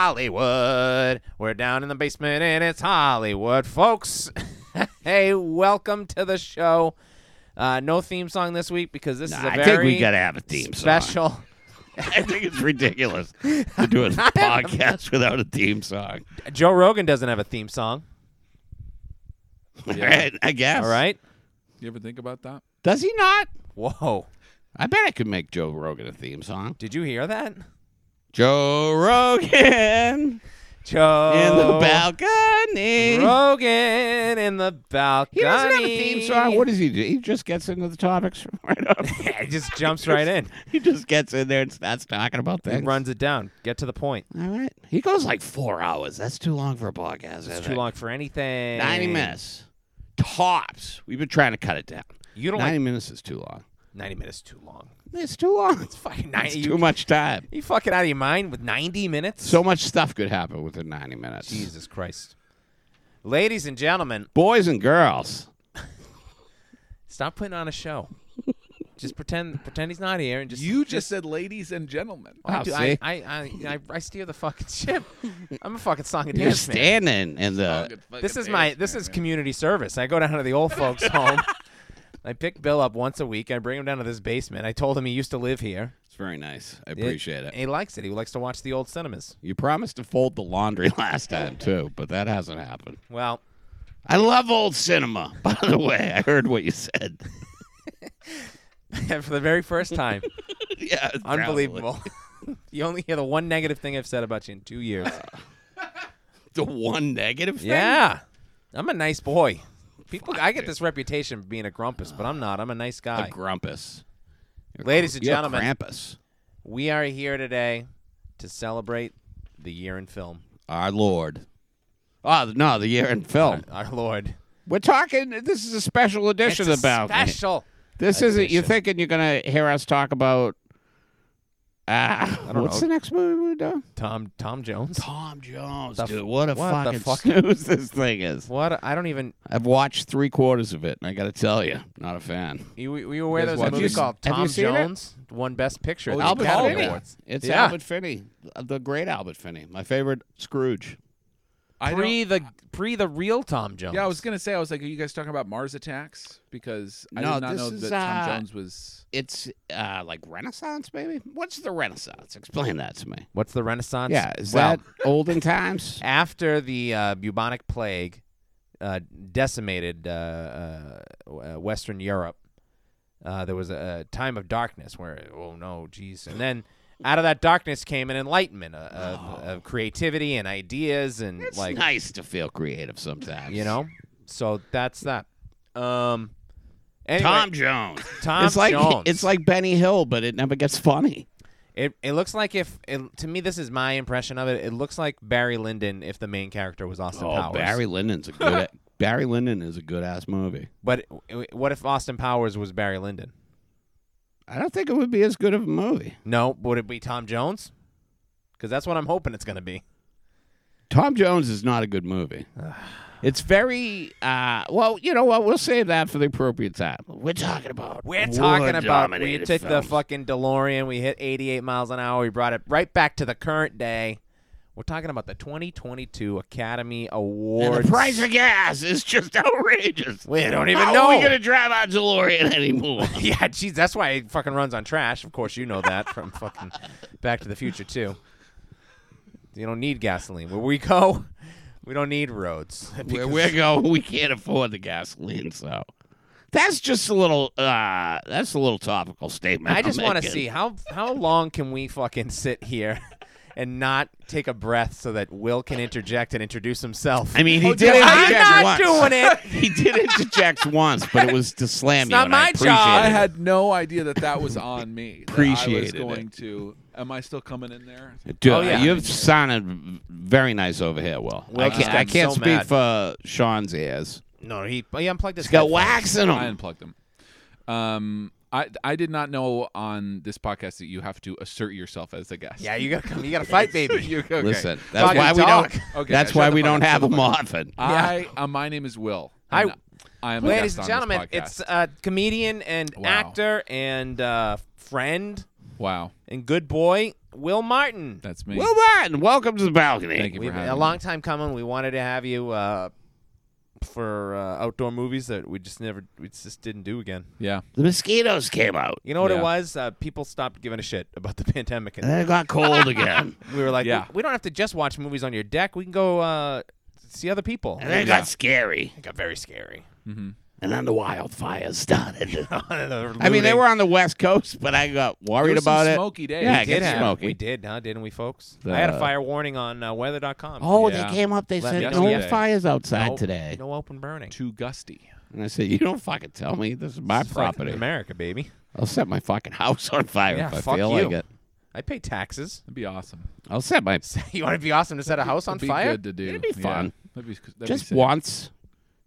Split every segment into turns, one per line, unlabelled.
Hollywood. We're down in the basement and it's Hollywood, folks. hey, welcome to the show. Uh, no theme song this week because this is a
I
very
think we gotta have a theme song.
special.
I think it's ridiculous to do a podcast without a theme song.
Joe Rogan doesn't have a theme song.
All right, I guess.
All right.
You ever think about that?
Does he not?
Whoa.
I bet I could make Joe Rogan a theme song.
Did you hear that?
Joe Rogan
Joe
in the balcony.
Rogan in the balcony.
he doesn't have a theme song. What does he do? He just gets into the topics right up.
he just jumps right in.
he just gets in there and starts talking about
He
things.
runs it down. Get to the point.
All right. He goes like four hours. That's too long for a podcast.
It's
isn't
too
it?
long for anything.
90 minutes. Tops. We've been trying to cut it down.
You don't
90
like
minutes is too long.
90 minutes too long.
It's too long. It's
Fucking 90.
too much time.
You fucking out of your mind with 90 minutes?
So much stuff could happen within 90 minutes.
Jesus Christ. Ladies and gentlemen,
Boys and girls.
stop putting on a show. just pretend pretend he's not here and just
You just Oh, said, ladies and gentlemen.
I,
Wow,
do-
see?
I, I, I, I, I steer the fucking ship. I'm a fucking song and
You're
dance man.
standing in the.
This is my this is community service. I go down to the old folks' home. I pick Bill up once a week. I bring him down to this basement. I told him he used to live here.
It's very nice. I
It-
appreciate it.
He likes it. He likes to watch the old cinemas.
You promised to fold the laundry last time, too, but that hasn't happened.
Well,
I love old cinema, by the way. I heard what you said.
for the very first time,
yeah. probably.
unbelievable. you only hear the one negative thing I've said about you in two years.
Uh, The one negative thing?
yeah, I'm a nice boy. People, I get this reputation for being a grumpus, but I'm not. I'm a nice
A
guy.
grumpus.
Ladies and
You're
gentlemen,
Krampus.
we are here today to celebrate the year in film.
Our Lord. Oh, no, the year in film.
Uh, Our Lord.
We're talking. This is a special edition
It's a
about
special.
this. Isn't you
edition.
thinking you're gonna hear us talk about? Uh,
don't
what's
know.
the next movie we're doing?
Tom Tom Jones.
Tom Jones,
The
dude.
f-
What a
what the
fucking
fuck?
snooze this thing is.
What? a- I don't even.
I've watched three quarters of it, and I gotta tell you, not a fan.
You, you you aware
guys
there's a
watch
movie
this?
called
Have you
Tom
seen it? Oh,
Jones won Best Picture? at the
Albert
Academy
Finney.
Awards.
It's
Yeah.
Albert Finney, uh, the great Albert Finney, my favorite Scrooge.
I don't-
pre the pre the real Tom Jones.
yeah, I was gonna say. I was like, are you guys talking about Mars attacks? Because I
No,
did not
this
know
is,
that
uh,
Tom Jones was.
It's uh, like Renaissance, maybe. What's the Renaissance? Explain that to me.
What's the Renaissance?
Yeah, is
Well,
that olden times?
after the uh, bubonic plague uh, decimated uh, uh, w- uh, Western Europe? Uh, there was a a time of darkness where oh no, jeez, and then. Out of that darkness came an enlightenment uh, of, of, of creativity and ideas and
It's
like
Oh. nice to feel creative sometimes.
you know. So that's that. Um, anyway,
Tom Jones.
Tom
it's like
Jones.
it's like Benny Hill, but it never gets funny.
It, it looks like if it, to me this is my impression of it. It looks like Barry Lyndon if the main character was Austin Powers.
Oh, Barry Lyndon's a good. Barry Lyndon is a good ass movie.
But w- what if Austin Powers was Barry Lyndon?
I don't think it would be as good of a movie.
No, would it be Tom Jones? Because that's what I'm hoping it's going to be.
Tom Jones is not a good movie. It's very uh, well. You know what? We'll save that for the appropriate time. We're talking about.
We're talking about we
war-dominated
took the
films.
fucking DeLorean, we hit 88 miles an hour, we brought it right back to the current day. We're talking about the 2022 Academy
And
Awards.
the price of gas is just outrageous.
We don't even
How
know.
are we gonna drive our DeLorean anymore?
Yeah, geez, that's why it fucking runs on trash. Of course, you know that from fucking Back to the Future too. You don't need gasoline where we go. We don't need roads.
where we're going, we can't afford the gasoline. So that's just a little. Uh, that's a little topical statement.
I just
want
to see how how long can we fucking sit here and not take a breath so that Will can interject and introduce himself.
I mean, he
Oh,
did
yeah,
interject
I'm not
once.
doing it.
he did interject once, but it was to slam
It's
you.
not
and
my
I
job.
appreciate
I
it.
had no idea that that was on me. that I was
Appreciated it.
going to. Am I still coming in there?
Dude,
Oh, yeah.
you've sounded very nice over here, Will.
Will
I
just
can't,
got
I can't
so
speak
mad.
for Sean's ears.
no, he, he unplugged his
He's got
headphones.
wax in
I
them.
unplugged them. Um, I I did not know on this podcast that you have to assert yourself as a guest.
Yeah, you gotta come. You gotta fight, baby.
You- okay.
Listen, that's
Fucking
why we
talk.
don't.
Okay,
that's
shut
why
the
we
fuck
don't
up,
have
shut the
them
fuck
often.
Ah,
I uh, my name is Will.
Hi.
and I am a
Ladies
guest
and
on
gentlemen,
this podcast.
it's uh, comedian and
Wow.
actor and uh, friend
wow.
and good boy Will Martin.
That's me.
Will Martin, welcome to the balcony.
Thank you
We've
for having
a
me.
long time coming. We wanted to have you uh, for uh, outdoor movies that we just never, we just didn't do again.
Yeah.
The mosquitoes came out,
You know what
Yeah.
it was? Uh, people stopped giving a shit about the pandemic,
and
and
then it got cold again,
we were like,
Yeah.
we, we don't have to just watch movies on your deck. We can go uh, see other people.
and then it
Yeah.
got scary,
It got very scary.
hmm
and then the wildfires started. I
I
mean, they were on the West Coast, but I got worried about it.
Smoky day.
Yeah,
We
it
did
gets
have,
smoky.
we did, huh? Didn't we, folks? I had a
The-
fire warning on uh, weather.com.
Oh,
Yeah.
they came up. They
Let
said
me
no
yesterday.
fires outside
no,
today,
no open burning.
Too gusty.
and I said, "You don't fucking tell me. This is my
It's fucking
property.
America, baby.
I'll set my fucking house on fire
Yeah,
if I
fuck
feel
you.
like it.
I pay taxes.
That'd be awesome.
I'll set my
you want to be awesome to set a house on
That'd be
fire?
good to do.
It'd be
Yeah.
fun.
That'd be, that'd be
just
sick.
once,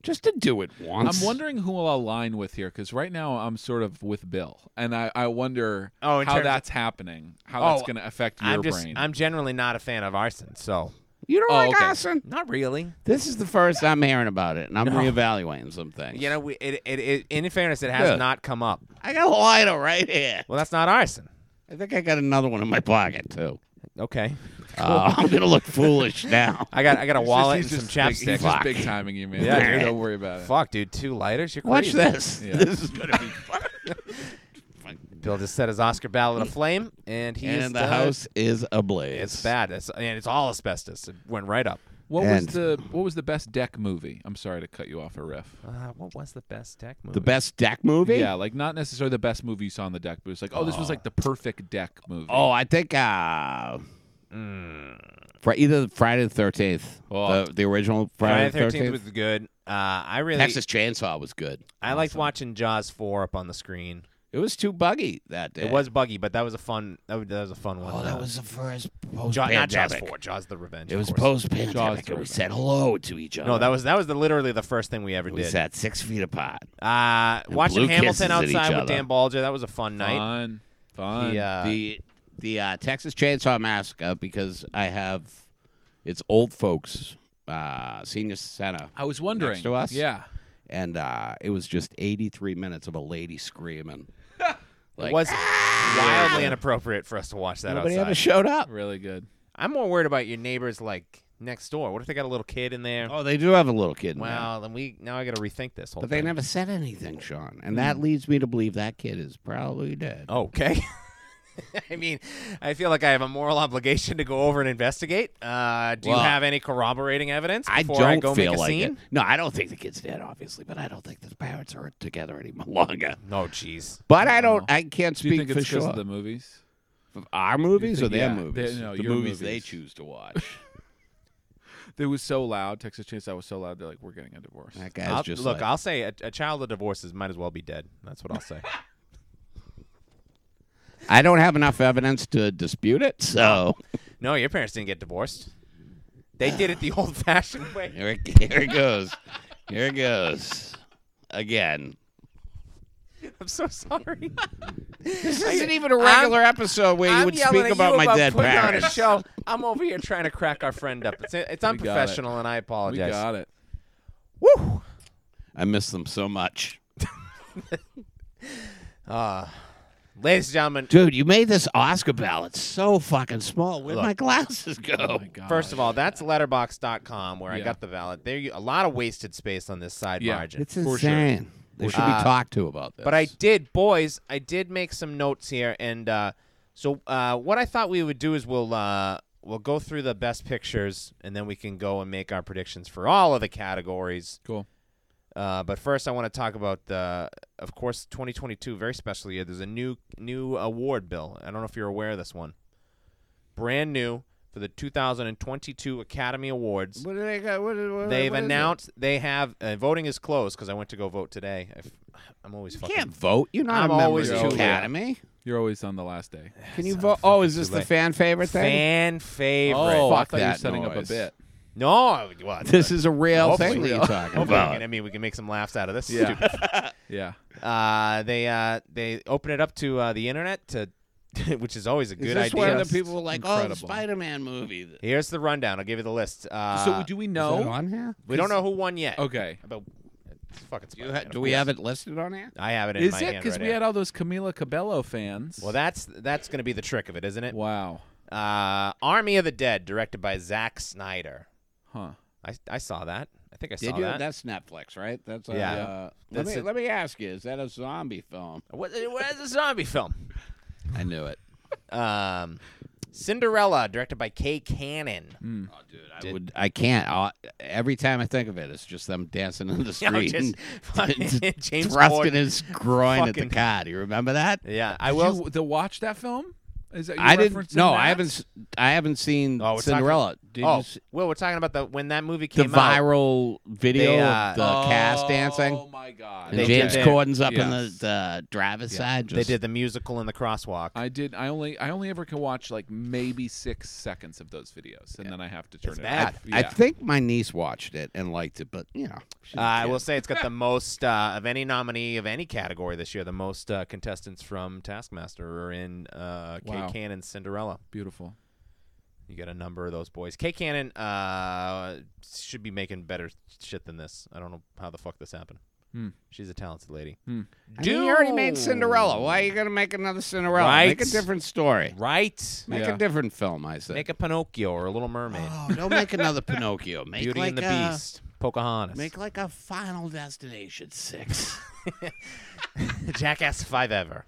just to do it once.
I'm wondering who I'll align with here because right now I'm sort of with Bill, and I, I wonder
Oh, in terms
how
of-
that's happening, how
Oh,
that's going to affect your
I'm just
brain.
I'm generally not a fan of arson, so
You don't
Oh,
like
okay.
arson?
not really.
This is the first I'm hearing about it, and I'm
No.
reevaluating some things.
You know, we, it, it, it, in fairness, it has
Good.
not come up.
I got a lighter right here.
Well, that's not arson.
I think I got another one in my pocket too.
Okay,
Uh, I'm gonna look foolish now.
I got I got a
He's just-
wallet
he's
and
just
some
big-
chapstick.
He's just
Fuck.
big timing you, man.
Yeah,
Dude,
dude.
don't worry about it.
Fuck, dude, two lighters. You're
Watch
crazy.
this.
Yeah.
This is gonna be fun.
Bill just set his Oscar ballot aflame, and he is
and the
done.
house is ablaze.
It's bad. It's, and it's all asbestos. It went right up.
What was
And-
the What was the best deck movie? I'm sorry to cut you off a riff.
Uh, what was the best tech movie?
The best deck movie?
Yeah, like not necessarily the best movie you saw on the deck, but it's like, oh, this was like the perfect deck movie.
Oh, I think uh,
Mm.
Fri- either Friday the Thirteenth,
Oh.
the, the original
Friday the
Friday, the
Thirteenth was
Thirteenth.
good. Uh, I really,
Texas Chainsaw was good.
I liked watching Jaws four up on the screen.
It was too buggy that day.
It was buggy, but that was a fun. That was, that was a fun one.
Oh,
Uh,
that was the first post
Jaw, not Jaws
pandemic.
four. Jaws the Revenge.
It
of
was
course.
post
Jaws
pandemic,
the
and we
Revenge.
said hello to each other.
No, that was that was the, literally the first thing we ever
we
did.
sat six feet apart.
Uh, watching
blew
Hamilton
kisses at each
outside with
other.
Dan Balger. That was a fun night.
fun, fun.
He, uh,
the the uh, Texas Chainsaw Massacre because I have it's old folks uh, senior center,
I was wondering.
Next to us?
Yeah.
and uh, it was just eighty three minutes of a lady screaming.
it was wildly inappropriate for us to watch that
Nobody
outside.
ever showed up.
Really good.
I'm more worried about your neighbors like next door. What if they got a little kid in there?
Oh, they do have a little kid. in there.
Well, then we now I got to rethink this whole
but they
thing.
never said anything, Sean, and that leads me to believe that kid is probably dead.
Okay. I mean, I feel like I have a moral obligation to go over and investigate. Uh, do
Well,
you have any corroborating evidence
I
before
don't
I go
feel
make a
like
scene?
it. No, I don't think the kid's dead, obviously, but I don't think the parents are together any longer.
No, jeez.
But I don't.
No.
I can't
Do you
speak
think
for
it's because
sure.
of the movies?
Of Our movies
think-
or their
yeah,
movies?
they- no,
the
your
movies, they
movies.
choose to watch.
It was so loud. Texas Chainsaw was so loud. They're like, we're getting a divorce.
that guy's
I'll-
just
look,
like,
I'll say a, a child of divorces might as well be dead. That's what I'll say.
I don't have enough evidence to dispute it, so
no, your parents didn't get divorced. They did it the old-fashioned way.
here it, here it goes. Here it goes again.
I'm so sorry.
This isn't even a regular episode where you
I'm
would
yelling
speak
at
about
you
my
about
dead
putting on a
parents.
show. I'm over here trying to crack our friend up. It's, it's unprofessional, and I
we
apologize.
got it.
Woo!
I miss them so much,
Ladies and gentlemen,
dude. You made this Oscar ballot so fucking small. Where'd my glasses go?
Oh my god.
First of all, that's letterbox.com where I
Yeah.
got the ballot. There you, a lot of wasted space on this side
Yeah.
margin.
it's
For sure.
insane. They should
Uh,
be talked to about this.
but I did, boys, I did make some notes here and uh, so uh, what I thought we would do is we'll uh, we'll go through the best pictures and then we can go and make our predictions for all of the categories.
cool.
Uh, but first I want to talk about the of course 2022 very special year. There's a new new award bill. I don't know if you're aware of this one. Brand new for the 2022 Academy Awards.
What do they got? What, what,
They've
what is it?
announced they have uh, voting is closed because I went to go vote today. I f- I'm always
You
fucking.
can't vote. You're not
I'm
a member
always
of the
too-
Academy.
You're always on the last day.
Can you
Son
vote?
of a
Oh,
fucking
is this
too
the
late.
fan favorite thing?
Fan favorite.
Oh,
Fuck
I thought you were
that
setting up a
noise.
bit.
No, I- well,
This is a real
Hopefully
thing that
real.
you're talking
hopefully we
about.
can, I mean, we can make some laughs out of this.
Yeah.
Stupid.
Yeah.
Uh, they uh, they open it up to uh, the internet to, which is always a good
Is this
idea.
where the people were like, "Oh, the
Incredible.
Spider-Man movie"? Is
Here's the rundown. I'll give you the list. Uh,
so do we
that
know?
on here?
we don't know who won yet.
Okay.
About it's fucking.
Do, you ha-
Spider-Man,
Uh, do
of
we
course.
have it listed on here?
I have it in
Is
my
it
hand
because
right
we
here.
had all those Camila Cabello fans?
Well, that's that's going to be the trick of it, isn't it?
wow.
Uh, Army of the Dead, directed by Zack Snyder.
Huh.
I, I saw that. I think I
Did
saw
you?
that.
That's Netflix, right? That's uh,
Yeah.
Uh, let
That's
me
it.
let me ask you: Is that a zombie film?
What, what is a zombie film?
I knew it.
Um, Cinderella, directed by Kay Cannon.
Oh, dude, I would. I can't. i every time I think of it, it's just them dancing in the
You know,
street
just
and
fucking James
thrusting
Corden.
his groin at the
Fucking-
car. Do you remember that?
Yeah, I
Did
will.
you the watch that film? Is that you
I didn't.
referencing
No,
that?
I haven't. s- I haven't seen
Oh, we're talking-
Cinderella. Did
oh,
you see
well, we're talking about the when that movie
the
came out.
viral video
They, uh,
of the cast dancing?
Oh my god.
And
they
James
did-
Corden's up in the,
Yes.
the driver's
Yeah.
side.
They
Just,
did the musical and the crosswalk.
I did. I only. I only ever can watch like maybe six seconds of those videos, and then I have to turn
It's
it
bad.
off.
I
Yeah.
think my niece watched it and liked it, but you know, she's a
Uh, I
kid.
will say it's got the most uh, of any nominee of any category this year. The most uh, contestants from Taskmaster are in uh, Kay
Wow.
Cannon's Cinderella.
beautiful.
You get a number of those boys. Kay Cannon uh, should be making better shit than this. I don't know how the fuck this happened.
Hmm.
She's a talented lady.
Hmm.
I mean, you already made Cinderella. Why are you gonna make another Cinderella? Make a
Right.
different story.
Right?
Make
Yeah.
a different film. I said.
Make a Pinocchio or a Little Mermaid.
oh, don't make another Pinocchio. Make
Beauty
like
and the
a,
Beast. Pocahontas.
Make like a Final Destination six.
Jackass Five Ever.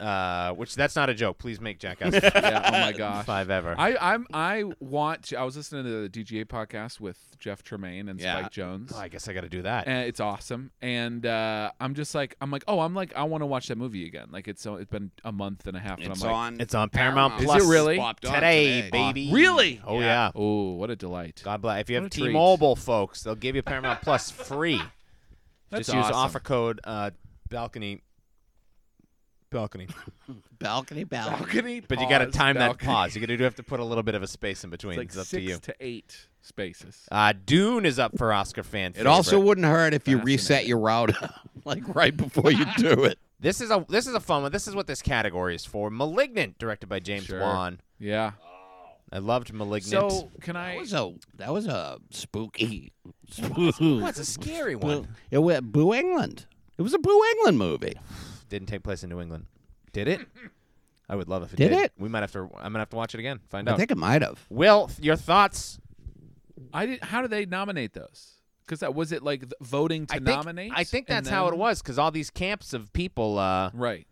uh, which that's not a joke. Please make Jackass Five,
Yeah. Oh my gosh.
five Ever.
I, I'm. I want. To, I was listening to the DGA podcast with Jeff Tremaine and
Yeah.
Spike Jones.
Oh, I guess I got to do that.
and it's awesome. And uh, I'm just like, I'm like, oh, I'm like, I want to watch that movie again. Like it's so it's been a month and a half. and I'm
it's
like,
on.
It's on Paramount,
Paramount.
Is
Plus
it really?
Popped on
today,
today.
baby.
Oh, really?
Oh yeah.
Oh, what a delight!
God bless. If you have
What a treat.
T-Mobile, folks, they'll give you Paramount Plus free.
That's
Just use
awesome.
offer code uh, balcony. Balcony,
balcony, balcony.
Balcony,
but you got to
pause,
time that
balcony.
pause. You got to do have to put a little bit of a space in between.
It's like
It's, up to
six
you.
to eight spaces.
Uh, Dune is up for Oscar fan.
It also
favorite.
wouldn't hurt if you
Fascinating.
reset your router like right before you do it.
This is a this is a fun one. This is what this category is for. Malignant, directed by James
Sure.
Wan.
Yeah.
I loved Malignant.
So can
That
I?
was a that was a spooky. Spoo-
What's a scary
Boo,
one?
it was Boo England. It was a Boo England movie.
Didn't take place in New England. Did it? I would love if it did.
Did it?
We might have to. I'm gonna have to watch it again. Find
I
out.
think it might have.
Will, th- your thoughts?
I did. How do they nominate those? Because that was it. Like th- voting to
I think,
nominate.
I think
and
that's how it
then-
was because all these camps of people, uh,
Right.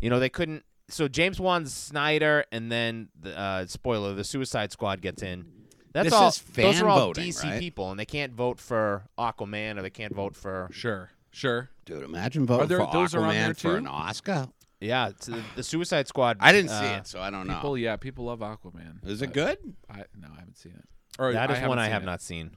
you know, they couldn't. So James Wan, Snyder, and then the, uh, spoiler: the Suicide Squad gets in. That's
This
all.
is
those
fan
are all
voting,
DC
right?
people, and they can't vote for Aquaman or they can't vote for
Sure. Sure.
Dude, imagine voting
Are there-
for
those are on there
Aquaman for
too?
an Oscar.
Yeah, it's the, the Suicide Squad.
I didn't see
uh,
it, so I don't
People.
know.
Yeah. People love Aquaman.
Is it
I-
good?
I, no, I haven't seen it. Or
That is
haven't
one I
seen
have
it.
not seen.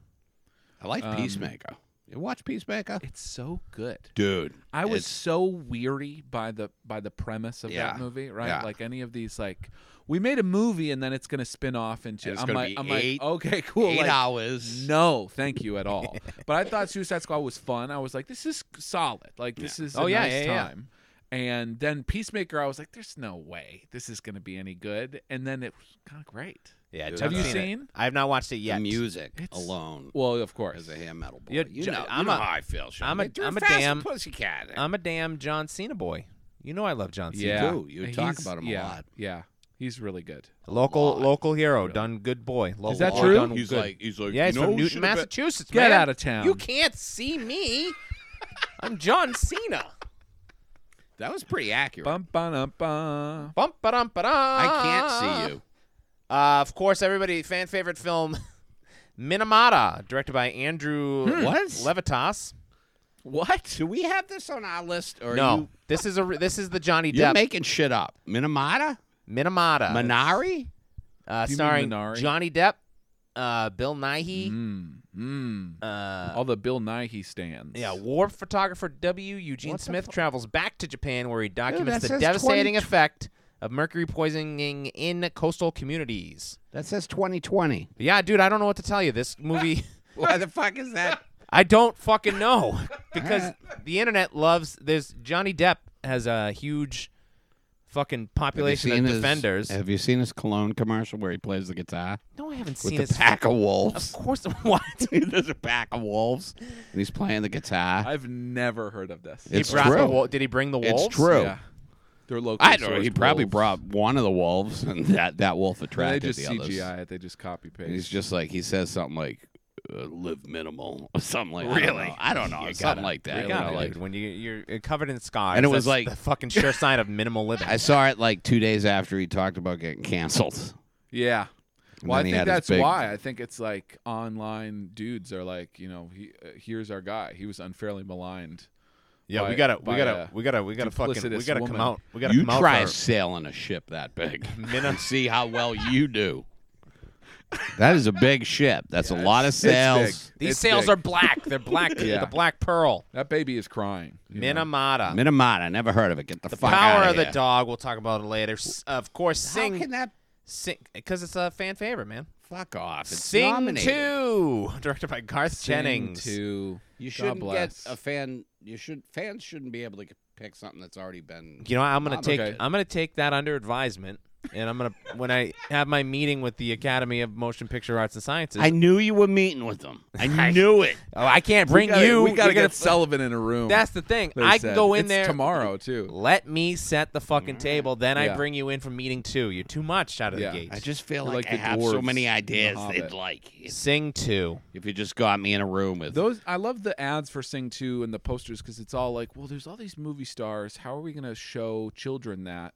I like
Um,
Peacemaker. You watch Peacemaker,
It's so good.
dude.
I was
it's-
so weary by the by the premise of
Yeah.
that movie, right?
Yeah.
Like any of these, like we made a movie and then it's gonna spin off into.
And it's
I'm
gonna
like,
be
I'm
eight-
like, okay, cool.
eight
like,
hours.
No, thank you at all. but I thought Suicide Squad was fun. I was like, this is solid. Like this is
Oh,
a
yeah,
nice
yeah, yeah.
time. And then Peacemaker, I was like, there's no way this is gonna be any good. And then it was kind of great.
Yeah,
Dude,
I've
Have you
not it.
seen?
I have not watched it
The
yet.
music
It's-
alone
Well, of course.
as a hair metal boy.
Yeah,
you
Ju-
know,
I'm
you know
a-
how I feel. Sean.
I'm a-
Like, you're
I'm a
fast as
damn-
pussycat.
I'm a damn John Cena boy. You know I love John Cena.
yeah,
do. You talk
He's-
about him a
yeah,
lot.
Yeah, he's really good.
Local
Lot.
local hero, done good boy. Local,
Is that
or
true?
done
He's
good.
like, he's like,
yeah,
you
he's
know
from
who
Newton,
should've been-
Massachusetts.
Get
man.
out of town.
You can't see me. I'm John Cena.
That was pretty accurate.
Bum, bum, bum.
Bump, ba-dum, ba-dum.
I can't see you.
Uh, of course, everybody fan favorite film, Minamata, directed by Andrew
What?
Levitas.
What? Do we have this on our list? Or
no,
you,
this is a re- this is the Johnny
you're
Depp
making shit up. Minamata,
Minamata.
Minari.
uh,
Do you mean
starring
Minari?
Johnny Depp, uh, Bill Nighy,
Mm, mm.
uh,
All the Bill Nighy stands.
yeah, war photographer W. Eugene
What the
Smith travels back to Japan where he documents
that
the
says
devastating
20
effect of mercury poisoning in coastal communities.
That says 2020.
Yeah, dude, I don't know what to tell you. This movie,
Why the fuck is that?
I don't fucking know because the internet loves. There's Johnny Depp has a huge fucking population of defenders.
His, have you seen his cologne commercial where he plays the guitar
no, I haven't
with
seen
the
his.
pack of
Of
wolves?
course, what?
There's a pack of wolves, and he's playing the guitar.
I've never heard of this.
It's
he brought The
true.
wol- did he bring the wolves?
It's true.
Yeah. They're local.
I don't know. He probably brought one of the wolves, and that, that wolf
They
attracted
just
the others.
CGI it. They just copy paste.
And he's just like he says something like uh, "live minimal" or something like I don't
Really?
know. I don't know,
You
something
gotta-
like that.
You
you
gotta,
know, like-
dude, when you you're covered in scars.
And it was
that's
like-
the fucking sure sign of minimal living.
I saw it like two days after he talked about getting canceled.
yeah.
And
well, I
then he
think
had his
that's
big-
why. I think it's like online dudes are like, you know, he, uh, here's our guy. He was unfairly maligned.
yeah,
by-
we gotta, we
by
gotta,
a
we gotta, we gotta fucking, we
duplicitous
gotta
woman.
come out. We gotta
You
come out
try
for-
sailing a ship that big
Minna-
and see how well you do. That is a big ship. That's a lot of
it's- it's
sails.
big.
These
It's
sails
big.
are black. They're black.
Yeah.
The black pearl.
That baby is crying. you know?
Minamata.
Minamata, never heard of it. Get the, fuck
Power
outta
of the
here.
dog. We'll talk about it later. S- Of course,
How can
sing,
that
sing, because it's a fan favorite, man.
fuck off? It's
sing
nominated.
two, directed by Garth
Sing
Jennings.
To
You
God
shouldn't get
bless.
a fan. You should fans shouldn't be able to pick something that's already been.
You know, I'm gonna
Bob,
take,
okay.
I'm gonna take that under advisement, and I'm gonna when I have my meeting with the Academy of Motion Picture Arts and Sciences.
I knew you were meeting with them. I knew it.
oh, I can't
We
bring
gotta-
you.
We got
You're
to
gonna-
get Sullivan in a room.
That's the thing.
they
I can
said.
go in
It's
there
tomorrow too.
Let me set the fucking table. Then I
Yeah.
bring you in for meeting two. You're too much out of
Yeah.
the gate.
I just feel
You're
like,
like
I
the
have
dwarves
so
in
many
The
ideas
Hobbit.
they'd like. If
Sing two.
if you just got me in a room with
Those I love the ads for Sing Two and the posters because it's all like, well, there's all these movie stars. How are we going to show children that?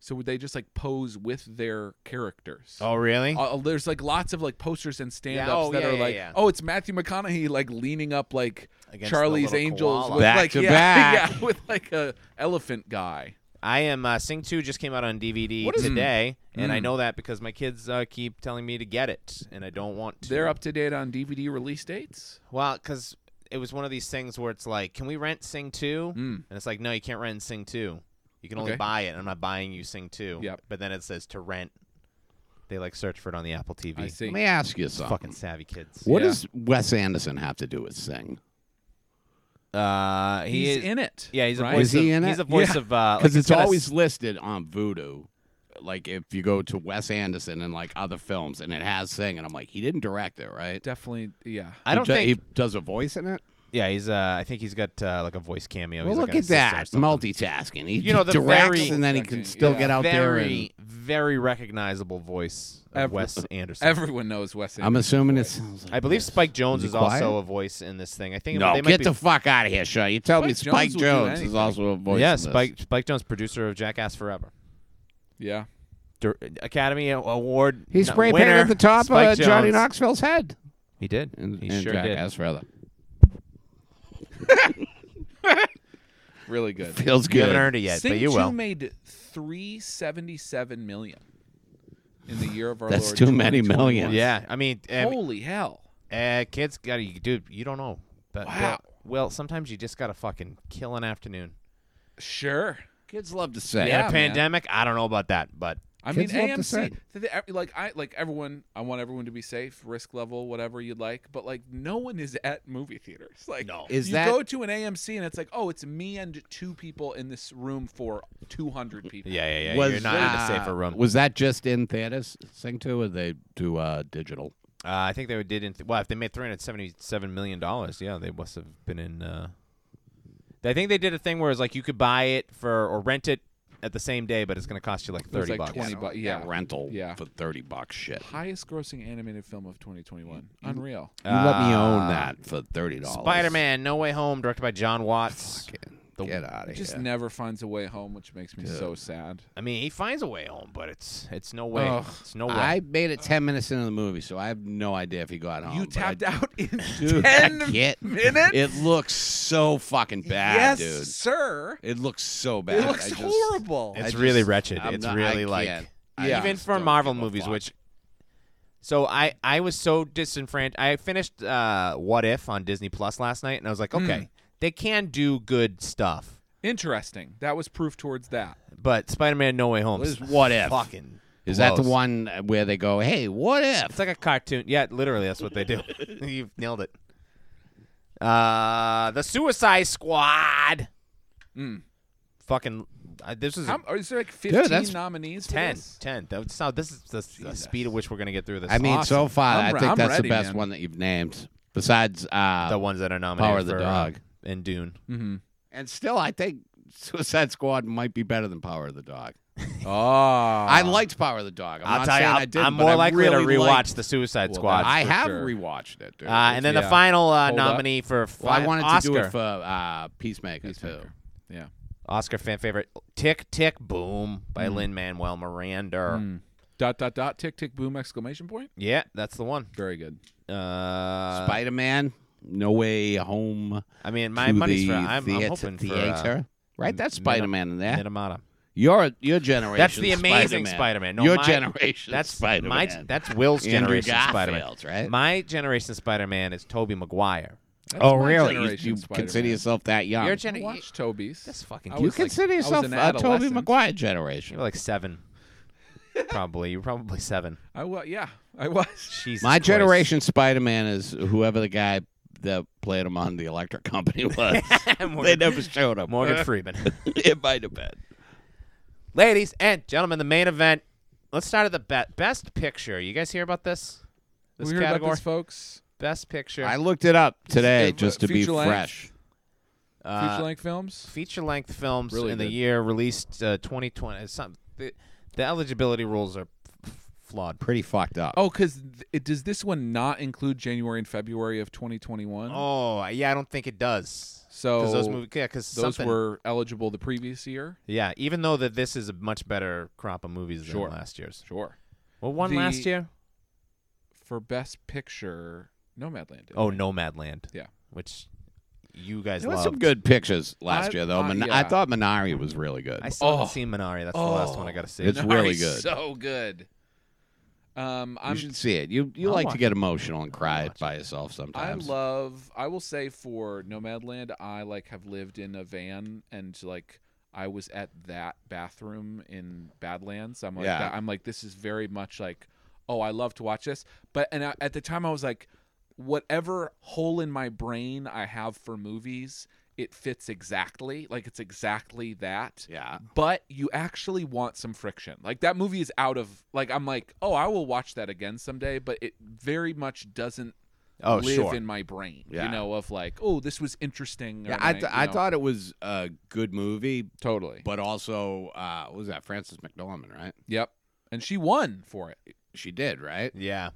So would they just like pose with their characters?
Oh,
really?
Uh, there's like lots of like posters and stand-ups
oh,
that
yeah,
are
yeah,
like,
yeah.
oh, it's Matthew McConaughey like leaning up like
Against the
Charlie's
little
Angels
koala.
with
Back
like
to
yeah,
back.
yeah, with like a elephant guy.
I am uh, Sing Two just came out on DVD
What is-
today, and I
Mm.
know that because my kids uh, keep telling me to get it, and I don't want to.
They're up to date on DVD release dates.
Well, because it was one of these things where it's like, can we rent Sing Two?
Mm.
And it's like, no, you can't rent Sing Two. You can only
Okay.
buy it. and I'm not buying you Sing Two.
Yep.
But then it says to rent. They like search for it on the Apple TV.
I see.
Let me ask you something.
Fucking savvy kids.
what
yeah.
does Wes Anderson have to do with Sing?
Uh, he
he's
is,
in it.
Yeah, he's a
right?
voice.
Is he
of,
in
He's
it?
a voice
Yeah.
of uh, like,
Because
he's
it's
got a
always
s-
listed on Voodoo. Like if you go to Wes Anderson and like other films, and it has Sing, and I'm like, he didn't direct it, right?
definitely. Yeah,
I don't
he, do-
think.
he does a voice in it.
yeah, he's. Uh, I think he's got uh, like a voice cameo.
Well,
he's
look
like an
at
assist or
that
something.
multitasking. He
You know, the
directs
very-
and then he can
Multitasking,
still
yeah.
get out there. And,
very, very recognizable voice of
Every-
Wes Anderson.
everyone knows Wes.
I'm
Anderson.
assuming it's.
I believe Spike Jones
Is
is,
he
also
quiet?
a voice in this thing. I think
No,
they might
get
be,
the fuck out of here, Sean. You tell me Spike
Spike Jones will do
Jones is
anything.
also a voice.
yeah
in this.
Spike Spike Jones, producer of Jackass Forever,
yeah.
Dir- Academy Award.
He
no-
spray painted
winner,
at the top
Spike
of Johnny
Jones.
Knoxville's head.
He did.
And,
he
and
sure
Jackass Forever.
Really good.
Feels
did. You
good.
haven't earned it yet,
Sing
but you
2
will.
made 377 million in the year of our
That's
Lord.
too many
2021.
millions.
yeah, I mean, I mean,
Holy hell.
uh, kids, gotta you, dude. You don't know, but
Wow.
Well, well, sometimes you just gotta fucking kill an afternoon.
Sure.
Kids love to say.
in
Yeah,
a
man.
pandemic, I don't know about that, but
I
Kids
mean,
love to say.
AMC. th- th- e, Like I, like everyone. I want everyone to be safe, risk level, whatever you'd like. But like, no one is at movie theaters. Like,
No.
Is
you
that-
go to an AMC and it's like, oh, it's me and two people in this room for 200 people.
yeah, yeah, yeah.
Was,
You're not in a safer
uh,
room.
Was that just in theaters? Sing to, or they do uh, digital?
uh, I think they did in th- well. If they made three hundred seventy-seven million dollars, yeah, they must have been in. Uh, I think they did a thing where it's like you could buy it for or rent it at the same day, but it's going to cost you like
It was
thirty
like
bucks.
20 bucks. Yeah.
rental.
Yeah.
for thirty bucks. Shit.
Highest grossing animated film of 2021. Unreal.
You let me
Uh,
own that Ah, for thirty dollars.
Spider-Man: No Way Home, directed by John Watts. The-
Get out of
Just
here.
never finds a way home, which makes me so sad.
I mean, he finds a way home, but it's it's no way.
Ugh.
It's no way.
I made it ten minutes into the movie, so I have no idea if he got home.
You
but
tapped
I,
out in
Dude,
ten
I can't-
minutes.
It looks so fucking bad,
yes, sir.
dude. It looks so bad.
It looks
I just-
horrible.
it's
I
really
just-
wretched.
I'm
it's
not- I
really like
can't.
I Yeah.
even
just
for
don't
Marvel
give a
movies,
fuck.
which. So I I was so disenfranchised. I finished uh, What If on Disney Plus last night, and I was like, okay, they can do good stuff,
Interesting. That was proof towards that.
but Spider-Man: No Way Home
What is What If?
Fucking
Is that the
blows.
one where they go, "Hey, what
It's
if?"
like a cartoon. Yeah, literally, that's what they do. You've nailed it. Uh, the Suicide Squad.
Mm.
Fucking, uh, this is
How, is there like
that's
fifteen nominees? for
10.
this?
10. That's how, this is the, the
Jesus.
speed at which we're going to get through this.
I mean, so
awesome.
far,
I'm
i
re-
think
I'm
that's
ready,
the best
man.
one that you've named. Besides, uh,
Ah, the ones that are nominated
Power of the
for, uh,
Dog.
and Dune.
Mhm.
and still, I think Suicide Squad might be better than Power of the Dog.
Oh, I
Ah, I liked Power of the Dog. I'm
I'll
not
tell you,
saying
I'm,
I didn't,
I'm
but
more
I
likely to
really
rewatch
liked-
the Suicide
Well,
Squad.
that-
I
for
have
sure.
rewatched it, dude.
uh, and then the
yeah.
final uh,
Hold up.
nominee for fi-
well, I wanted
Oscar,
to do it for uh, Peacemaker, too.
Yeah.
Oscar fan favorite, "Tick Tick Boom" by
Mm.
Lin Manuel Miranda.
Mm. Dot dot dot tick tick boom exclamation point.
Yeah, that's the one.
Very good.
Uh,
Spider Man, No Way Home.
I mean, my
to
money's
the
for. I'm, I'm
theater,
hoping for uh,
theater. right? That's
Minim-
Spider Man in there.
Minamata.
your your generation.
That's the amazing
Spider-Man.
Spider-Man. No,
your
my-
generation.
That's
Spider
My,
Man.
that's Will's
Andrew
generation Spider-Man.
Garfield, right?
My generation Spider-Man is Tobey Maguire.
That's
oh,
my
really? You,
generation
you
Spider-Man.
consider yourself that young?
Your
You
gen-
Watch Toby's.
That's fucking.
I
cute.
was like-
consider
I was
yourself
an
a Tobey
adolescent.
Maguire
You
generation.
were like seven, probably. You're probably seven.
I was. Yeah, I was.
Jesus.
My
Christ.
generation Spider Man is whoever the guy that played him on the electric company was. they
Morgan,
never showed him.
Morgan Freeman.
it might have been.
Ladies and gentlemen, the main event. Let's start at the be- best picture. You guys hear about this? This
we heard
category,
about this, folks.
best picture,
I looked it up today
It-
just to be
feature length?
fresh.
uh,
Feature length films.
feature-length films
Really
in the
good.
year released uh, 2020. It's Some the, the eligibility rules are f- flawed.
Pretty fucked up.
Oh, because it does this one not include January and February of 2021?
Oh, yeah, I don't think it does.
so
'Cause those movie, yeah, because
those were eligible the previous year.
yeah. Even though that this is a much better crop of movies
Sure.
than last year's.
Sure.
Well, one
The-
last year.
For best picture, Nomadland. did.
Oh, Nomadland.
Yeah.
which you guys
There was
loved.
some good pictures last
I-
year, though.
I-
Min-
yeah.
I thought Minari was really good.
I still
Oh.
haven't seen Minari. That's the last one I got to see.
It's-
Minari's
really good.
So good. Um,
you
I'm
should see it. You you
I'll
like
watch
to get emotional and cry
watch
by yourself
I
sometimes.
love. I will say for Nomadland, I like have lived in a van and like I was at that bathroom in Badlands. I'm like,
Yeah.
that- I'm like, this is very much like, oh, I love to watch this. But and I, at the time, I was like, whatever hole in my brain I have for movies, it fits exactly. Like it's exactly that
yeah.
but you actually want some friction. Like that movie is out of like I'm like, oh, I will watch that again someday, but it very much doesn't
Oh,
live
sure.
in my brain.
Yeah.
You know, of like, oh, this was interesting. or
Yeah, I,
my-
th-
you
I
know.
thought it was a good movie,
totally.
but also uh, what was that Frances McDormand, right?
yep. And she won for it.
She did, right?
yeah.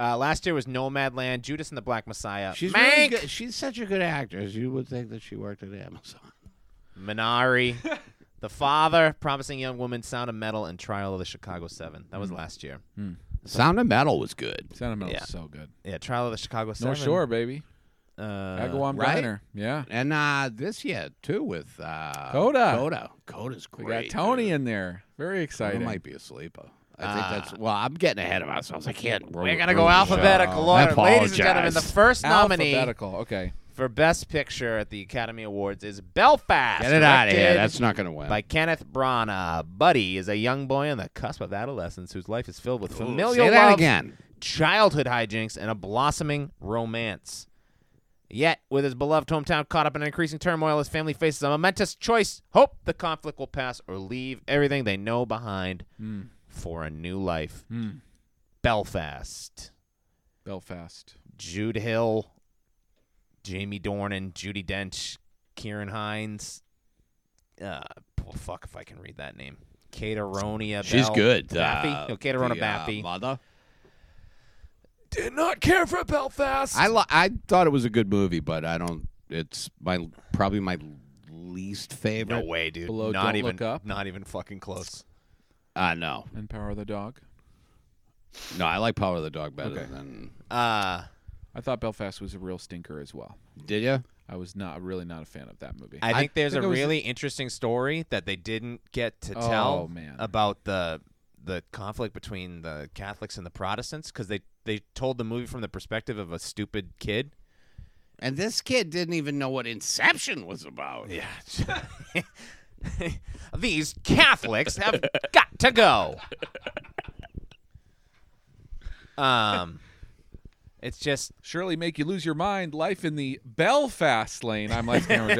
Uh, last year was Nomadland, Judas and the Black Messiah,
She's
Mank,
really good. She's such a good actress. You would think that she worked at Amazon.
Minari, The Father, Promising Young Woman, Sound of Metal, and Trial of the Chicago Seven. That was last year.
Sound of Metal was good.
Sound of Metal
Yeah.
is so good.
Yeah, Trial of the Chicago Seven.
North Shore, baby.
Uh,
Agawam
right?
Diner. Yeah.
And uh, this year too with uh,
Coda.
Coda. Coda's
We
great.
got Tony
dude.
in there. Very
Coda
exciting.
might be a sleeper. I think that's well. I'm getting ahead of ourselves. I can't.
Uh, We're gonna go alphabetical order, ladies and gentlemen. The first nominee
Alphabetical. Okay.
for Best Picture at the Academy Awards is Belfast.
Get it out of here.
directed
That's not gonna win.
by Kenneth Branagh. Buddy is a young boy on the cusp of adolescence whose life is filled with familial
Say that
love,
again.
childhood hijinks, and a blossoming romance. Yet, with his beloved hometown caught up in increasing turmoil, his family faces a momentous choice: hope the conflict will pass, or leave everything they know behind
Mm.
for a new life.
Mm.
Belfast.
Belfast.
Jude Hill, Jamie Dornan, Judy Dench, Kieran Hines. Uh, well, fuck if I can read that name. Cateronia.
She's
Bell-
good.
Baffy.
Uh,
no, Caterona
the, uh,
Baffy.
mother.
Did not care for Belfast.
I li- I thought it was a good movie, but I don't. It's my probably my least
no
favorite.
way, dude.
Below
not
Don't
even.
Look Up.
Not even fucking close.
Uh, no,
And Power of the Dog.
no. I like Power of the Dog better
Okay.
than.
Uh
I thought Belfast was a real stinker as well.
Did you?
I was not really not a fan of that movie.
I think there's
think
a
it was-
really interesting story that they didn't get to
Oh,
tell
man.
about the the conflict between the Catholics and the Protestants because they they told the movie from the perspective of a stupid kid.
And this kid didn't even know what Inception was about.
Yeah. These Catholics have got to go. Um, it's just
surely make you lose your mind. Life in the Belfast lane. I'm like, Cameron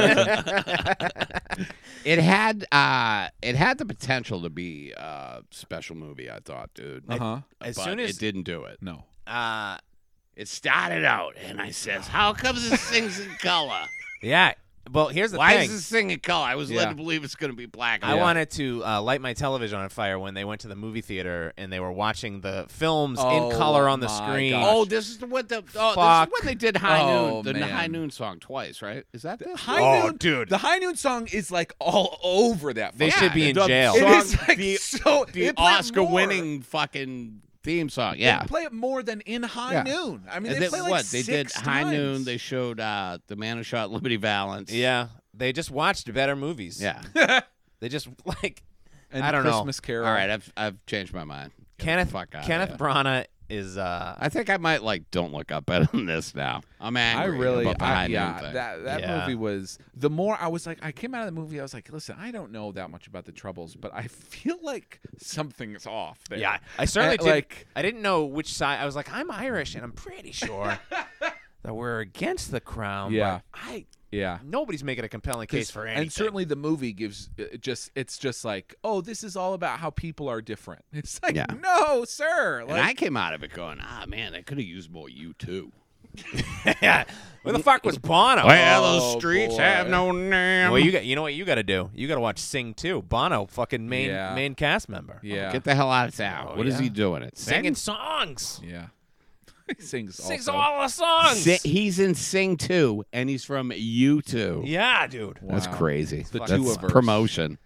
It had uh, it had the potential to be a special movie. I thought, dude.
uh huh.
Uh-huh. as
But
soon as
it didn't do it.
No.
uh,
It started out, and I says, "How comes this thing's in color?"
yeah, well, here's the
Why
thing.
is this thing in color? I was led
Yeah.
to believe it's going to be black.
I
Yeah.
wanted to uh, light my television on fire when they went to the movie theater and they were watching the films
Oh,
in color on the
my
screen.
gosh.
Oh, this is the- what the oh,
Fuck.
this is what they did High Noon,
Oh,
the
man.
High Noon song twice, right? Is that this?
High
Oh,
Noon,
dude.
The High Noon song is like all over that.
They
fucking
should be
thing.
in
the
jail.
It
song-
is like
the-
so
the
they play it more.
Oscar-winning fucking theme song. Yeah.
They play it more than in High
Yeah.
Noon. I mean,
And
they
then
play like
what they did
six
High Noon.
times.
They showed uh, the man who shot Liberty Valance.
Yeah, they just watched better movies.
yeah.
they just like
and
I don't know.
Christmas Carol.
All right, I've I've changed my mind. Get the
Kenneth
fuck outta
Kenneth
here.
Branagh is. Uh,
I think I might like don't look up at this now. I'm
I
angry.
really,
about the
I,
High Noon
yeah,
thing.
that that
Yeah.
movie was. The more I was like, I came out of the movie, I was like, listen, I don't know that much about the Troubles, but I feel like something's off there.
yeah, I certainly
Uh,
did.
like-
I didn't know which side. I was like, I'm Irish, and I'm pretty sure that we're against the crown.
Yeah.
but I
yeah.
nobody's making a compelling case for anything.
And certainly the movie gives uh, just it's just like, oh, this is all about how people are different. It's like,
Yeah.
no, sir.
and
Like,
I came out of it going, ah man, I could have used more you too.
yeah. Where the fuck was Bono?
Well,
Oh,
the streets
boy.
have no name.
Well, you got you know what you got to do. You got to watch Sing Too. Bono, fucking main
Yeah.
main cast member,
yeah,
Get the hell out of town.
Oh,
What is
yeah.
he doing? It
singing songs.
yeah. he sings
Sings
also.
all the songs.
Si- he's in Sing Two, and he's from U Two.
yeah, dude.
Wow.
That's crazy.
the
That's
two of us.
promotion.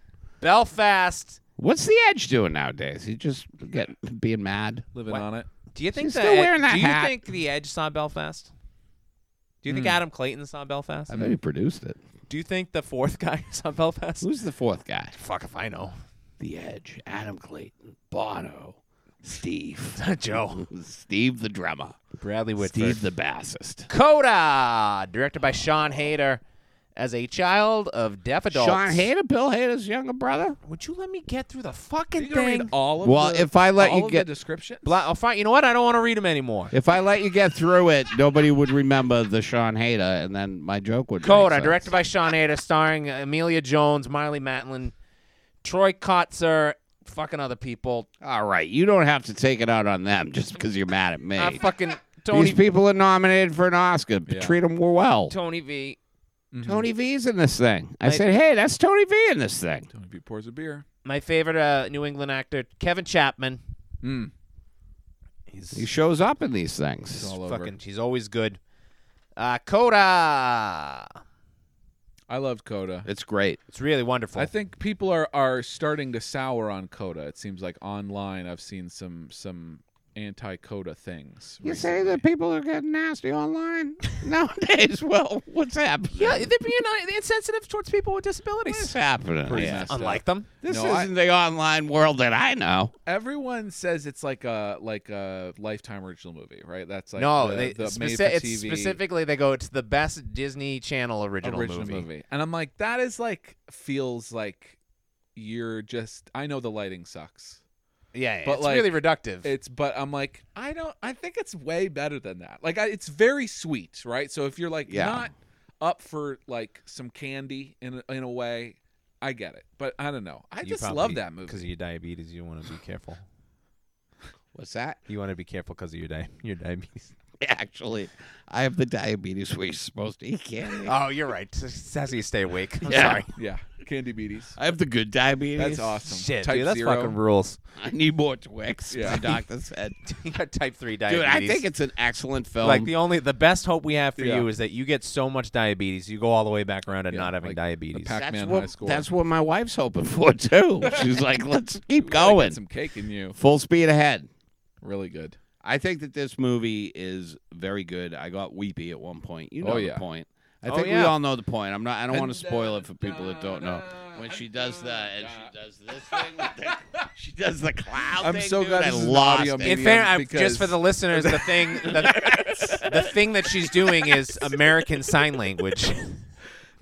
Belfast.
What's the Edge doing nowadays? He just get being mad.
Living
What?
on it.
Do you think
She's
the
still
Ed-
wearing that
Do
hat.
you think the Edge saw Belfast? Do you think Adam Clayton saw Belfast?
I bet he produced it.
Do you think the fourth guy saw Belfast?
Who's the fourth guy?
Fuck if I know.
The Edge, Adam Clayton, Bono, Steve,
Joe.
Steve the drummer,
Bradley Whitford.
Steve the bassist.
Coda, directed by Sean Hayter, as a child of deaf adults.
Sean Hader, Bill Hader's younger brother.
Would you let me get through the fucking
You gonna read
thing?
all of
Well,
the-
if I let
all
you
of
get-
the description,
Bla- oh, fine. You know what? I don't want to read them anymore.
If I let you get through it, nobody would remember the Sean Hader, and then my joke would.
Coda, directed by Sean Hader, starring Amelia Jones, Miley Matlin, Troy Kotzer, fucking other people.
All right, you don't have to take it out on them just because you're mad at me.
Uh, fucking
These
Tony
people are nominated for an Oscar.
Yeah.
Treat them well.
Tony V.
Tony V's in this thing. I,
I-
said, hey, that's Tony V in this thing.
Tony V pours a beer.
My favorite uh, New England actor, Kevin Chapman.
Mm.
He shows up in these
It's
things.
all over.
Fucking, she's always good. Uh, Coda.
I loved Coda.
It's great.
It's really wonderful.
I think people are, are starting to sour on Coda. It seems like online I've seen some some anti Coda things.
You say
recently.
that people are getting nasty online nowadays. Well, what's happening?
yeah, they're being uh, insensitive towards people with
what's
disabilities.
happening?
Pretty
here?
messed up.
Unlike them.
This
No, I-
isn't the online world that I know.
Everyone says it's like a like a lifetime original movie, right? That's like
no,
the,
they,
the
speci-
made for
it's
TV
specifically they go. It's the best Disney Channel original,
original
movie.
and I'm like that is like feels like you're just I know the lighting sucks.
Yeah, yeah,
But,
it's
like,
really reductive.
It's but I'm like I don't I think it's way better than that. Like I, it's very sweet, right? So if you're like
Yeah.
not up for like some candy in a- in a way, I get it. But I don't know. I just love that movie.
because of your diabetes. You want to be careful.
What's that?
You want to be careful because of your di- your diabetes.
Actually, I have the diabetes where you're supposed to eat candy.
oh, you're right. That's how you stay awake. I'm
Yeah.
sorry.
Yeah, candy beaties.
I have the good diabetes.
That's awesome.
Shit,
Type
dude, that's
zero.
fucking rules.
I need more Twix.
Yeah.
My doctor said.
you got type three diabetes.
Dude, I think it's um, an excellent film.
like the only the best hope we have for
Yeah.
you is that you get so much diabetes you go all the way back around to
Yeah,
not having
like the
diabetes.
pack-
that's
Pac-Man
what
High Score.
that's what my wife's hoping for too. She's like, let's keep
Gotta get
going,
Some cake in you.
full speed ahead.
Really good.
I think that this movie is very good. I got weepy at one point. You know
Oh,
the
yeah.
point. I
Oh,
think we
yeah.
all know the point. I'm not. I don't want to
And
spoil
da,
it for people that don't know.
da,
When she does the
da,
and
da.
she does this thing, with the, she does the cloud.
I'm
thing,
so
dude,
glad
I
this is an
lost
audio
it.
medium.
In fair, I,
because-
just for the listeners, the thing the, the thing that she's doing is American Sign Language.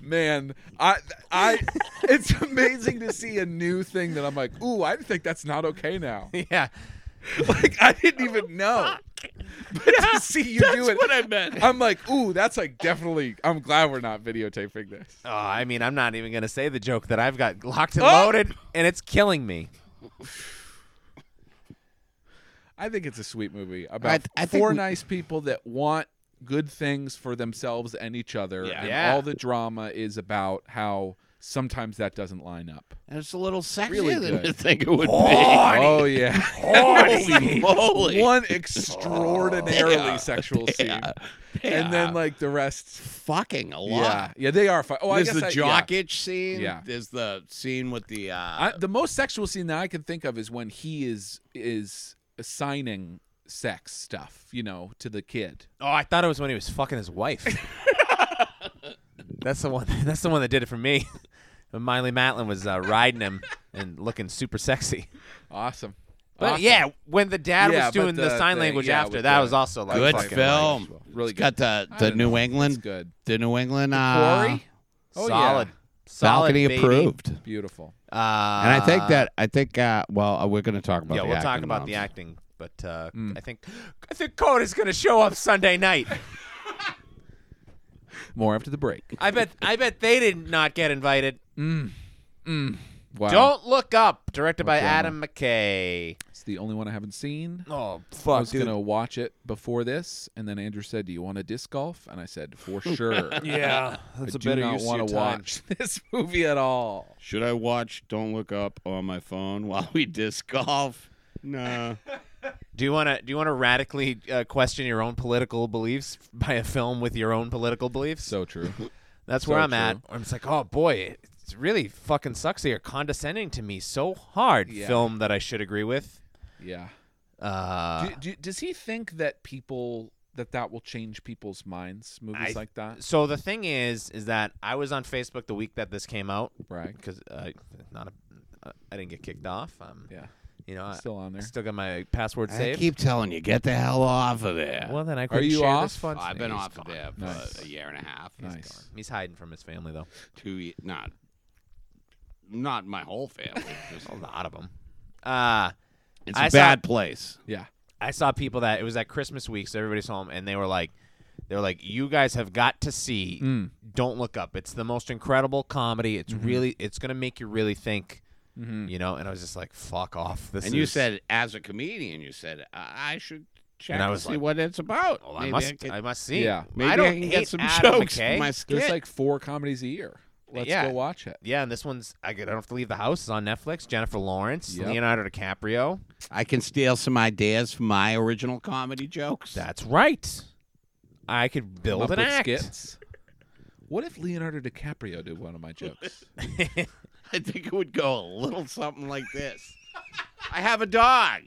Man, I I it's amazing to see a new thing that I'm like, "Ooh, I think that's not okay now."
yeah,
Like I didn't even know. But to see you do it.
Oh, That's what I meant.
I'm like, "Ooh, that's like definitely I'm glad we're not videotaping this."
Oh, I mean, I'm not even going to say the joke that I've got locked and
Oh!
loaded, and it's killing me.
I think it's a sweet movie
I
about
th- I think
four
we-
nice people that want good things for themselves and each other.
Yeah.
And
Yeah.
all the drama is about how sometimes that doesn't line up.
And it's a little sexier
Really
than
good.
you think it would
Oh yeah.
be. Holy moly.
One extraordinarily
Yeah.
sexual scene.
Yeah.
And
Yeah.
then like the rest
fucking a lot.
Yeah. Yeah, they are fun. Oh, I
There's
guess
the
I- yeah.
jock itch scene.
Yeah.
There's the scene with the. Uh,
I, the most sexual scene that I can think of is when he is is assigning sex stuff, you know, to the kid.
Oh, I thought it was when he was fucking his wife. that's the one. That's the one that did it for me. When Miley Matlin was uh, riding him and looking super sexy.
Awesome.
But
Awesome.
yeah, when the dad
Yeah,
was doing
but
the,
the
sign
thing-
language
yeah,
after,
with
that
the-
was also like
good
fucking
film.
like,
Really
It's got the,
I
the
don't
New
know. It's
England.
good.
The New England. Uh,
Corey? Oh,
solid,
yeah.
solid
balcony
baby.
approved.
Beautiful.
Uh, and
and I think that I think uh, well uh, we're going to talk about
yeah,
the
we'll
acting
talk about the
moms. Mm.
acting, but uh, I think I think Coda's gonna show up Sunday night.
More after the break.
I bet I bet they did not get invited.
Wow.
Don't look up, directed by
Okay.
Adam McKay.
It's the only one I haven't seen.
Oh
I
fuck,
was gonna watch it before this, and then Andrew said, "Do you want to disc golf?" And I said, "For sure."
Yeah, that's
I
a
do
better
not
use of
want
your
to
time.
watch this movie at all.
Should I watch Don't Look Up on my phone while we disc golf? No.
Do you want to do you want to radically uh, question your own political beliefs by a film with your own political beliefs?
So true.
That's
so
where I'm
true.
at. I'm just like, oh boy, it really fucking sucks. They are condescending to me so hard.
Yeah.
Film that I should agree with.
Yeah.
Uh,
do, do, does he think that people that that will change people's minds? Movies
I-
like that,
so the thing is, is that I was on Facebook the week that this came out
right?
because uh, not a, uh, I didn't get kicked off. Um,
Yeah,
you know, I
still on there.
still got my password
I
saved.
keep telling you, get the hell off of there.
well, then I couldn't
you
share
off?
this fun.
I've been
He's
off of
gone.
there for
Nice.
a year and a half.
Nice.
He's hiding from his family though.
Two, ye- not, not my whole family. just-
A lot of them. Uh,
it's
I
a
saw-
bad place.
Yeah.
I saw people that it was at Christmas week, so everybody's home, and they were like, they were like, "You guys have got to see. Don't look up. It's the most incredible comedy. It's really, it's gonna make you really think." You know, and I was just like, "Fuck off!" This
And you
is-
said, as a comedian, you said I, I should check
And I
to
was
see
like,
what it's about.
well,
Maybe
I must, I,
can-
must see.
Yeah.
maybe
I don't
can
hate
get some
Adam
jokes for
McKay.
my
There's
skit.
like four comedies a year. Let's
Yeah.
go watch it.
yeah, and this one's I, could- I don't have to leave the house. It's on Netflix. Jennifer Lawrence,
Yep.
Leonardo DiCaprio.
I can steal some ideas from my original comedy jokes.
That's right. I could
Come
build
up
an
with
act.
skits. What if Leonardo DiCaprio did one of my jokes?
I think it would go a little something like this. I have a dog.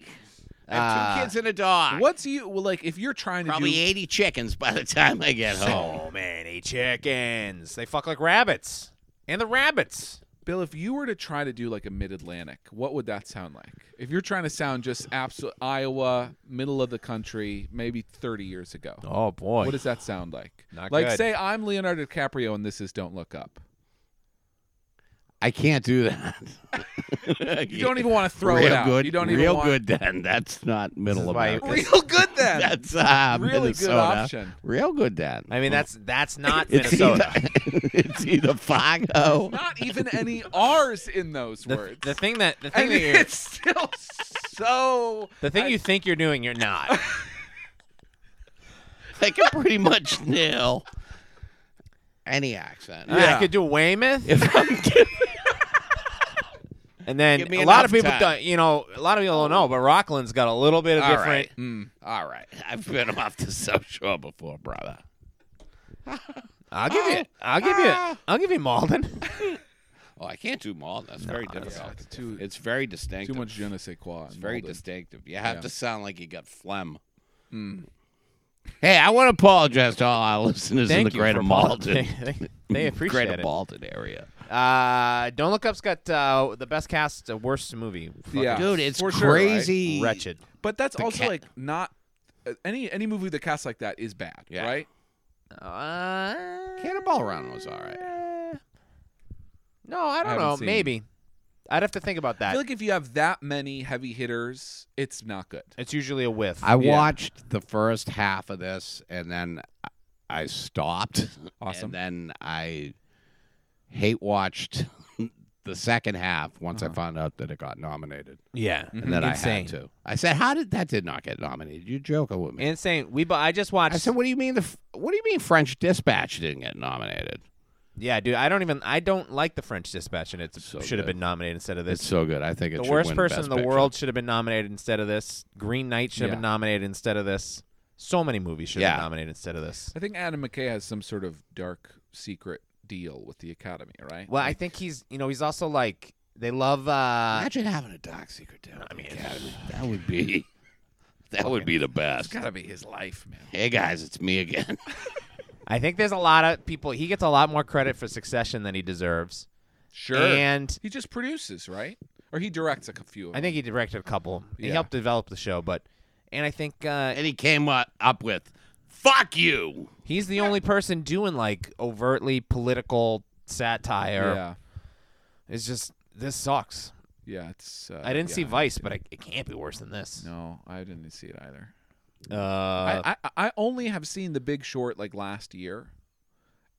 I have two
Uh,
kids and a dog.
What's you well, like if you're trying to
Probably
do
80 chickens by the time I get home.
So many Oh, chickens. They fuck like rabbits. And the rabbits.
Bill, if you were to try to do like a mid Atlantic, what would that sound like? If you're trying to sound just absolute Iowa, middle of the country, maybe 30 years ago,
Oh boy.
what does that sound like?
Not
like,
good.
say I'm Leonardo DiCaprio and this is Don't Look Up.
I can't do that.
You don't even want to throw
real
it out.
good.
you don't
real
even want,
good. Then that's not middle
is why you-
America.
Real good then.
That's uh,
Really good
Minnesota.
option.
Real good then.
I mean that's that's not
it's
Minnesota.
Either, it's either oh. Fargo.
Not even any R's in those
The,
words.
the thing that the thing
and
that you're,
it's still so.
the thing
I-
you think you're doing you're not.
I can pretty much nail any accent.
I mean, I
Yeah.
could do Weymouth.
If I'm doing
and then
Give me
a lot
enough
of people
time.
don't- you know, a lot of people don't know, but Rockland's got a little bit of
All
different
right.
Mm.
All right. I've been off the South Shore before, brother.
I'll give you I'll give
Ah.
you I'll give you Malden.
Oh, I can't do Malden. That's very difficult.
it's too-
it's very distinctive.
Too much je ne sais quoi.
It's very distinctive. You have
Yeah.
to sound like you got phlegm.
Hmm.
Hey, I want to apologize to all our listeners in
Thank
the
you
greater
for
Malden.
Malden. They, they- they appreciate
greater
it.
Malden area.
Uh, Don't Look Up's got uh, the best cast, uh, worst movie. Fucking
Yeah.
Dude, it's
For sure, right?
crazy.
Wretched.
But that's also
cat.
like not uh, any any movie that casts like that is bad,
Yeah.
right?
Uh,
Cannonball Run was all right.
No, I don't
haven't
know.
seen it.
Maybe. I'd have to think about
I
that.
feel like if you have that many heavy hitters, it's not good.
it's usually a whiff.
I
Yeah.
watched the first half of this and then I- I stopped. And
Awesome.
then I hate watched the second half once I found out that it got nominated.
yeah. Mm-hmm.
And then I
Uh-huh. Insane.
had to. I said, "How did that did not get nominated? You're joking with me."
Insane. We. Bu- I just watched.
I said, "What do you mean the f- What do you mean French Dispatch didn't get nominated?
Yeah, dude. I don't even. I don't like the French Dispatch, and it
So
should have
good.
been nominated instead of
It's
this.
so good. I think it
the
should
worst
win
person
Best
in the
Picture.
world should have been nominated instead of this. Green Knight should have
Yeah.
been nominated instead of this. So many movies should have
Yeah.
been nominated instead of this.
I think Adam McKay has some sort of dark secret deal with the Academy, right?
Well, I think he's. You know, he's also like they love. uh
Imagine having a doc secret deal. I mean, that would be that would be the
It's
best.
gotta be his life, man.
Hey guys, it's me again.
I think there's a lot of people. He gets a lot more credit for Succession than he deserves.
Sure.
And
he just produces, right? Or he directs a few. Of
I think he directed a couple. He
Yeah.
helped develop the show, but. And I think uh,
and he came up up with "fuck you."
he's the only person doing like overtly political satire.
them. Yeah.
It's just this sucks.
Yeah. It's. Uh,
I didn't see
yeah.
Vice, but it, it can't be worse than this.
No, I didn't see it either.
Uh,
I, I I only have seen The Big Short like last year,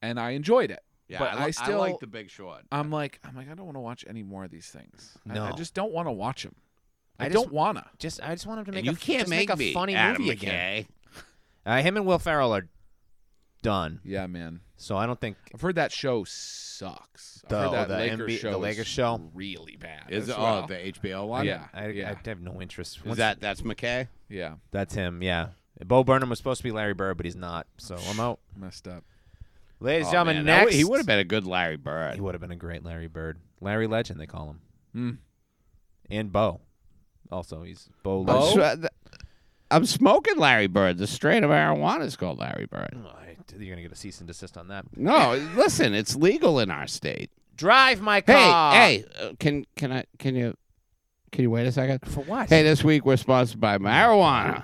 and I enjoyed it. but I, still
Big Short.
I'm like I'm like I don't want to watch any more of these things. I- I,
No.
just don't want to watch them. I,
I just-
don't wanna.
just I just want him to
And
make
you
a,
can't
just
make,
a
me,
funny
Adam
movie
McKay.
again. Uh, him and Will Ferrell are done,
Yeah, man.
so I don't think.
I've heard that show sucks. I've
The-
heard that
Oh, the
Lakers
NB
show
the Lakers
is
show?
really bad.
Is
as
it
well.
oh the HBO one?
Yeah.
I, I have no interest.
Is
Once-
that that's McKay?
yeah
that's him? Yeah. Bo Burnham was supposed to be Larry Bird, but he's not, so I'm out.
messed up?
Ladies and
Oh,
gentlemen,
man, that
next
would- he would have been a good Larry Bird.
He would have been a great Larry Bird, Larry Legend they call him,
Hmm.
and Bo. Also, he's Bo.
I'm,
Legend.
sw- th- I'm smoking Larry Bird. The strain of marijuana is called Larry Bird.
Oh, I- you're gonna get a cease and desist on that.
No, listen, it's legal in our state.
Drive my
Hey,
car.
hey, uh, can can I can you can you wait a second?
for what?
Hey, this week we're sponsored by marijuana.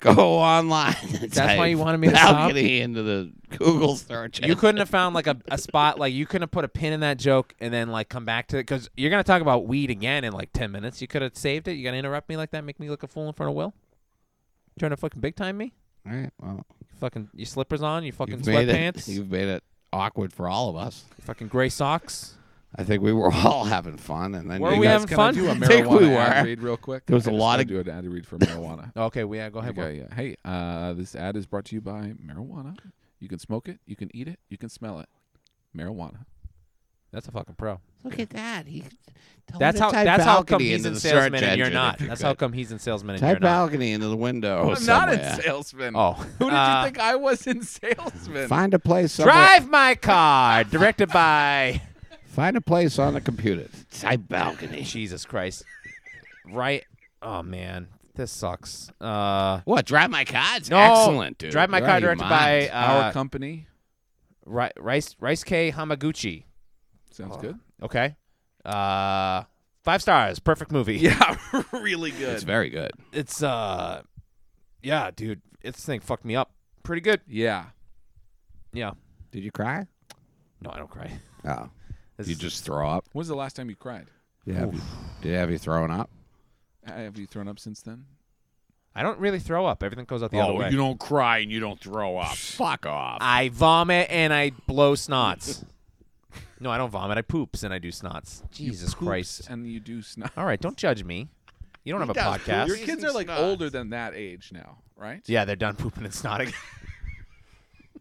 Go online. and
That's why
type
you wanted me to stop?
balcony into the Google search.
You couldn't have found like a, a spot like you couldn't have put a pin in that joke and then like come back to it because you're gonna talk about weed again in like ten minutes. You could have saved it. You gonna interrupt me like that? Make me look a fool in front of Will? Trying to fucking big time me?
All right, well,
Fucking your slippers on, your fucking
you've made
sweatpants,
It,
your
you've made it awkward for all of us.
fucking gray socks.
I think we were all having fun, and then
Were
you
we
guys-
having
Can
fun?
I do a
I think
marijuana
we
ad
were.
read real quick?
There was
I
a
just
lot
wanna
of-
do an ad read for marijuana.
Okay, well, yeah, go ahead. Will.
Okay, yeah. Hey, uh, this ad is brought to you by marijuana. You can smoke it, you can eat it, you can smell it. Marijuana.
That's a fucking pro.
Look at that. He, tell
That's
him to
how.
type
That's how come
balcony
he's
into
in
the
salesman
search
and you're
engine
not.
if you
That's
could.
how come he's in salesman and
Type
you're not.
balcony into the window.
I'm not in
somewhere.
salesman.
Oh,
Who did
Uh,
you think I was in salesman?
Find a place. somewhere-
Drive my car, directed by.
Find a place on the computer. Type balcony.
Jesus Christ. Right. Oh man, this sucks. Uh,
What? Drive my car. It's
No,
excellent, dude.
Drive My
You're
Car,
out of your
directed by
mind.
Our
uh,
company.
Ri- Rice Rice K Hamaguchi.
Oh.
Sounds good.
Okay. Uh, five stars. Perfect movie.
Yeah, really good.
It's very good.
It's uh, yeah, dude. It's thing fucked me up. Pretty good.
yeah.
Yeah.
Did you cry?
No, I don't cry.
Oh.
This
you
is-
just throw up?
When's the last time you cried?
Yeah. Have you, did you have you thrown up?
Uh, Have you thrown up since then?
I don't really throw up. Everything goes out
Oh,
the other way.
don't cry and you don't throw up. Fuck off.
I vomit and I blow snots. no, I don't vomit. I poops and I do snots. Jesus
Poops
Christ.
And you do snot.
All right, don't judge me. You don't have a
does poop.
podcast.
Your
Season
kids are like
snots.
older than that age now, right?
Yeah, they're done pooping and snotting.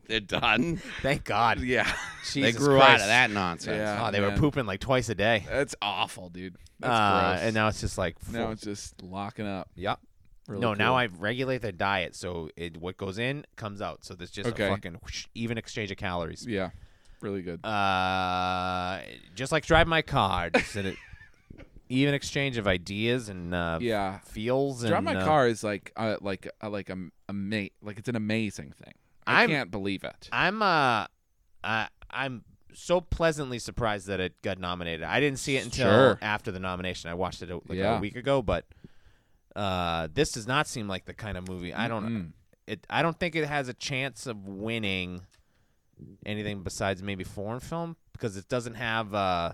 They're done.
Thank God.
Yeah.
They
Jesus
grew out
Christ.
of that nonsense.
Yeah.
Oh, they were
uh, man.
pooping like twice a day.
That's awful, dude. That's
Uh,
gross.
And now it's just like.
now
full-
it's just locking up.
Yep.
Really
no,
cool.
now I regulate their diet, so it what goes in comes out. So there's just
Okay.
a fucking whoosh, even exchange of calories.
Yeah, really good.
Uh, just like drive my car, just an even exchange of ideas and uh,
yeah,
feels. And,
drive my
uh,
car is like uh, like uh, like a ama- like it's an amazing thing. I
I'm-
can't believe it.
I'm uh, I, I'm so pleasantly surprised that it got nominated. I didn't see it until
Sure.
after the nomination. I watched it a, like
Yeah.
a week ago, but uh, this does not seem like the kind of movie. I don't
Mm.
it. I don't think it has a chance of winning anything besides maybe foreign film because it doesn't have. Uh,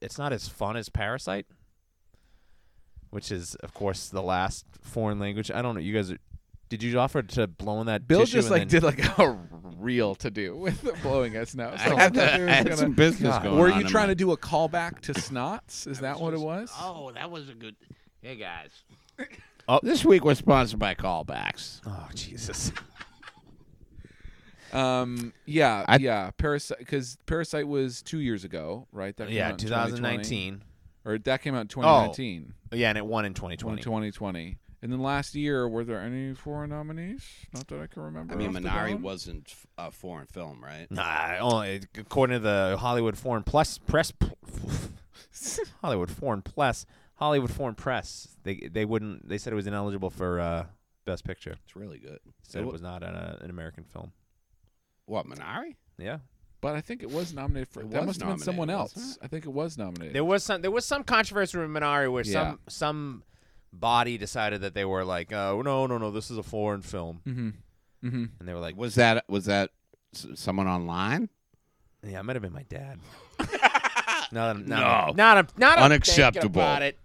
it's not as fun as Parasite, which is of course the last foreign language. I don't know. You guys are. Did you offer to blow in that
Bill
tissue
just
and
like
then-
did like a real to do with the blowing us now.
I had, to- I had some business
God.
going
Were
on
you
in
trying
my-
to do a callback to snots? Is that what it was?
Oh, that was a good. Hey guys.
Oh.
This week we're sponsored by callbacks.
Oh Jesus!
Um, yeah,
I-
yeah. Parasite, because Parasite was two years ago, right? That came
yeah,
out in 2020.
2019.
or that came out
Oh,
in 2019,
Yeah, and it won in
2020.
2020.
And then last year, were there any foreign nominees? Not that I can remember.
I mean,
off the
Minari
dome.
wasn't f- a foreign film, right?
Nah, only according to the Hollywood Foreign Plus Press, Hollywood Foreign Press, Hollywood Foreign Press. They they wouldn't. They said it was ineligible for uh, Best Picture.
It's really good.
Said
It
it
wa-
was not an, uh, an American film.
What Minari?
Yeah,
But I think it was nominated for.
It
that
was
must have been someone
nominated,
else.
wasn't
I think it was nominated.
there was some there was some controversy with Minari where
Yeah.
some some body decided that they were like, oh no no no, this is a foreign film,
Mm-hmm. Mm-hmm.
and they were like,
Was that was that s- someone online?
yeah, it might have been my dad. Not that I'm- not
No.
I'm- not I'm- not I'm thinking
Unacceptable.
about it.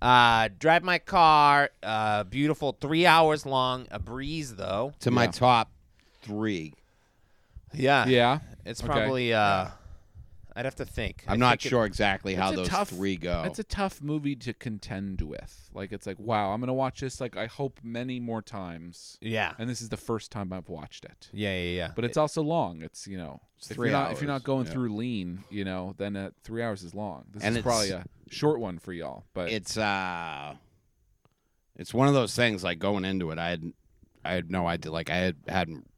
Uh, drive my car. Uh, beautiful, three hours long. A breeze though.
To my
Yeah.
top three.
Yeah,
Yeah.
It's
Okay.
probably. Uh, I'd have to think. I
I'm not
think it-
sure exactly how
a
those
tough-
three
oh.
go.
It's a tough movie to contend with. Like it's like, wow, I'm gonna watch this. Like I hope many more times.
yeah.
And this is the first time I've watched it.
Yeah, yeah, yeah.
But it's also long. It's you know, if
three
you're not if you're
hours,
not going
yeah.
through lean, you know, then uh, three hours is long. This
And
is probably
it's-
a short one for y'all. But
it's uh it's one of those things like going into it i had i had no idea like i had hadn't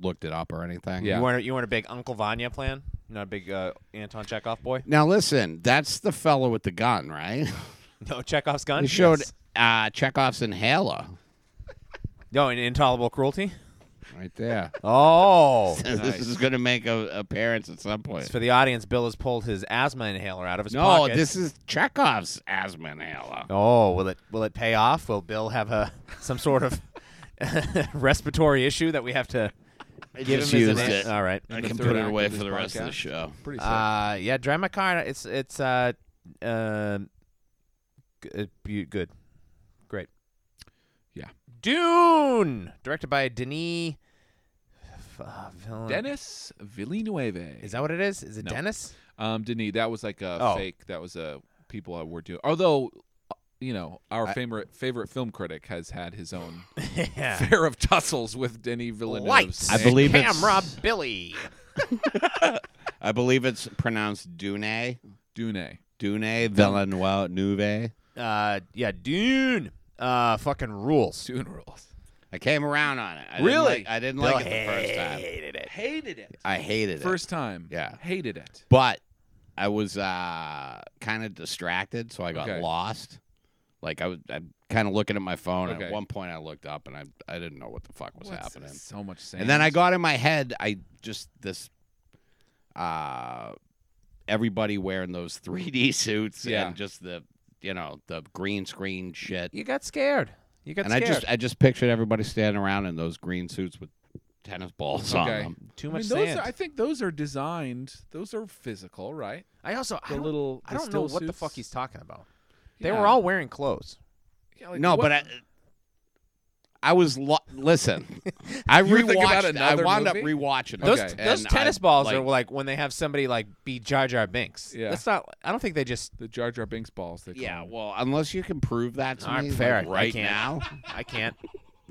looked it up or anything
Yeah.
You weren't. You weren't a big Uncle Vanya plan. You're not a big uh, Anton Chekhov boy.
now listen that's the fellow with the gun right
No Chekhov's gun.
they showed
Yes.
uh chekhov's inhaler
No, in intolerable cruelty.
right there
Oh.
this is going to make a appearance at some point
For the audience, Bill has pulled his asthma inhaler out of his
no
pocket.
this is chekhov's asthma inhaler
Oh, will it will it pay off? Will Bill have a some sort of respiratory issue that we have to give
just
him as
used
an-
it.
All right.
i
the
can
third
put it
act
away
of
for
this
the rest of the
podcast.
show
pretty sick.
Uh, yeah, drive my car. It's it's uh, uh, g- uh, bu- good, great.
Yeah.
Dune, directed by Denis. F- uh, Villeneuve.
Dennis Villeneuve.
Is that what it is? Is it
No.
Dennis?
Um, Denis, that was like a
Oh.
fake. That was a people were doing. Although, you know, our favorite favorite film critic has had his own
yeah.
fair of tussles with Denis Villeneuve.
Lights.
I believe it's-
camera Billy.
i believe it's pronounced dune
Dune.
dune villeneuve nuve
Uh, yeah, Dune. Uh, fucking rules.
Dune rules.
I came around on it. I
Really?
Didn't like, I didn't
Bill
like it the first time.
hated it.
Hated it.
I hated it.
First time.
Yeah.
Hated it.
But I was uh, kind of distracted, so I got
Okay.
lost. Like I was I'm kind of looking at my phone. And
Okay.
at one point, I looked up and I I didn't know what the fuck was
What's-
happening.
So much sand.
And then I got in my head. I just this. Uh, everybody wearing those 3D suits
Yeah.
and just the you know the green screen shit.
You got scared. You got
and I
scared.
just I just pictured everybody standing around in those green suits with tennis balls on
Okay.
them.
too
I
much
mean, those
sand.
Are, I think those are designed. Those are physical, right?
I, also I
The
don't,
little.
I
the
don't know
still
what the
suits?
fuck he's talking about. They
Yeah.
were all wearing clothes.
Yeah, like,
no,
what-
but I, I was lo- listen. I
You think about
rewatched. I
another
wound
movie?
up rewatching.
Those
Okay.
those
And
tennis
I,
balls
like-
are like when they have somebody like be Jar Jar Binks.
Yeah.
that's not. I don't think they just.
the Jar Jar Binks balls. They call
Yeah,
them.
well, unless you can prove that to
All right,
me
fair.
like,
I
right
can't.
now.
I can't.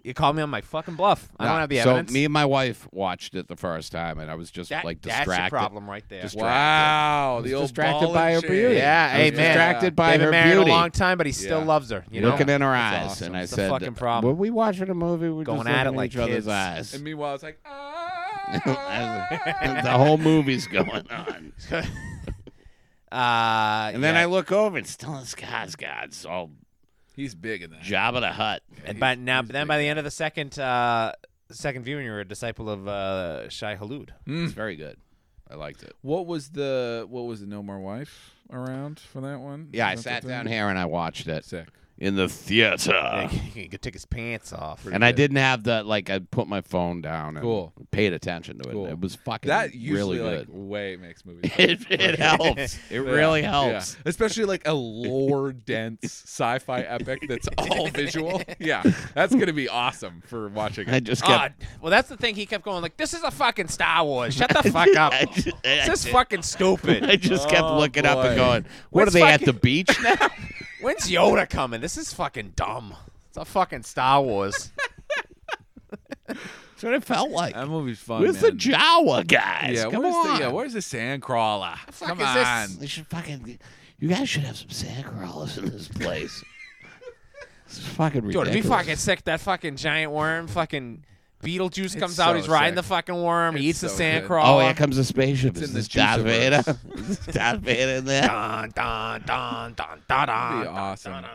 You call me on my fucking bluff. I don't
Nah,
have the
so
evidence.
me and my wife watched it the first time, and I was just
that,
like distracted.
that's your problem right there.
Distra-
Wow,
was
the old
distracted
ball
by her
and chain.
beauty.
Yeah,
I was
amen.
distracted by
They've been
her
married
beauty.
a long time, but he still
Yeah.
loves her. You know,
Looking in her eyes,
That's awesome.
and I
It's the
said,
fucking problem.
"Were we watching a movie? We're
Going
just
at
looking
it like
each other's
kids.
eyes."
And meanwhile, it's like,
the
ah.
whole movie's going on.
uh,
And then
yeah.
I look over, and still in Skarsgård's all
He's big in that.
Jabba the Hut.
And by now, then by the end of the second uh, second viewing, you were a disciple of uh, Shai Hulud.
It's very good. I liked it.
What was the what was the No More Wife around for that one?
Yeah, I
Is that
sat
the
down
thing?
here and I watched it
Sick.
in the theater.
Uh.
he could take his pants off.
And I didn't have the like. I put my phone down and
Cool.
paid attention to it.
Cool.
It was fucking
That usually
really
like
good.
way makes movies.
It, it helps. It really
Yeah,
helps.
yeah. especially like a lore dense sci-fi epic that's all visual. Yeah, that's gonna be awesome for watching.
I
It.
just
Ah,
kept.
well, that's the thing. He kept going like, "This is a fucking Star Wars. Shut the fuck up.
I just, I
This is
did-
fucking
I
stupid.
just kept
Oh,
looking up
boy.
and going, "What
It's
are they at
fucking-
the beach now?"
When's Yoda coming? This is fucking dumb. It's a fucking Star Wars."
That's what it felt like.
That movie's fun.
Where's the
man.
Jawa guys?
Yeah,
Come
where's
on.
the yeah, where's the sandcrawler?
fuck
Come
is
on.
This? They should fucking. You guys should have some sand crawlers in this place. this is fucking
Dude,
ridiculous.
it'd be fucking sick. That fucking giant worm, fucking Beetlejuice
It's
comes out.
so
He's riding
sick.
the fucking worm. He eats
It's
the
so
sand
good.
Oh,
crawler.
here comes a spaceship. Is
in the
this Darth Vader?
Juicerverse.
Is Darth Vader in there?
Dun, dun, dun, dun, dun,
Ah,
That'd
dun.
be awesome.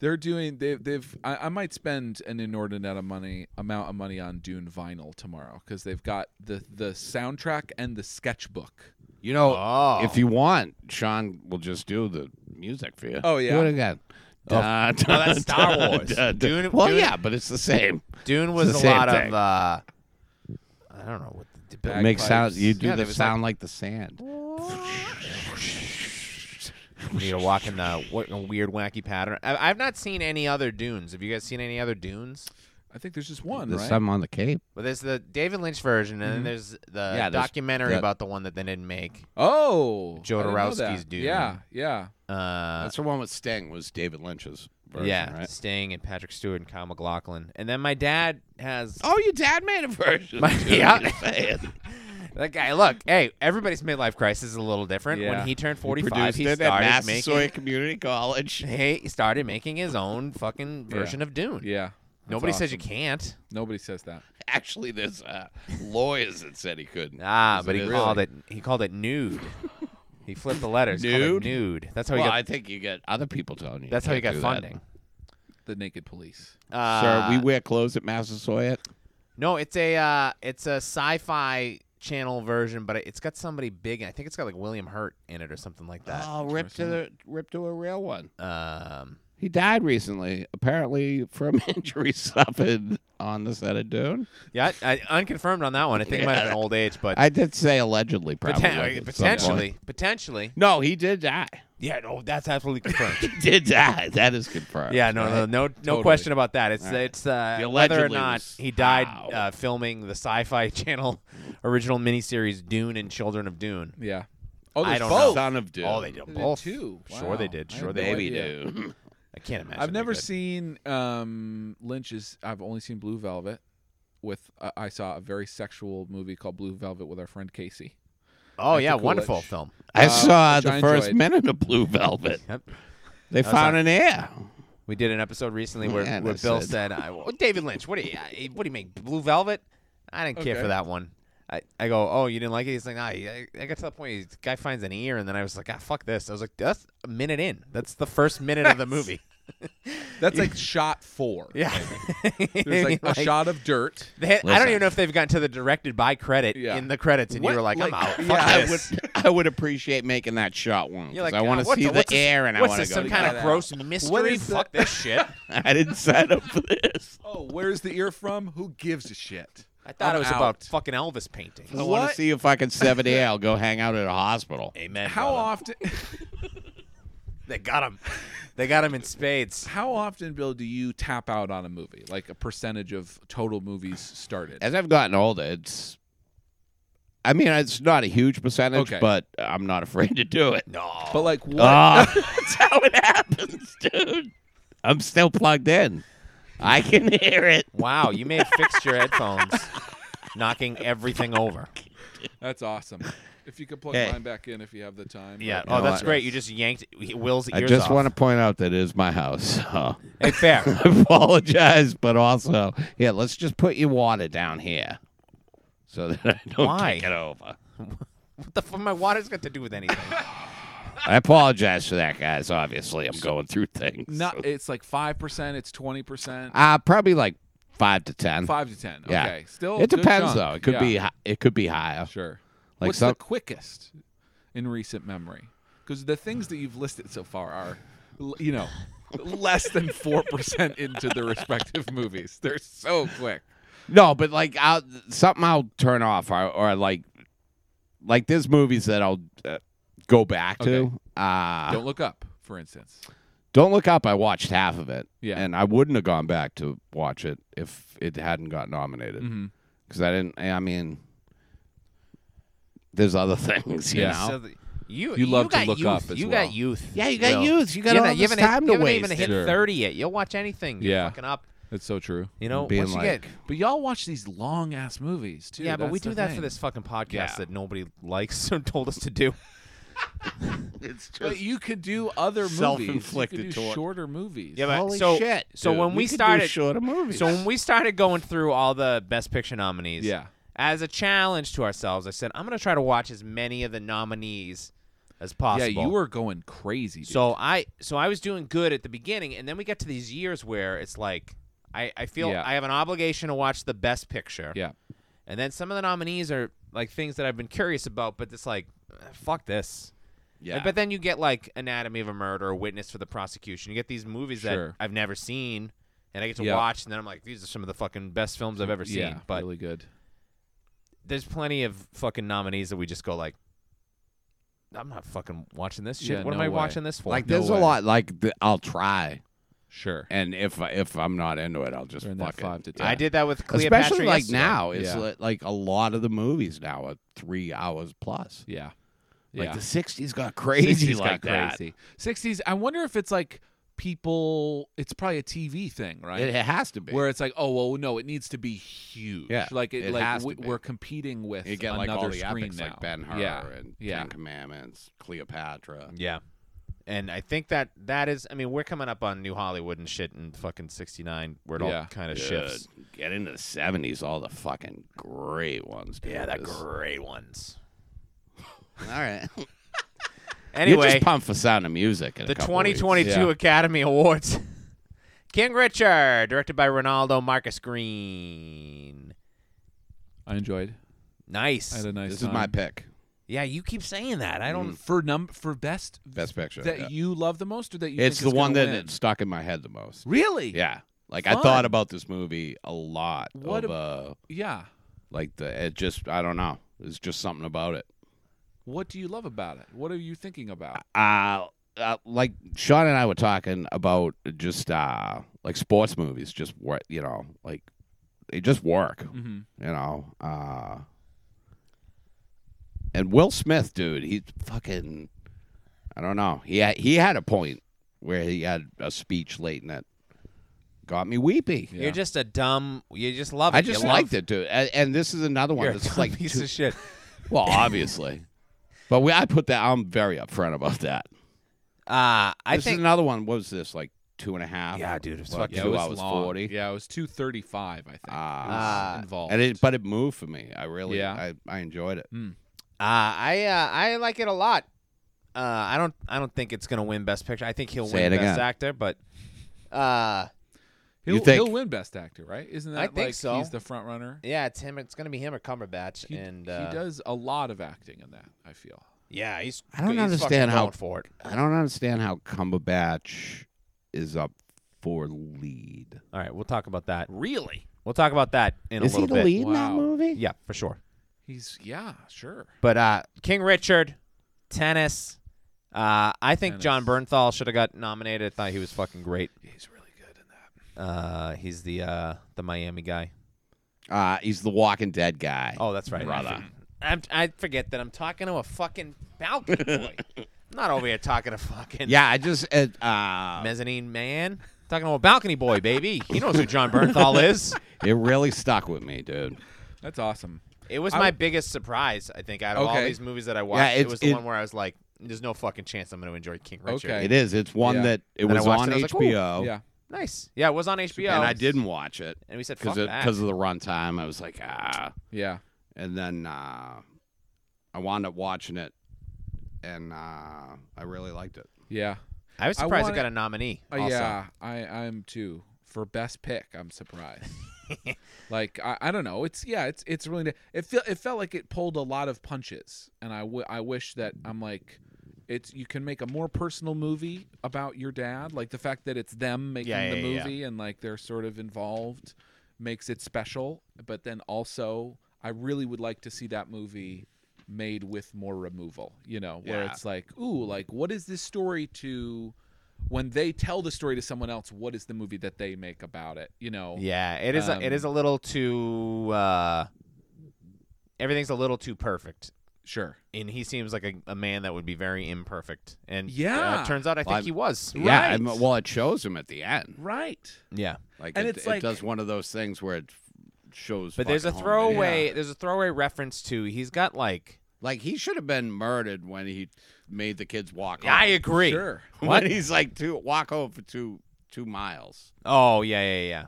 They're doing. They've. They've. I, I might spend an inordinate of money, amount of money on Dune vinyl tomorrow because they've got the the soundtrack and the sketchbook.
You know,
Oh.
if you want, Sean will just do the music for you.
Oh, yeah.
Do it again. Da, da,
Oh, that's Star
da,
Wars.
da, da.
Dune-
well,
Dune-
yeah, but it's the same.
Dune
the
was a
same
lot
thing.
of. uh I don't know what the
It
debate.
makes sound.
Bagpipes.
You do
Yeah,
the
there was
sound like the sand.
You're walking the what a weird wacky pattern. I, I've not seen any other dunes. Have you guys seen any other dunes?
I think there's just one,
There's
right?
some on the Cape.
Well, there's the David Lynch version, and then there's the
Mm-hmm. there's
documentary
that-
about the one that they didn't make.
oh, I didn't know
Jodorowsky's
that.
Dune.
Yeah, yeah.
Uh,
That's the one with Sting. Was David Lynch's version,
yeah,
right?
Sting and Patrick Stewart and Kyle McLaughlin, and then my dad has
Oh, your dad made a version.
My-
too,
yeah.
you're saying.
that guy. Look, hey, everybody's midlife crisis is a little different.
Yeah.
When he turned
He
45,
produced
he
it at
started making
Massasoit Community College.
he started making his own fucking
Yeah.
version of Dune.
Yeah. That's
Nobody says you
awesome.
can't.
Nobody says that.
Actually, there's uh, lawyers that said he couldn't.
Ah,
Is
but
it
he
really?
called it he called it nude. he flipped the letters. He called it
Nude?
nude. That's how
Well,
he got.
I think you get other people telling you.
that's how he got
can't do that.
funding.
The naked police.
Uh,
Sir, we wear clothes at Massasoit.
No, it's a uh, it's a sci-fi channel version, but it's got somebody big. in it. I think it's got like William Hurt in it or something like that.
Oh, rip to
interesting.
the rip to a real one.
Um,
He died recently, apparently from injury suffered on the set of Dune.
yeah, I, I, unconfirmed on that one. I think it might have been
Yeah.
old age, but
I did say allegedly, probably
poten- uh,
at some point.
potentially, potentially.
No, he did die.
Yeah, no, that's absolutely confirmed.
He did die. That is confirmed.
yeah, no, no,
right?
no, no
Totally.
question about that. It's
All right.
it's uh,
The
whether or
allegedly
not
was-
he died
Wow.
uh, filming the Sci-Fi Channel original miniseries Dune and Children of Dune.
Yeah. Oh,
I
there's
don't
both.
Son of Dune.
Oh, they did
They did
both.
two.
Sure, they
Wow.
did.
I had
Sure,
no
they did.
Baby
idea.
Dune.
I can't imagine. they
I've never
could.
seen um, Lynch's. I've only seen Blue Velvet. With uh, I saw a very sexual movie called Blue Velvet with our friend Casey.
Oh
at the
yeah, wonderful
Coolidge.
film.
I
Uh,
saw
which
the
I
first
enjoyed.
minute of Blue Velvet.
Yep.
They
That was
found
on-
an air.
We did an episode recently where,
Yeah,
where
that's
Bill
it.
said, I, well, "David Lynch, what do you I- what do you make? Blue Velvet? I didn't care
Okay.
for that one." I, I go, "Oh, you didn't like it?" He's like, "Nah." I, I got to the point. The guy finds an ear, and then I was like, "Ah, fuck this." I was like, "That's a minute in. That's the first minute of the movie."
That's like shot four.
Yeah,
There's like
Like,
a shot of dirt.
they- I don't
Listen.
even know if they've gotten to the directed by credit
Yeah.
in the credits, and
What-
you were like, "I'm
like-
out." Fuck
yeah.
I
this.
would, I would appreciate making that shot one.
You're
'cause
like,
I want
"Ah,
to
what's
see
a-
the
what's a-
air, and I
what's
want to
this,
go.
some
to
kind
bed.
of gross mystery?
is
Fuck
the-
this shit.
I didn't sign up for this.
Oh, where's the ear from? Who gives a shit?
I thought
I'm
it was
out.
about fucking Elvis painting.
I want
What?
to see if I can seven air. I'll go hang out at a hospital.
Amen.
How
brother.
often?
They got him. They got him in spades.
How often, Bill, do you tap out on a movie? Like a percentage of total movies started?
As I've gotten older, it's. I mean, it's not a huge percentage,
Okay.
but I'm not afraid to do it.
No.
But like what?
Ah, that's how it happens, dude. I'm still plugged in. I can hear it.
wow, you may have fixed your headphones, knocking everything over.
That's awesome. If you could plug
Hey.
mine back in if you have the time.
Yeah.
But-
Oh,
know
that's
what?
great. You just yanked Will's
I
ears
just
off.
want to point out that it is my house. so-
Hey, fair.
I apologize, but also, yeah, let's just put your water down here so that I don't
Why?
take it over.
what the fuck? My water's got to do with anything.
I apologize for that, guys. Obviously, I'm going through things.
Not. It's like five percent. It's twenty percent.
uh, probably like five to ten.
Five to ten.
Yeah.
Okay. Still.
it
good
depends,
chunk.
though. It could
Yeah.
be hi- it could be higher.
Sure.
Like
What's
some-
the quickest in recent memory? Because the things that you've listed so far are, l- you know, less than four percent into their respective movies. They're so quick.
No, but like I'll, something I'll turn off, or, or like like there's movies that I'll uh, go back
Okay.
to. Uh,
Don't look up, for instance.
Don't look up. I watched half of it,
Yeah.
and I wouldn't have gone back to watch it if it hadn't got nominated.
Mm-hmm.
because I didn't. I mean, there's other things, you
Yeah.
know.
So the- you,
You love to
got
look
youth.
up as
you
well.
got youth.
Yeah, you got
Will.
youth. You got all
haven't-
this
haven't
time
hit,
to
you haven't
waste.
even hit
Sure.
thirty yet. You'll watch anything. You're
Yeah.
fucking up.
It's so true.
You know,
Being
once you
like-
get
But y'all watch these long ass movies too.
yeah, but we
That's the
do that for
thing.
this fucking podcast
Yeah.
that nobody likes or told us to do.
It's just
But you could do other
Self-inflicted
movies. You could do
tort.
shorter movies.
Yeah, but
holy
so
shit.
so
dude.
when we
could do
started-
shorter movies.
so when we started going through all the best picture nominees,
yeah.
as a challenge to ourselves, I said I'm gonna try to watch as many of the nominees as possible.
Yeah, you were going crazy. Dude.
So I so I was doing good at the beginning, and then we get to these years where it's like I I feel
Yeah.
I have an obligation to watch the best picture.
Yeah.
And then some of the nominees are like things that I've been curious about, but it's like, eh, fuck this.
yeah,
But then you get like Anatomy of a Murder, Witness for the Prosecution. You get these movies
Sure.
that I've never seen, and I get to
Yeah.
watch, and then I'm like, these are some of the fucking best films I've ever seen.
yeah,
but
really good.
there's plenty of fucking nominees that we just go like, I'm not fucking watching this shit.
Yeah,
what am
no
I
way.
watching this for?
like there's a lot like th- I'll try,
Sure.
and if I- if I'm not into it, I'll just
During that
fuck
five
it.
to ten.
I did that with Cleopatra
Especially like
yesterday.
now, it's
Yeah.
li- like a lot of the movies now are three hours plus.
Yeah.
Like
yeah.
the '60s got crazy,
60s
like
got
that.
crazy. 60s. I wonder if it's like people. It's probably a TV thing, right?
It, it has to be.
Where it's like, oh well, no, it needs to be huge.
Yeah,
like it,
it
like
has to
we,
be.
we're competing with
you get
another
like all the
screen
epics
now.
like Ben Hur
Yeah,
and
yeah. Mm,
Ten Commandments, Cleopatra.
Yeah. And I think that that is, I mean, we're coming up on New Hollywood and shit in fucking 69, where it all
Yeah.
kind of
Dude,
shifts.
Get into the '70s, all the fucking great ones. Dude. This-
great ones.
All right. You're
Anyway,
just pumped for Sound of Music. In a
the
couple weeks.
2022
Yeah.
Academy Awards. King Richard, directed by Ronaldo Marcus Green.
I enjoyed. I
Nice.
had a nice.
This is my
time.
pick.
Yeah, you keep saying that. I
Mm,
don't.
for num for best
Best picture.
that
yeah.
you love the most, or that you.
it's the
think is
one
gonna
that
win?
it stuck in my head the most.
Really?
Yeah. Like I
Fun.
thought about this movie a lot.
What
What
a-
uh,
Yeah.
like the it just I don't know. There's just something about it.
What do you love about it? What are you thinking about?
Uh, uh like Sean and I were talking about just uh like sports movies just what you know, like they just work,
Mm-hmm.
you know. Uh and Will Smith, dude, he's fucking I don't know. He had, he had a point where he had a speech late in it. Got me weepy.
You're just a dumb. You just love it.
I just
you
liked
love,
it, dude. And, and this is another one
You're a
that's
dumb
like
piece
two-
of shit.
well, obviously. But we, I put that. I'm very upfront about that.
Uh, I
this
think.
is another one. What was this like two and a half?
yeah, dude, it's
Well,
fucking.
yeah, it
it
two
was
hours
long.
40.
Yeah, it was two thirty five. I think. It
Ah.
was
Ah.
involved.
and it, but it moved for me. I really,
Yeah.
I, I enjoyed it.
Uh, I uh, I like it a lot. Uh, I don't I don't think it's gonna win Best Picture. I think he'll
Say
win
it
Best
again.
Actor, but uh,
he'll,
You think-
he'll win best actor, right? Isn't that
I think
like
so.
he's the front runner?
yeah, it's him. It's gonna be him or Cumberbatch,
He,
and
he
uh,
does a lot of acting in that. I feel.
yeah, he's.
I don't
he's fucking
understand how-
going for it.
I don't understand how Cumberbatch is up for lead.
All right, we'll talk about that.
Really?
We'll talk about that in
is
a
he
little
the
bit.
lead in that
Wow.
movie?
Yeah, for sure.
He's yeah, sure.
But uh, King Richard, tennis. Uh, I think John Bernthal should have got nominated. I thought he was fucking great.
He's really good in that.
Uh, he's the uh, the Miami guy.
Uh, he's the Walking Dead guy.
Oh, that's right.
Brother.
I'm, I forget that I'm talking to a fucking balcony boy. I'm not over here talking to fucking
yeah. I just it, uh,
mezzanine man. talking to a balcony boy, baby. He knows who John Bernthal is.
it really stuck with me, dude.
That's awesome.
It was
I-
my biggest surprise, I think, out of all
Okay.
these movies that I watched. it
it's-
was the
it-
one where I was like, "There's no fucking chance I'm going to enjoy King Richard."
Okay.
It is. It's one
Yeah.
that it
then I
was
watched
on
it, I was like, ooh,
HBO,
Yeah.
Nice. Yeah, it was on HBO,
and I didn't watch it.
And we said, "Fuck
because of,
that."
'cause of the runtime. I was like, ah.
Yeah.
And then uh, I wound up watching it, and uh, I really liked it.
Yeah.
I was
I
surprised I,
wanna-
got a nominee.
Uh,
Oh,
also.
Yeah, I I'm too for best pick. I'm surprised. like I, I don't know. It's yeah. It's it's really it felt it felt like it pulled a lot of punches, and I wi- I wish that I'm like. It's you can make a more personal movie about your dad, like the fact that it's them making
Yeah, yeah,
the
yeah, yeah.
movie and like they're sort of involved, makes it special. But then also, I really would like to see that movie made with more removal. You know, where
Yeah.
it's like, ooh, like what is this story to when they tell the story to someone else, what is the movie that they make about it? You know,
Oh, Yeah, it is. a, it
Um,
is a little too. Uh, everything's a little too perfect.
Sure.
and he seems like a, a man that would be very imperfect. And
Yeah.
uh, turns out I think
I'm-
he was.
Yeah,
Right.
and- well, it shows him at the end.
Right.
Yeah.
Like,
And
it,
it's
it
like-
does one of those things where it shows.
But there's a
fucking home video.
throwaway. There's a throwaway reference to he's got like.
Like he should have been murdered when he made the kids walk.
I
home.
agree.
Sure.
When he's like two walk home for two two miles.
Oh yeah yeah yeah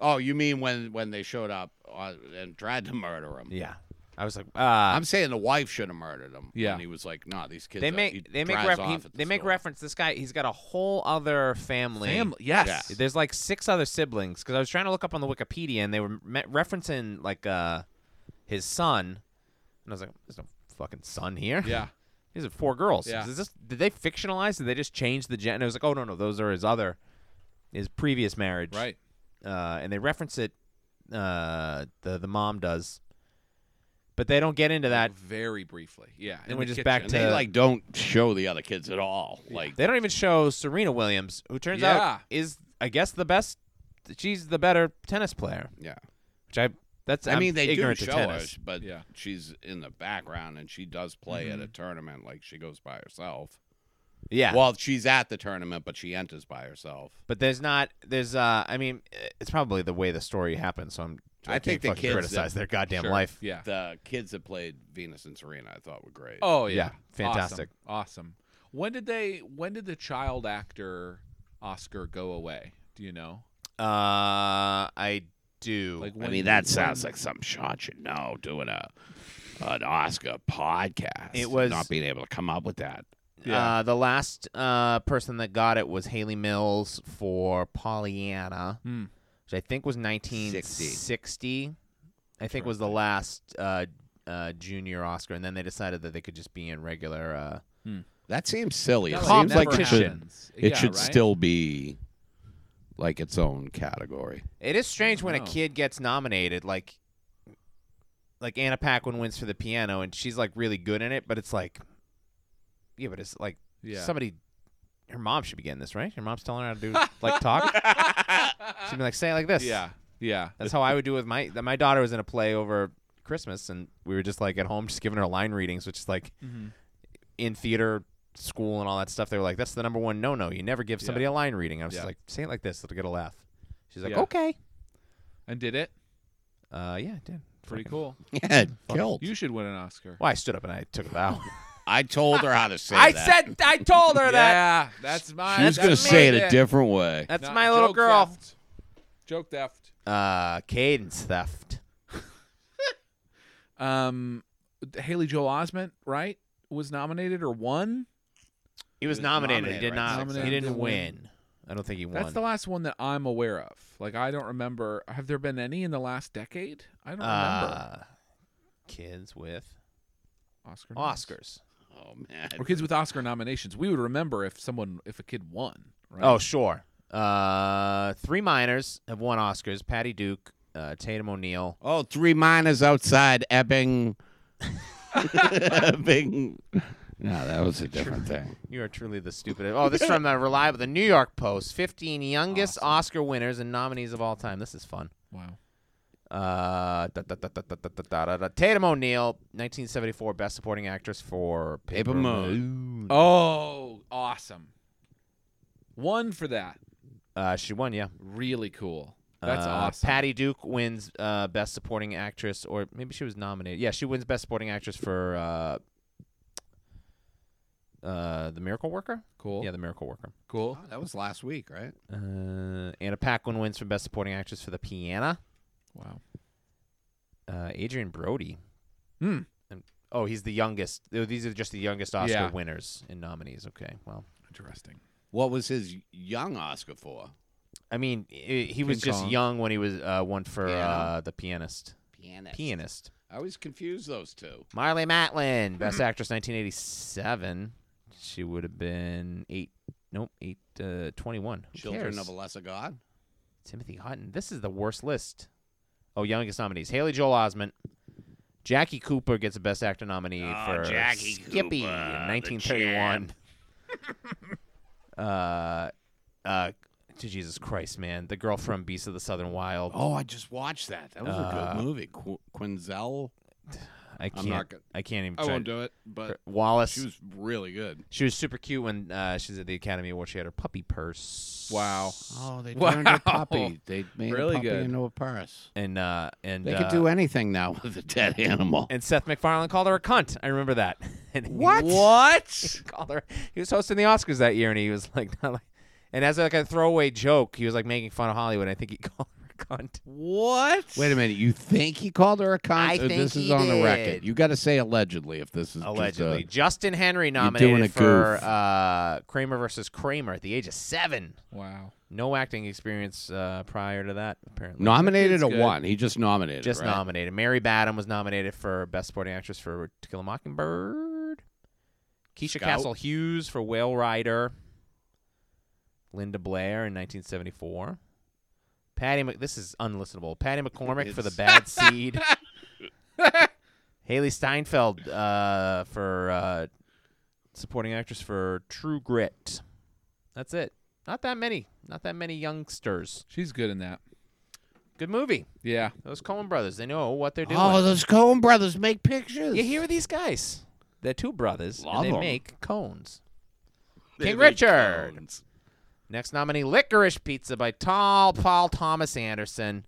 Oh, you mean when when they showed up uh, and tried to murder him?
yeah. I was like, uh,
I'm saying the wife should have murdered him.
Yeah.
and he was like, "No, these kids."
they
are- he
make they make
drives
ref-
off
he-
at the
they make
store.
reference. This guy, he's got a whole other family.
Family. Yes.
Yeah.
There's like six other siblings because I was trying to look up on the Wikipedia and they were me- referencing like uh his son, and I was like, "There's no fucking son here."
Yeah.
These are four girls.
Yeah.
Is this, did they fictionalize? Did they just change the gen? And it was like, oh no, no, those are his other, his previous marriage.
Right.
Uh, and they reference it. Uh, the the mom does, but they don't get into that.
very briefly. Yeah.
Then
in
we're
the
just back
And
kitchen.
to-
they like don't show the other kids at all. Like
They don't even show Serena Williams, who turns
Yeah.
out is I guess the best. She's the better tennis player.
Yeah.
Which I that's
I
I'm
mean, they do
ignorant to
show her,
tennis.
sh- but
Yeah.
she's in the background and she does play at a tournament. Like she goes by herself.
Mm-hmm. Yeah.
Well, she's at the tournament, but she enters by herself.
but there's not there's uh I mean it's probably the way the story happened. So I'm I,
I
can't
think the
fucking
kids
criticize
that-
their goddamn
Sure.
life.
Yeah.
The kids that played Venus and Serena, I thought were great.
Oh
Yeah,
yeah.
fantastic.
Awesome. Awesome. When did they when did the child actor Oscar go away? Do you know?
Uh, I do.
Like
I
when
mean, that sounds like some shot should know doing a an Oscar podcast.
It was-
not being able to come up with that.
uh, the last uh, person that got it was Haley Mills for Pollyanna,
Hmm.
which I think was 1960. I think was the last uh, uh, junior Oscar, and then they decided that they could just be in regular. Uh,
That seems silly.
That
It
like
seems like
never
it should,
happens.
it
Yeah,
should
right?
still be like its own category.
it is strange when a
know.
kid gets nominated, like like Anna Paquin wins for the piano, and she's like really good in it, but it's like, yeah, but it's like
Yeah.
somebody. Her mom should be getting this, right? Her mom's telling her how to do like talk. She'd be like, say it like this.
Uh, yeah. Yeah.
That's how I would do with my that my daughter was in a play over Christmas and we were just like at home just giving her line readings, which is like
Mhm.
in theater school and all that stuff. They were like, That's the number one no no. You never give somebody a line reading. I was just
Yeah.
like, say it like this, it'll get a laugh. She's like,
Yeah.
Okay.
And did it?
Uh yeah, it did.
Pretty
Fucking-
cool.
Yeah, killed.
You should win an Oscar.
Well, I stood up and I took it out.
I told her how to say
I
that.
said I told her that.
Yeah, that's my.
she was
that's
going to
my
say it a
bit.
different way.
That's
Nah,
my little
joke
girl.
Theft. Joke theft.
Uh cadence theft.
Um, Haley Joel Osment, right, was nominated or won.
He was,
was
nominated.
nominated,
He did
right?
not
Nominated,
he didn't
didn't win.
win. I don't think he won.
That's the last one that I'm aware of. Like I don't remember. Have there been any in the last decade? I don't remember.
uh, kids with
Oscar. noms.
Oscars.
Oh man.
Or kids with Oscar nominations. We would remember if someone, if a kid won. Right?
Oh, sure. Uh, three minors have won Oscars: Patty Duke, uh, Tatum O'Neal.
Oh, three miners outside Ebbing. Ebbing. No, that was a different thing.
You are truly the stupidest. Oh, this is from the reliable, the New York Post. Fifteen youngest Oscar winners and nominees of all time. This is fun.
wow.
Uh, da, da, da, da, da, da, da, da, da. Tatum O'Neal, 1974 Best Supporting Actress for
Paper
Paper,
Moon.
Moon.
Oh, awesome. One for that.
Uh, she won, yeah.
Really cool. That's
Uh,
awesome.
Patty Duke wins uh, Best Supporting Actress, or maybe she was nominated. Yeah, she wins Best Supporting Actress for uh, uh, The Miracle Worker.
Cool.
Yeah, The Miracle Worker.
Cool.
that was last week, right?
Uh, Anna Paquin wins for Best Supporting Actress for The Piano.
Wow.
Uh, Adrian Brody.
Hmm.
Oh, he's the youngest. Oh, These are just the youngest Oscar
Yeah.
winners and nominees. Okay, well,
Interesting.
What was his young Oscar for?
I mean, i he was
King
just
Kong.
young when he was uh, one for
Piano.
uh, The Pianist.
Pianist.
Pianist.
I always confuse those two.
Marley Matlin,
Mm-hmm.
Best Actress, 1987. She would have been eight. Nope, eight. Uh, 21. Who
Children
cares?
of a Lesser God.
Timothy Hutton. This is the worst list. Oh, youngest nominees: Haley Joel Osment. Jackie Cooper gets a Best Actor nominee
Oh,
for
Jackie
Skippy
Cooper, the
in 1931. uh, uh, to Jesus Christ, man! The girl from Beast of the Southern Wild.
Oh, I just watched that. That was a
Uh,
good movie. Qu- Quinzel.
I can't.
not gonna-
I can't even.
I
try
won't
to-
do it, but
Wallace.
she was really good.
She was super cute when uh, she was at the Academy Award. She had her puppy purse.
Wow.
Oh, they
Wow. turned a puppy.
They made
a Really puppy good.
into a purse.
And uh, and
They
uh,
could do anything now with a dead animal.
and Seth MacFarlane called her a cunt. I remember that. And he-
What?
called her. He was hosting the Oscars that year, and he was like, not like and as like a throwaway joke, he was like making fun of Hollywood. I think he called her a cunt.
What?
Wait a minute. You think he called her a cunt?
I
or
think
this is
he
on the
did.
record. You got to say allegedly if this is just uh, a-
Allegedly, uh, Justin Henry
doing a
nominated for
goof.
uh, Kramer versus Kramer at the age of seven.
Wow.
No acting experience uh, prior to that, apparently.
nominated
That
or
kid's good.
one. He just nominated.
Just
right?
nominated. Mary Badham was nominated for Best Supporting Actress for To Kill a Mockingbird. Keisha
Scout.
Castle Hughes for Whale Rider. Linda Blair in 1974. Patty, Mc- this is unlistenable. Patty McCormick for The
It's-
Bad Seed. Haley Steinfeld uh, for uh, supporting actress for True Grit. That's it. Not that many. Not that many youngsters.
She's good in that.
Good movie.
Yeah.
Those Coen brothers, they know what they're doing.
Oh, those Cohen brothers make pictures.
You hear these guys? They're two brothers, and
Love
they
'em.
make cones.
They
King
make
Richard.
cones.
Next nominee, Licorice Pizza by Tall Paul Thomas Anderson.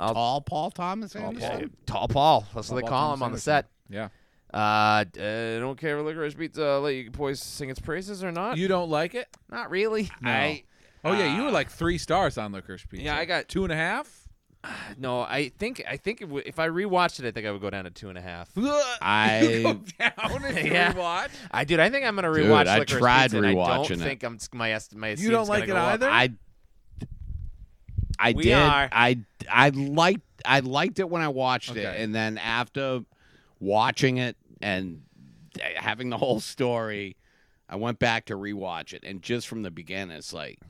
I'll-
All Paul Thomas Anderson.
Paul- Tall Paul. That's what they
Paul
call
Thomas
him on the set.
Anderson. Yeah.
Uh, d- uh, don't care if Licorice Pizza let you boys sing its praises or not.
You don't like it?
not really.
I-
Oh yeah, you were like three stars on Licorice Pizza.
Yeah, I got-
two and a half.
no. I think I think if, we- if I rewatched it, I think I would go down to two and a half.
You go
I
down if you
Yeah.
rewatch.
I dude, I think I'm gonna
Dude,
rewatch.
I
Licorice
tried
Pizza, and I
rewatching
don't
it.
think I'm my est- my
You don't
esteem's
like
gonna
it
go up.
either?
I I
We
did.
are-
I I liked I liked it when I watched it,
Okay.
and then after watching it and having the whole story, I went back to rewatch it, and just from the beginning, it's like.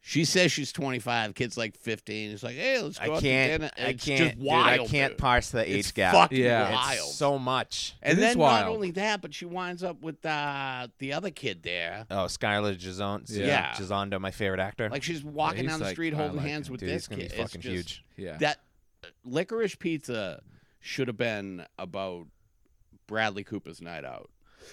She says she's 25. Kid's like 15. It's like, hey, let's go
I
out to
can't.
dinner.
I
It's
can't.
Just
dude,
wild,
I can't
dude.
parse the age
It's
gap.
fucking
Yeah.
It's
wild.
so much.
and
It is
then not
wild.
only that, but she winds up with uh, the other kid there.
Oh, Skylar Gizondo,
Yeah.
Gizondo, my favorite actor.
Like she's walking
he's
down the
like-
street
I
holding
like
hands
him,
with
dude,
this
he's gonna
kid.
be
It's
fucking
just-
huge.
Yeah.
That uh, licorice pizza should have been about Bradley Cooper's night out.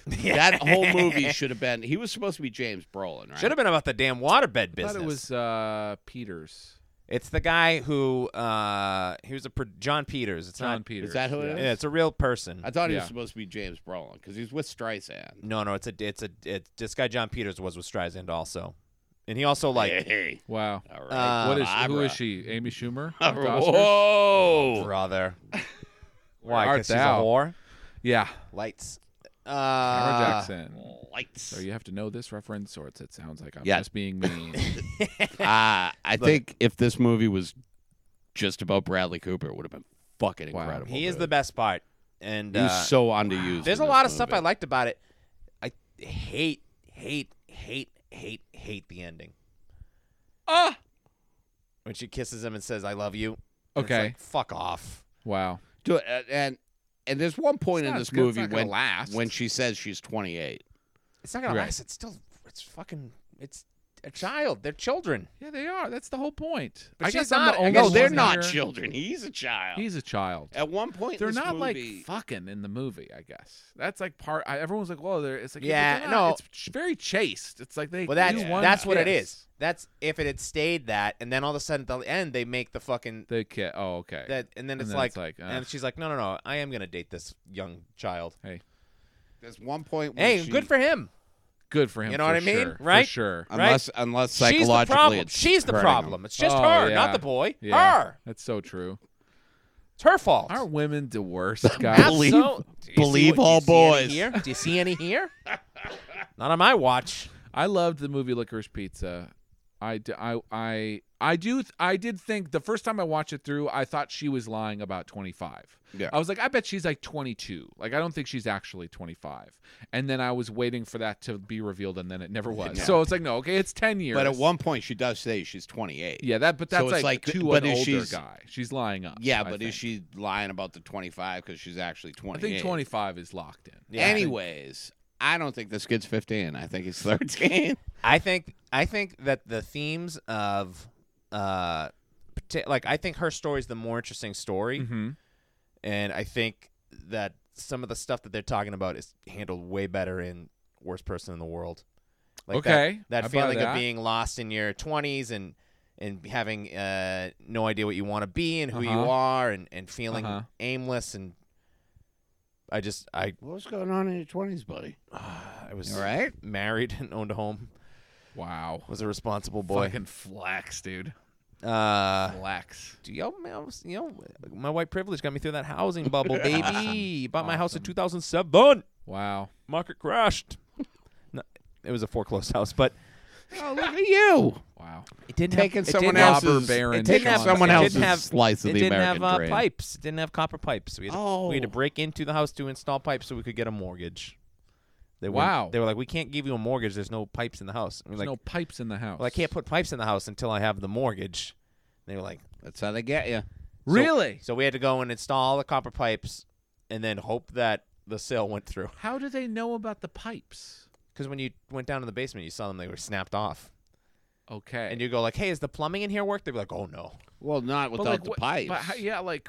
That whole movie should have been. He was supposed to be James Brolin, right?
should have been about the damn waterbed
I
business.
thought it was uh, Peters.
It's the guy who uh, he was a pro- John Peters. It's
John
not.
Peters.
Is that who it is?
Yeah, it's a real person.
I thought he
Yeah.
was supposed to be James Brolin because he's with Streisand.
no, no, it's a, it's a, it's this guy John Peters was with Streisand also, and he also like
hey,
Wow.
all right.
Uh,
what is who
Barbara.
is she? Amy Schumer? At the Oscars?
Whoa!
brother. Why?
art
Because she's a
thou?
whore.
Yeah.
Lights. Uh,
Sarah Jackson.
Lights.
So you have to know this reference, or it's, it sounds like I'm
Yeah.
just being mean.
Uh, I think if this movie was just about Bradley Cooper, it would have been fucking
Wow.
incredible.
He is the
dude.
best part, and uh,
He's so underused.
There's
in
a
this
lot of stuff
movie.
I liked about it. I hate, hate, hate, hate, hate the ending.
Ah!
When she kisses him and says, "I love you." and it's
Okay.
like, fuck off.
wow.
Do it, uh, and and there's one point
It's
in
not-
this
it's not
movie
gonna
when
last.
when she says she's 28.
It's not gonna
Right.
last. It's still, it's fucking, it's a child. They're children.
Yeah, they are. That's the whole point.
But
I guess
she's
I'm
not-
the
I
only
guess
No,
she's
one
they're not
here-
children. He's a child.
He's a child.
At one point,
They're
in this
not
movie-
like fucking in the movie. I guess that's like part. I, everyone's like, "Well, they're." It's like,
Yeah,
yeah, but they're not.
no.
It's ch- very chaste. It's like they.
Well, that's
do one
that's what it
kiss.
is. That's if it had stayed that, and then all of a sudden at the end they make the fucking
They kid. Oh, okay.
that, and then
And
it's
then
like,
it's like, uh.
and
ugh.
she's like, no, no, no, I am gonna date this young child.
There's one point. When
Hey,
she-
good for him.
Good for him.
You know
for
what I mean?
sure, for
Right? Uh,
sure.
right?
Unless, unless
She's the
psychologically,
problem.
it's
She's the
hurting 'em.
problem. It's just
Oh,
her,
yeah.
not the boy.
Yeah,
Her.
That's so true.
It's her fault.
Aren't women the worst, guys?
Believe-
Abso- Do you see
believe
what- do you
all
see any
boys.
here? Do you see any here? Not on my watch.
I loved the movie Licorice Pizza. I, d- I, I, I do I did think the first time I watched it through, I thought she was lying about 25.
Yeah.
I was like, I bet she's like 22. Like I don't think she's actually 25. And then I was waiting for that to be revealed, and then it never was.
No.
So it's like, no, okay, it's 10 years.
But at one point, she does say she's 28.
yeah, that but that's
it's
like,
like,
to
but
an
is
older
she's-
guy. She's lying up.
Yeah,
I
but
think.
is she lying about the 25 because she's actually
I
28?
think 25 is locked in.
Yeah.
Anyways, I don't think this kid's 15. I think he's 13.
I think I think that the themes of uh parti- like I think her story's the more interesting story
Mm-hmm.
and I think that some of the stuff that they're talking about is handled way better in Worst Person in the World. Like that-
Okay,
that,
I buy
feeling
that.
of being lost in your 20s and and having uh, no idea what you want to be and who you
Uh-huh.
are and and feeling
Uh-huh.
aimless and I just I
What was going on in your twenties, buddy?
I was
All right.
married and owned a home.
Wow.
Was a responsible boy.
Fucking flax, dude.
Uh,
Flax.
do yo, man, I was- you know, my white privilege got me through that housing bubble, baby. Bought my house in
Awesome.
2007.
Wow.
Market crashed. No, it was a foreclosed house, but
Oh, look at you
Wow.
it didn't
taking
have, it
someone
didn't have-
Robber
else's
Baron
it taking
Sean.
someone
It didn't
else's
have-
slice of
It
the
didn't
American
have uh,
dream.
pipes. It didn't have copper pipes. We had, to, we had to
Oh.
break into the house to install pipes so we could get a mortgage. They wouldn't-
Wow.
They were like, we can't give you a mortgage. There's no pipes in the house. I mean,
There's
like,
no pipes in the house.
well, I can't put pipes in the house until I have the mortgage. And they were like,
That's how they get you.
Really?
So we had to go and install all the copper pipes, and then hope that the sale went through.
How do they know about the pipes?
Because when you went down to the basement, you saw them; they were snapped off.
Okay.
And you go like, "Hey, is the plumbing in here work?" They'd be like, "Oh no."
Well, not
But,
without
like,
the
what-
pipes.
But how, yeah, like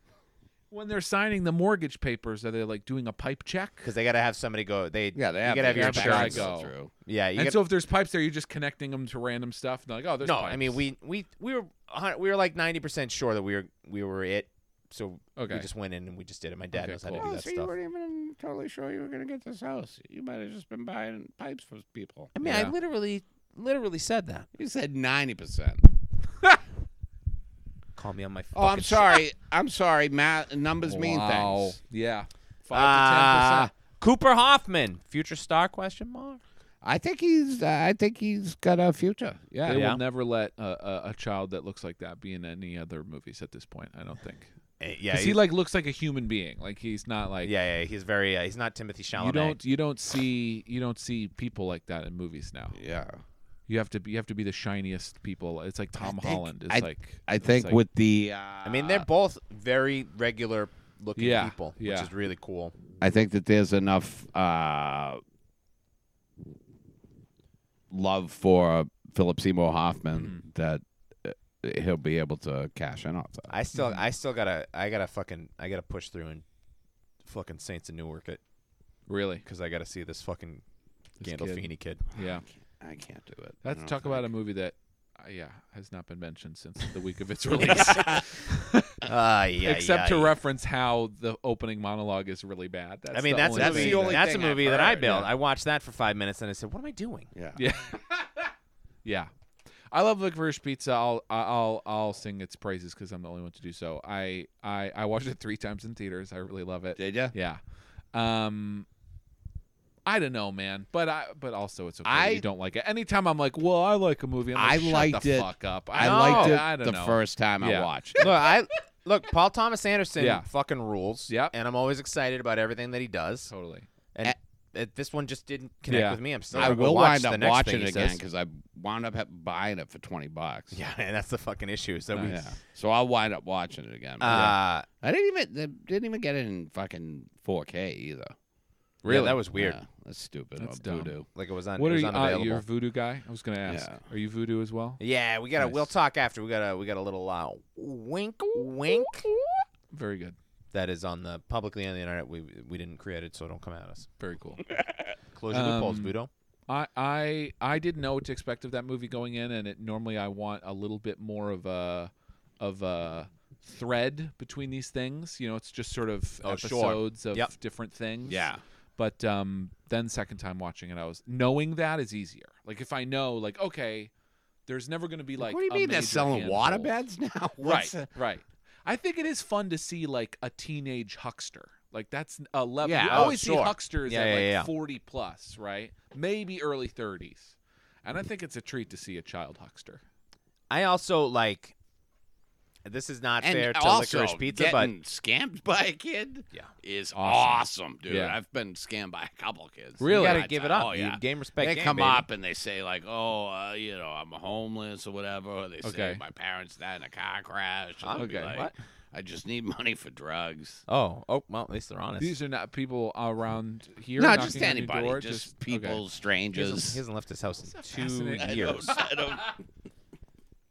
when they're signing the mortgage papers, are they like doing a pipe check?
Because they got to have somebody go. They
yeah, they
you
have,
gotta
to
have your
get that
insurance.
to go
insurance.
through.
Yeah, you
and
gotta-
so if there's pipes there, you're just connecting them to random stuff. And they're like, oh, there's
no,
Pipes.
I mean we we we were a hun- we were like ninety percent sure that we were we were it. So
Okay.
we just went in and we just did it. My dad
Okay,
knows
cool.
how to do
Oh,
that
so you
stuff.
weren't even totally sure you were going to get this house. You might have just been buying pipes from people.
I mean, I
Yeah.
literally literally said that.
You said ninety percent.
Call me on my.
Oh, I'm
fucking-
sorry. I'm sorry. Math numbers mean
Wow.
things.
Yeah. Five
Ah, Cooper Hoffman, future star? Question mark.
I think he's. Uh, I think he's got a future.
to ten
Yeah.
percent. They
yeah.
will never let a, a, a child that looks like that be in any other movies at this point. I don't think.
Eh, Yeah,
Because he like looks like a human being. Like he's not like.
Yeah, yeah, he's very. Uh, he's not Timothy Chalamet.
You don't you don't see you don't see people like that in movies now.
Yeah.
You have to be, you have to be the shiniest people. It's like Tom
think-
Holland is
I-
like
I
it's
think
like-
with the. Uh,
I mean, they're both very regular looking
Yeah,
people, which
yeah.
is really cool.
I think that there's enough uh, love for Philip Seymour Hoffman that uh, he'll be able to cash in off that.
I still, I still gotta, I gotta fucking, I gotta push through and fucking Saints of Newark it
really
because I gotta see this fucking
This
Gandolfini
kid.
kid.
Yeah.
I can't do it.
Let's
I don't
talk
think.
about a movie that, uh, yeah, has not been mentioned since the week of its release,
Ah, yeah,
except
yeah,
to
yeah.
reference how the opening monologue is really bad. That's
I mean,
the
that's
only
that's,
thing
the only
that-
that's a
thing I've
movie that I
heard,
built.
yeah.
I watched that for five minutes and I said, "What am I doing?"
Yeah.
Yeah, yeah. I love Licorice Pizza. I'll I'll I'll sing its praises because I'm the only one to do so. I I I watched it three times in theaters. I really love it.
Did you?
Yeah. Um I don't know, man, but I but also it's okay. that
I-
you don't like it. Anytime I'm like, well, I like a movie. I'm like,
I
Shut
liked
the
it.
Fuck up.
I
know.
liked it
I don't
the
know.
first time I
Yeah.
watched.
look, I look Paul Thomas Anderson
Yeah.
fucking rules.
Yep.
and I'm always excited about everything that he does.
Totally.
And
Eh.
it- this one just didn't connect
Yeah.
with me. I'm still.
I
gonna go
will
watch
wind
the
up
next
watching
thing
it
he
again
says.
because I wound up ha- buying it for twenty bucks.
Yeah, and that's the fucking issue. So we,
Nice.
Yeah. So I'll wind up watching it again.
uh,
I didn't even they didn't even get it in fucking 4K either.
really, that was weird.
Yeah, that's stupid.
That's
Oh,
dumb.
voodoo.
Like it was on.
what
it
are
was
you? Uh,
unavailable.
you're a voodoo guy. I was gonna ask.
Yeah.
Are you voodoo as well?
yeah, we got to
Nice.
We'll talk after. We got a. We got a little uh, wink, wink.
Very good.
That is on the publicly on the internet. We we didn't create it, so don't come at us.
Very cool.
Close your loopholes,
Um,
Budo.
I I I didn't know what to expect of that movie going in, and it normally I want a little bit more of a of a thread between these things. You know, it's just sort of
Oh, sure.
episodes of
Yep.
different things.
Yeah.
But um, then second time watching it, I was knowing that is easier. Like if I know, like okay, there's never going to be like.
what do you
a
mean they're
major
selling
handful.
waterbeds now?
Right,
What's the-
right. I think it is fun to see like a teenage huckster. Like that's a level.
Yeah,
you
oh,
always see
sure.
hucksters
Yeah,
at
yeah,
like
yeah.
forty plus, right? Maybe early thirties. And I think it's a treat to see a child huckster.
I also like. This is not fair
And
to
also,
licorice pizza, but
getting scammed by a kid
Yeah.
is
Awesome.
awesome, dude.
Yeah.
I've been scammed by a couple kids.
Really?
you
Yeah,
got to
I-
give it up.
Oh, yeah.
You game respect.
They
game,
come
baby.
up and they say like, "Oh, uh, you know, I'm homeless or whatever." Or they say
Okay.
my parents died in a car crash. and
Huh?
they'll be
Okay.
like,
What?
I just need money for drugs.
Oh, oh, well, at least they're honest.
These are not people around here.
no,
knocking
just
on your
anybody,
door,
just,
okay.
people,
he, hasn't,
strangers.
he hasn't left his house in two
fascinating?
I
years.
don't- I don't-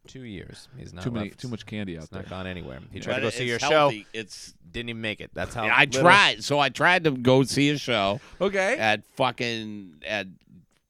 Two years. He's not
too many,
left.
too much candy out
It's not
there.
gone anywhere. He
But
tried to go
it's
see your
healthy. It's
show. Didn't even make it. That's how
I
little-
tried. So I tried to go see a show
Okay.
at fucking at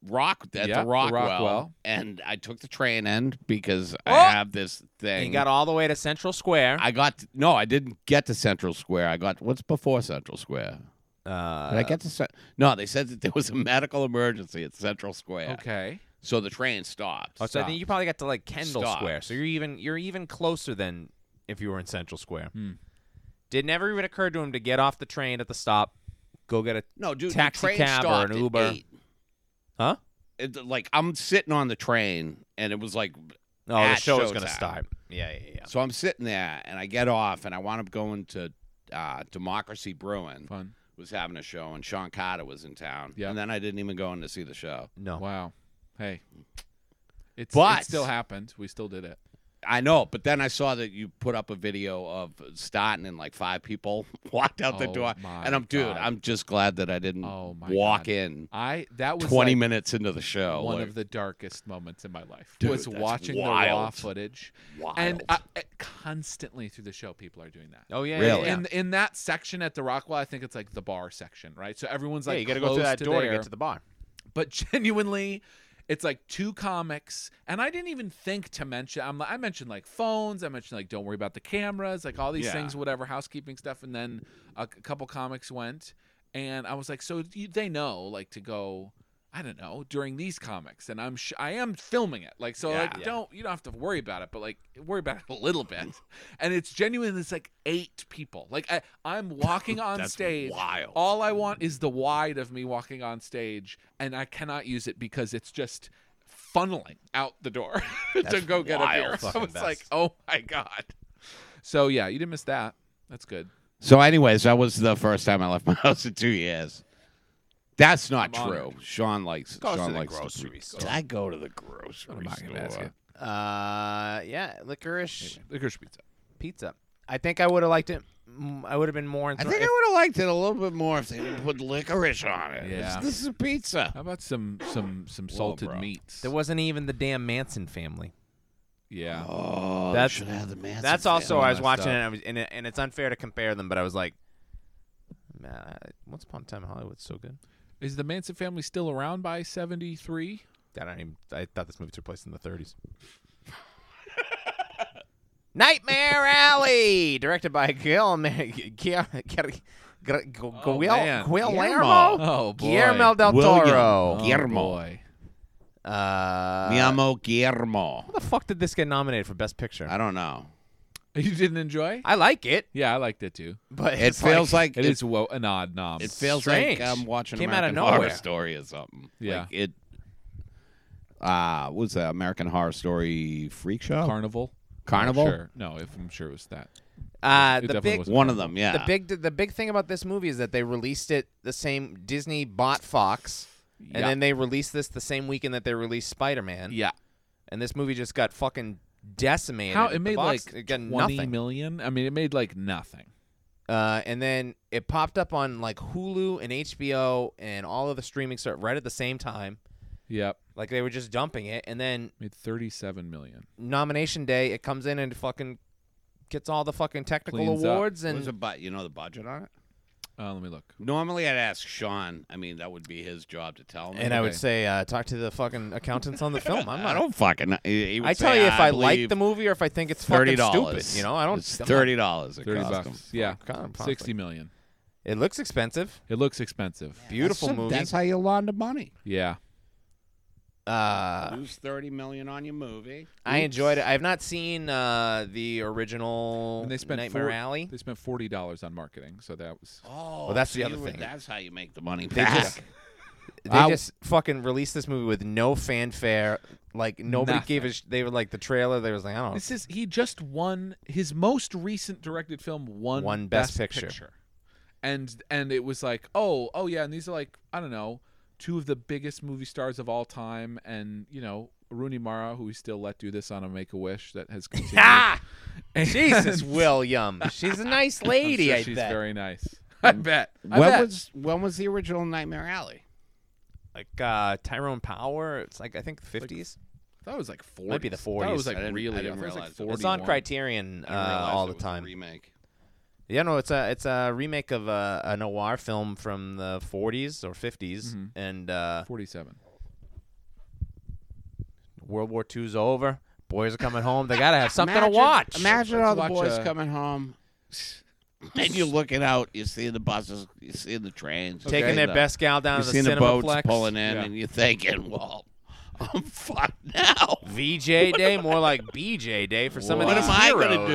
Rock at
Yeah,
the
the
Rockwell,
Rockwell.
and I took the train end because
Oh!
I have this thing.
He got all the way to Central Square.
I got no. I didn't get to Central Square. I got what's before Central Square.
uh,
Did I get to Cen- no? They said that there was a medical emergency at Central Square,
Okay.
so the train stopped.
oh, so I think you probably got to like Kendall
Stop.
Square. So you're even you're even closer than if you were in Central Square.
Hmm.
Did never even occur to him to get off the train at the stop, go get a
no, dude,
taxi
the train
cab or
stopped
an
at
Uber.
eight.
huh?
It- like I'm sitting on the train, and it was like
Oh, the
At
show is gonna
showtime.
start. Yeah, yeah, yeah.
so. I'm sitting there, and I get off, and I wound up going to uh, Democracy Brewing.
Fun.
was having a show, and Sean Carter was in town.
Yeah.
and then I didn't even go in to see the show.
No.
Wow. Hey. It's,
But-
it still happened. We still did it.
I know, but then I saw that you put up a video of starting and like five people walked out the
Oh
door,
my
and I'm dude,
God.
I'm just glad that I didn't
Oh my
walk
God.
in
I that was
20
like
minutes into the show.
Oh,
one
like,
of the darkest moments in my life
Dude,
was
that's
watching the raw
wild.
footage
wild.
and uh, uh, constantly through the show people are doing that.
Oh yeah.
Really?
Yeah, yeah.
In in that section at the Rockwell, I think it's like the bar section, right? So everyone's
Yeah,
like
you got to go through
close
that
to
door
there.
to get to the bar.
but genuinely it's like two comics and i didn't even think to mention I'm, i mentioned like phones i mentioned like don't worry about the cameras like all these
Yeah.
things whatever housekeeping stuff and then a, c- couple comics went and i was like so you, they know like to go i don't know during these comics and i'm sh- i am filming it like so like
Yeah. Yeah.
don't you don't have to worry about it but like worry about it a little bit and it's genuine it's like eight people like I, i'm walking on
That's
stage
wild.
all I want is the wide of me walking on stage, and I cannot use it because it's just funneling out the door to
That's
go get
wild.
a beer. So
Fucking
it's
best.
like, oh my god. So yeah, you didn't miss that. That's good.
so, anyways, that was the first time I left my house in two years. That's not
I'm
true. Sean likes.
Goes
Sean
to the
likes
grocery
to,
store.
Did I go to the grocery
Market
store?
basket.
Uh, yeah, licorice
Licorice pizza.
pizza. I think I would have liked it. mm, I would have been more.
I
enthr-
think I
if-
would have liked it a little bit more if they didn't put licorice on it.
Yeah.
This is a pizza.
How about some some some
Whoa,
salted
bro.
meats?
there wasn't even the damn Manson family.
yeah.
Oh,
That's-
should have the Manson
That's also
family.
I was
messed
watching
up.
it. And I was and, it, and it's unfair to compare them, but I was like, man, I- Once Upon a Time in Hollywood's so good.
Is the Manson family still around by seventy three?
I don't even. I thought this movie took place in the 30s. Nightmare Alley, directed by Guillermo
Oh, man.
Guillermo
Oh boy.
Guillermo del
William.
Toro.
Oh,
Guillermo.
boy.
Uh,
Mi amo Guillermo.
How the fuck did this get nominated for Best Picture?
I don't know.
You didn't enjoy?
I like it,
Yeah, I liked it too.
but
It
it's
feels
like,
like,
it
it,
is wo- an odd nom.
It feels
strange.
like I'm watching
Came out of
American Horror
nowhere.
Story or something.
Yeah.
Like it. Ah, what was that American Horror Story freak show?
Oh. Carnival.
Carnival?
Sure. No, if I'm sure it was that.
uh,
It
the
definitely
big
wasn't
One of them, yeah.
the big the big thing about this movie is that they released it the same Disney bought Fox,
Yeah.
and then they released this the same weekend that they released Spider Man.
Yeah.
and this movie just got fucking decimated.
How
at the
it made
box.
like
it got
20
nothing.
million? I mean, it made like nothing.
Uh, and then it popped up on like Hulu and HBO and all of the streaming stuff right at the same time.
Yep,
Like they were just dumping it, and then
made 37 million.
nomination day, it comes in and fucking gets all the fucking technical
Cleans up.
awards
What
and
was the bu- you know the budget on it?
Uh, let me look.
Normally, I'd ask Sean. I mean, that would be his job to tell me.
and I would
Okay.
say uh, talk to the fucking accountants on the film. I'm
I
not.
don't fucking. know. He- he would
I
say,
tell you if I, like
believe
the movie or if I think it's
thirty
fucking
dollars.
stupid. You know, I don't.
It's
I'm not-
thirty dollars.
30 bucks. Yeah,
God, I'm
60 million.
It looks expensive.
It looks expensive.
Beautiful movie.
That's how you launder money.
Yeah.
uh,
Lose thirty million on your movie.
I enjoyed it. I have not seen uh, the original
And they spent
Nightmare
four-
Alley.
They spent $40 on marketing, so that was
Oh,
Well, that's the
so
other
you were-
thing.
That's how you make the money
They
back.
just- They
I-
just fucking released this movie with no fanfare. Like nobody gave a. Sh- they were like the trailer. They was like, I don't. know.
This is he just won his most recent directed film won
Won Best Picture.
and and it was like oh oh yeah and these are like I don't know two of the biggest movie stars of all time and you know Rooney Mara who we still let do this on a Make a Wish that has continued.
Ah,
And-
Jesus, William. She's a nice
I'm
lady.
sure
I
she's
bet.
very nice. I bet. I
when
bet.
was when was the original Nightmare Alley?
like uh, Tyrone Power. It's like I think the fifties.
That was like 40s.
Might be the
That was
40s.
like
I didn't-
really.
I didn't
that was, like,
realize it.
It's on
41.
Criterion
I didn't
uh,
realize
all
it
the
was a
time.
remake.
Yeah, no, it's a it's a remake of a, a noir film from the 40s or 50s,
Mhm.
Mm-hmm.
and uh,
47.
World War II's over. Boys are coming home. They gotta have something
Imagine-
to watch.
Imagine
Let's
all the
watch
boys
a-
coming home. And you're looking out, you're seeing the buses, you're seeing the trains, you're
Taking
seeing
their
the-
best gal down
you're
to the
seeing the boats
Cinemaplex.
pulling in,
Yeah.
and you're thinking, "Well, I'm fucked now.
VJ Day, more like BJ Day for some
What
of these
am I
heroes.
gonna do?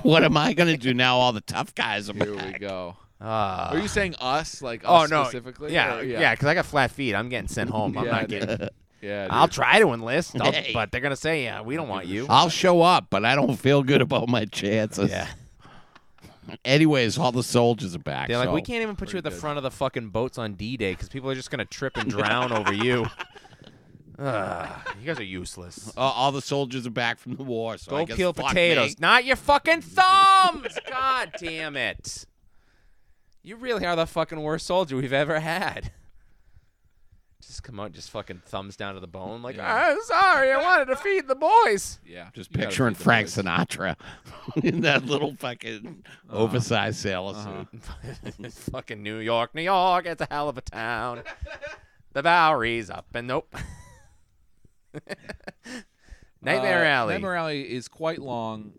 What am I gonna do now? All the tough guys are
Here
back."
we go.
Ah.
Are you saying us? Like
Oh,
us
no.
specifically?
yeah,
Or-
yeah, because I got flat feet. I'm getting sent home. I'm
Yeah,
not
dude.
getting.
Yeah.
I'll
dude.
try to enlist, I'll-
Hey.
but they're gonna say, "Yeah, we don't want you."
I'll show up, but I don't feel good about my chances.
Yeah,
Anyways, all the soldiers are back.
they're like,
so-
"We can't even put you at the
good.
front of the fucking boats on D-Day because people are just gonna trip and drown over you." Ugh, you guys are useless.
Uh, all the soldiers are back from the war. So I
Go
guess
peel
fuck
potatoes,
me.
not your fucking thumbs. God damn it! You really are the fucking worst soldier we've ever had. Just come out, just fucking thumbs down to the bone, like,
Yeah.
"I'm sorry, I wanted to feed the boys."
Yeah.
Just
You gotta
picturing
feed the
Frank
boys.
Sinatra in that little fucking
Uh-huh.
oversized sailor suit.
Uh-huh.
fucking New York, New York, it's a hell of a town. The Bowery's up and nope. Nightmare
Uh,
Alley.
Nightmare Alley is quite long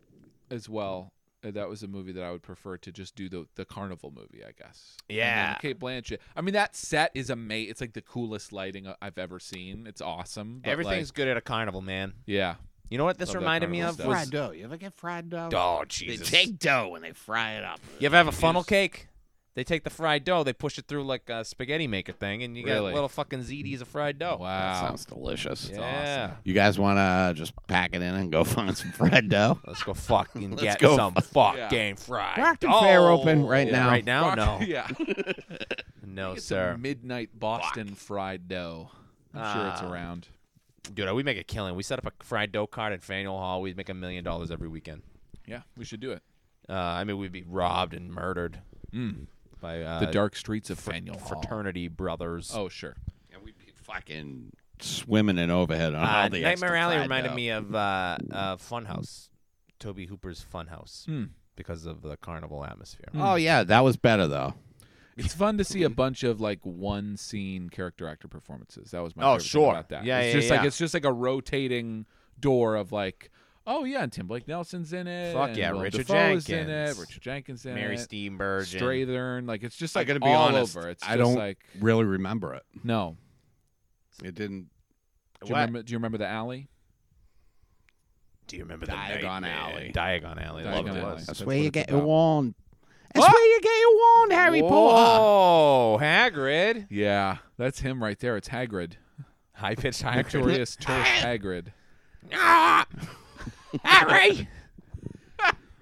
as well. Uh, That was a movie that I would prefer to just do the the carnival movie, I guess. And then
Yeah.
Kate Blanchett. I mean, that set is amazing. It's like the coolest lighting I- I've ever seen. It's awesome. but, like,
Everything's good at a carnival, man.
yeah.
You know what this
Love that
reminded me
carnival
of
stuff.
was
dough. You ever get fried dough?
oh
They
Jesus.
take dough and they fry it up.
you ever have a funnel cake? They take the fried dough, they push it through like a spaghetti maker thing, and you get
Really?
little fucking ZDs of fried dough.
Wow.
Sounds delicious.
yeah.
You guys want to just pack it in and go find some fried dough?
Let's go fucking
Let's
get
go
some
Yeah.
fucking fried.
Brockton
dough.
Fair open right
Yeah,
now.
Right now,
Rock-
no,
Yeah.
no,
It's
Oh, sir.
a midnight Boston fried dough. I'm sure it's
Ah.
around.
Dude, uh, we make a killing. We set up a fried dough cart at Faneuil Hall. We'd make a million dollars every weekend.
Yeah, we should do it.
Uh, I mean, we'd be robbed and murdered
Mm.
by uh,
The dark streets of Faneuil Hall.
fraternity brothers.
Oh, sure.
And we'd be fucking swimming in overhead on
Uh,
all the extra
Nightmare Alley
fried
reminded
dough.
me of uh, uh, Funhouse, Toby Hooper's Funhouse,
Hmm.
because of the carnival atmosphere.
Oh yeah, that was better though.
It's fun to see a bunch of like one scene character actor performances. That was my
Oh,
favorite thing
sure.
about that.
Yeah,
it's
yeah,
just like
yeah.
it's just like a rotating door of like, oh yeah, and Tim Blake Nelson's in it.
Fuck
and
yeah,
Willem
Richard
Dafoe is in it.
Jenkins.
Richard Jenkins in
Mary
it.
Steenburgen.
Strathern, like it's just
I
like
gotta be
all
honest,
over. It's
I
just
don't-
like
Really remember it.
no.
It didn't.
Do you,
What?
remember, do you remember the alley?
Do you remember the
Diagon
Nightmare-
Alley.
Diagon Alley.
Diagon
Loved it.
Alley.
That's,
That's
where
what
you
it's
get
about.
your wand. That's where you get your wand, Harry Potter.
Whoa, Hagrid.
Yeah, that's him right there. It's Hagrid,
High pitched Hagrid.
notorious turf Hagrid.
Ah! Harry!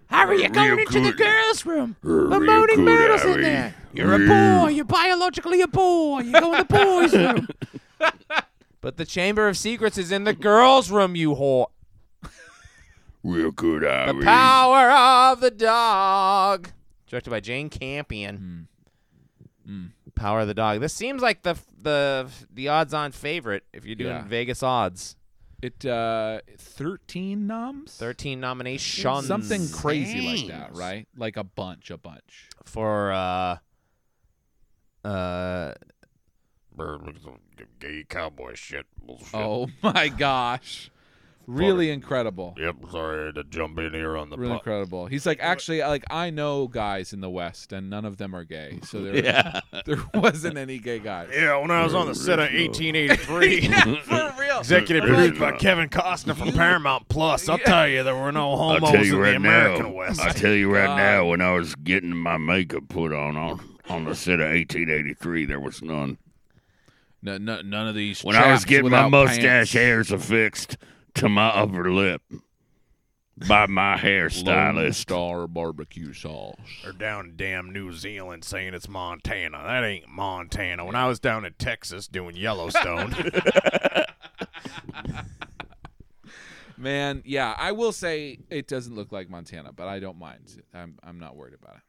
Harry, you're going into the girls' room. The moaning myrtle's in there. You're a boy. You're biologically a boy. You go in the boys' room. but the Chamber of Secrets is in the girls' room, you whore.
Real good,
The
Harry.
Power of the Dog. Directed by Jane
Hmm.
Campion. Power of the Dog. This seems like the the the odds-on favorite if you're doing
Yeah.
Vegas odds.
It uh, thirteen noms,
13 nominations.
something crazy like that,
Names.
right? Like a bunch, a bunch.
for uh uh
gay cowboy shit. Bullshit.
Oh my gosh. Really incredible.
Yep, sorry I had to jump in here on the
Really
pop.
incredible. He's like, actually, like I know guys in the West, and none of them are gay, so there
Yeah.
there wasn't any gay guys.
Yeah, when I was on the set of 1883,
For real.
executive produced by Kevin.
Costner from Paramount Plus. I'll tell you, there were no
I'll
homos
tell
in
you
the
right
American
now.
West.
I'll tell you right
God.
now. When I was getting my makeup put on on, on the set of 1883, there was none.
No, no, none of these.
When I was
chaps
getting my
without
mustache
pants.
hairs affixed to my upper lip by my
Lone
hairstylist.
Star barbecue sauce.
They're down in damn New Zealand saying it's Montana. That ain't Montana. When I was down in Texas doing Yellowstone,
Man, yeah, I will say it doesn't look like Montana, but I don't mind. I'm I'm not worried about it.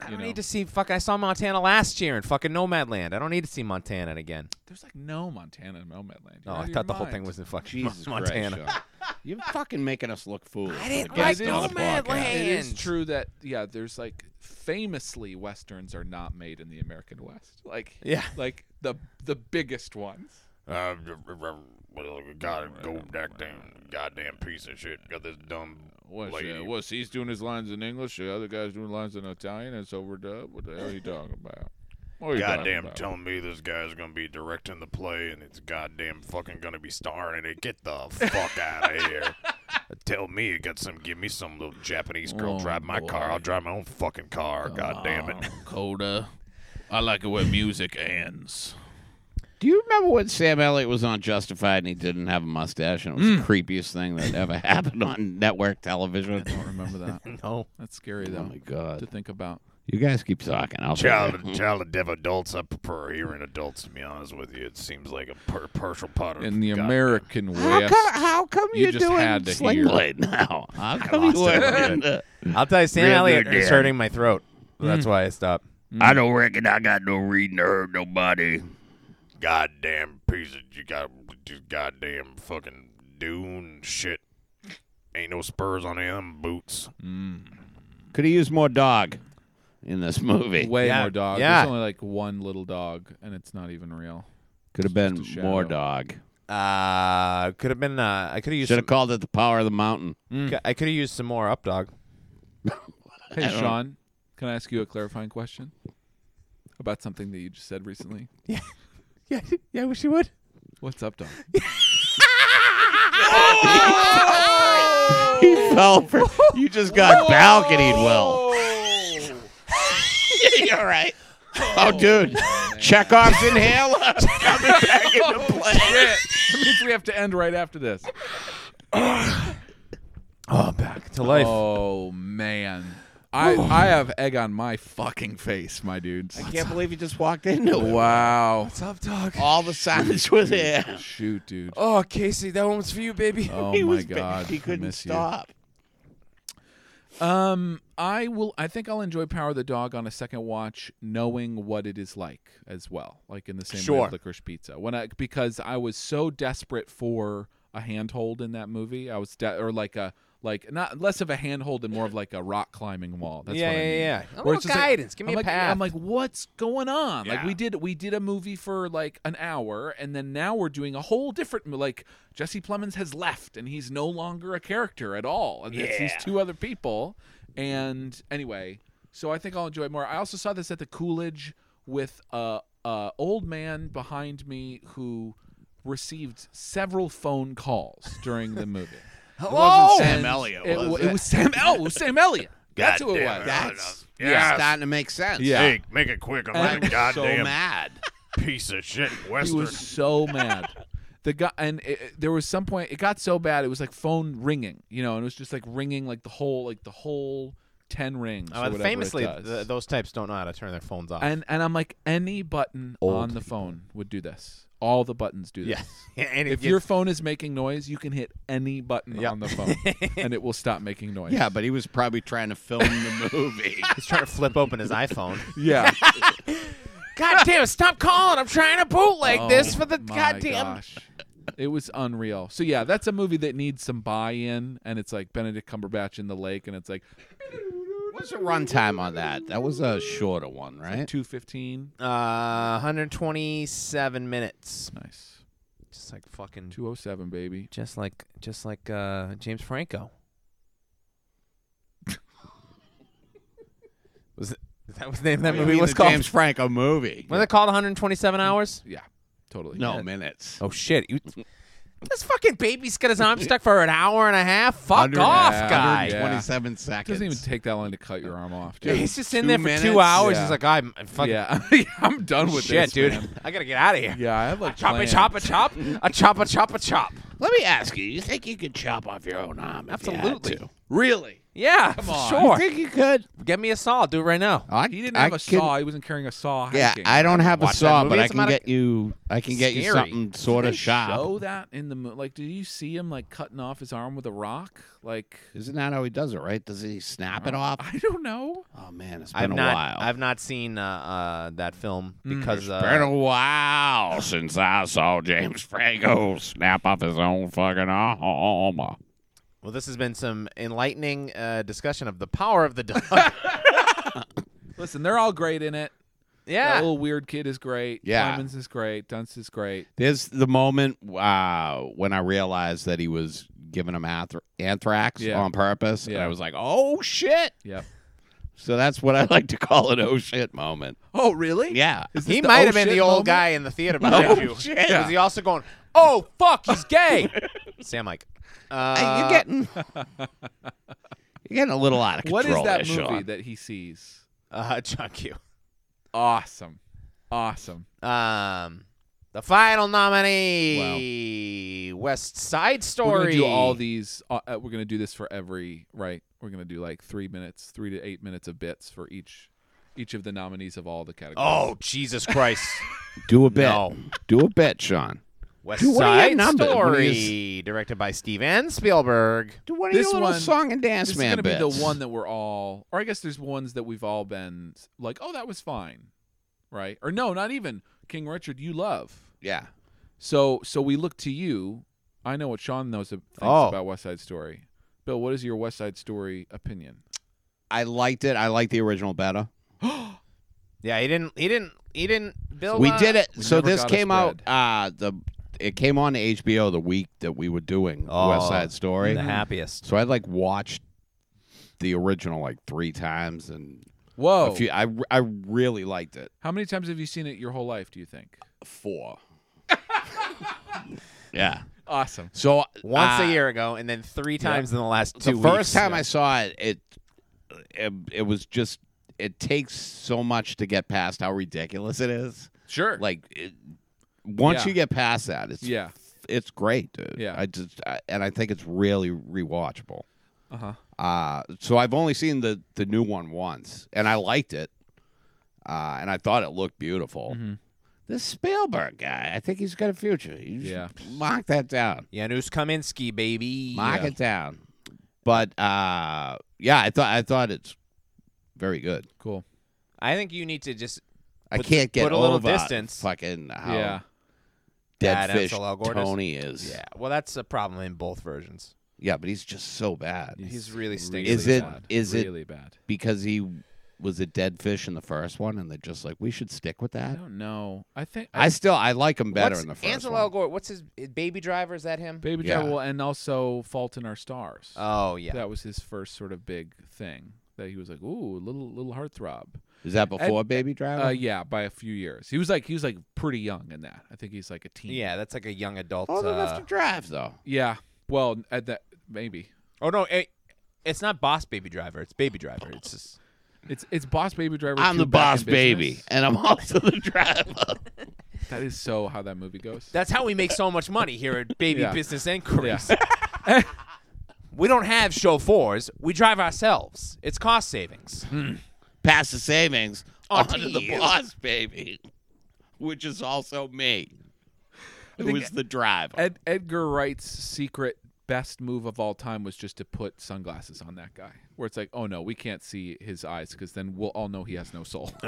I
you
don't
know.
need to see. Fuck, I saw Montana last year in fucking Nomadland. I don't need to see Montana again.
There's like no Montana and Nomadland. You're
Oh, I
out of your
thought the whole
mind.
thing was in fucking
Jesus
Montana.
Christ, Sean. You're fucking making us look foolish.
I didn't
The guest
like
on the
Nomad
podcast.
Land.
It is
Hands.
true that yeah, there's like famously westerns are not made in the American West. Like
Yeah.
like the the biggest ones.
Uh, well, gotta go back down. Goddamn piece of shit. Got this dumb
What's,
lady.
uh, what's he's doing his lines in English, the other guy's doing lines in Italian, it's overdubbed. What the hell are you talking about? What are you talking
goddamn
about?
telling me this guy's gonna be directing the play and it's goddamn fucking gonna be starring in it. Get the fuck out of here. Tell me you got some give me some little Japanese girl
Oh,
drive my car.
boy.
I'll drive my own fucking car. goddamn it.
Coda. I like it when music ends. Do you remember when Sam Elliott was on Justified and he didn't have a mustache and it was
Mm.
the creepiest thing that ever happened on network television?
I don't remember that.
No.
That's scary
Oh
though
my
to
god.
think about.
You guys keep talking. I'll be
Child,
back.
child of deaf adults. I prefer hearing adults. To be honest with you, it seems like a per- partial part of
In the
goddamn-
American
How
West.
come, how come
You
you're
just
doing
had to
Sling
hear.
Blade now? How come you
lost it.
wearing the-
I'll tell you, Sam
Real
Elliott
good
is
dad.
hurting my throat.
Hmm.
That's why I stopped.
I
don't reckon I got no reading herb, nobody. Goddamn piece of you got just goddamn fucking dune shit. Ain't no spurs on any of them boots.
Could he use more dog in this movie?
Way
Yeah,
more dog.
yeah.
There's only like one little dog, and it's not even real.
Could have
a
been
shadow.
more dog.
Uh, could have been. Uh, I could have used.
Should have
Some,
called it the power of the mountain.
I could have used some more up dog.
Hey,
I don't-
Sean, can I ask you a clarifying question about something that you just said recently?
Yeah, yeah, I wish you would.
What's up, dog?
He fell for. You just got balconied, Will.
Oh,
You're right. Oh, dude. Chekhov's inhaler. Coming back into play.
oh, Shit. that means we have to end right after this.
Oh, back to life.
Oh man, I I have egg on my fucking face, my dudes.
Can't believe you just walked into it.
Wow.
What's up, dog?
All the signs were there.
Shoot, dude.
Oh, Casey, that one's for you, baby.
Uh,
Oh
he
my
was ba-
god.
He
I
couldn't
miss you.
stop.
Um, I will. I think I'll enjoy Power of the Dog on a second watch, knowing what it is like as well, like in the same way
Sure.
with Licorice Pizza. When I because I was so desperate for a handhold in that movie, I was de- or like a like not less of a handhold and more of like a rock climbing wall. That's
yeah,
what I
yeah,
mean.
yeah. A
Where
little
it's just like-
guidance. Give me
I'm
a
like,
path.
I'm like, what's going on? Like
Yeah.
we did we did a movie for like an hour, and then now we're doing a whole different mo- like Jesse Plemons has left, and he's no longer a character at all, and it's these two other people. And anyway, so I think I'll enjoy it more. I also saw this at the Coolidge with a, a old man behind me who received several phone calls during the movie.
hello.
Sam
And
Elliott,
It,
was
wa- it
it?
was Sam. Oh, it was Sam Elliott. That's who it
Goddamn
was.
it.
That's
Yes.
yeah, starting to make sense.
Yeah.
Hey, make it quick. I'm
And
like a
So
goddamn
mad.
piece of shit
He
western.
was so mad. The guy and it, it- there was some point it got so bad it was like phone ringing, you know, and it was just like ringing like the whole like the whole ten rings. or
Uh,
whatever it
famously,
does.
th- those types don't know how to turn their phones off.
and and I'm like any button
Old
on the phone would do this. All the buttons do this.
yeah, and
If
it
your
gets-
phone is making noise, you can hit any button
Yep.
on the phone and it will stop making noise.
Yeah, but he was probably trying to film the movie.
he's trying to flip open his iPhone.
yeah.
God damn! Stop calling. I'm trying to bootleg
Oh,
this for the
my
goddamn.
Gosh. It was unreal. So yeah, that's a movie that needs some buy-in, and it's like Benedict Cumberbatch in the lake, and it's like
What's the runtime on that? That was a shorter one, right?
two fifteen.
Uh, 127 minutes.
Nice.
Just like fucking.
Two oh seven, baby.
Just like, just like uh, James Franco. was it? Is that was the name of that movie? was
the
called?
James Franco movie.
Was it called 127 hours?
Yeah, totally.
No minutes.
Oh shit! You, this fucking baby's got his arm stuck for an hour and a half. Fuck
Hundred-
off,
yeah,
guy.
hundred-
Twenty-seven
It
seconds.
doesn't even take that long to cut your arm off.
Yeah,
Dude.
He's just in
Two
there for two
minutes?
hours.
Yeah.
He's like, I'm, I'm fucking
yeah, I'm done with
shit,
this,
dude.
man.
I gotta get out of here.
Yeah, I have like
Chop a
plans.
chop a chop a chop a chop a chop.
Let me ask you: You think you could chop off your own arm? if you had
Absolutely.
to? Really?
Yeah,
Come on.
sure.
think you could?
Get me a saw. I'll do it right now.
I,
He didn't
I
have a
can-
saw. He wasn't carrying a saw.
Yeah,
hiking.
I don't have a
Watch that
saw,
movie.
but I
It's
can
about a-
get you. I can get you
Scary.
something sort of
They
shop.
Show that in the mo- like. Do you see him like cutting off his arm with a rock? Like
Isn't that how he does it? Right? Does he snap it off?
I don't know.
Oh man, it's
I've
been a
not.
while.
I've not seen uh, uh, that film
Mm.
because uh,
been a
Wow, since I saw James Franco snap off his own fucking arm.
well, this has been some enlightening uh, discussion of the power of the dog.
Listen, they're all great in it. That
yeah,
little weird kid is great.
Yeah.
Clemens is great. Dunst is great.
There's the moment uh, when I realized that he was giving him anth- anthrax
Yeah.
on purpose, and
Yeah.
I was like, "Oh shit!"
Yep.
So that's what I like to call an "oh shit" moment.
Oh, really?
Yeah,
Is this
he
the
might
oh
have been
shit
the old
moment?
guy in the theater behind you.
shit.
Was he also going? Oh fuck, he's gay. Sam like, uh,
Hey, you're getting you're getting a little out of control.
What is that
there,
movie
Sean.
that he sees?
uh, John Q.
Awesome. Awesome.
Um, the final nominee, West Side
We're
Story.
gonna do all these. Uh, uh, we're gonna do this for every right. We're gonna do like three minutes, three to eight minutes of bits for each, each of the nominees of all the categories.
Oh Jesus Christ!
Do a bit.
No.
Do a bit, Sean.
West
Dude, what are your
Side
numbers? What are
Story,
you-
directed by Steven Spielberg.
Do one
of This your little one-
song and dance
this is gonna be the one that we're all, or I guess there's ones that we've all been like, oh, that was fine, right? Or no, not even King Richard. You love.
yeah.
So so we look to you. I know what Sean knows uh, thinks
Oh.
about West Side Story. Bill, what is your West Side Story opinion?
I liked it. I liked the original better.
Yeah, he didn't. He didn't. He didn't. Bill,
we
uh,
did it.
We
so
never
this
got a
came out uh the it came on to HBO the week that we were doing
Oh,
West Side Story.
The happiest.
So I like watched the original like three times and
Whoa!
a few. I I really liked it.
How many times have you seen it your whole life? Do you think?
Four. yeah.
Awesome.
So
Once
uh,
a year ago, and then three times in the last
the
two
first
weeks.
time I saw it, it, it it was just it takes so much to get past how ridiculous it is.
Sure.
Like it, once
Yeah.
you get past that, it's
Yeah.
it's great, dude.
Yeah.
I just I, and I think it's really rewatchable.
Uh huh.
Uh so I've only seen the the new one once, and I liked it, uh, and I thought it looked beautiful.
Mm-hmm.
Mhm.
This Spielberg guy, I think he's got a future. You should
Yeah.
mark that down.
Janusz Kaminski, baby.
Mark it down. But uh, yeah, I thought I thought it's very good.
Cool.
I think you need to just
I
Put-
can't get
put a little
over
distance.
Fucking how
Yeah.
dead
Bad
fish
Ansel Elgort is-
Tony is.
Yeah, well, that's a problem in both versions.
Yeah, but he's just so bad
He's really stinky.
Really
Is it-
Bad.
is it-
really bad?
because he was a dead fish in the first one, and they're just like, we should stick with
I
that.
don't know. I think
I still I like him better
What's-
in the first
Ansel
one.
Elgort. What's his Baby Driver? Is that him?
Baby
yeah. Uh,
Driver and also Fault in Our Stars.
oh yeah.
That was his first sort of big thing that he was like, ooh, little little heartthrob.
Is that before Baby Driver?
Uh, yeah, by a few years. He was like he was like pretty young in that. I think he's like a teen.
Yeah, that's like a young adult.
Old enough
uh,
to drive though.
Yeah. Well, at that maybe
oh no, it, it's not Boss Baby Driver. It's Baby Driver. It's just
it's it's boss baby driver.
I'm
two
the
back in
boss, baby,
business.
and I'm also the driver.
That is so how that movie goes.
that's how we make so much money here at Baby
Yeah.
Business Inquiries. we don't have chauffeurs. We drive ourselves. It's cost savings.
pass the savings
Onto
onto the
you.
boss, baby, which is also me, who
think-
is the driver.
Ed, Edgar Wright's secret best move of all time was just to put sunglasses on that guy. Where it's like, oh no, we can't see his eyes because then we'll all know he has no soul.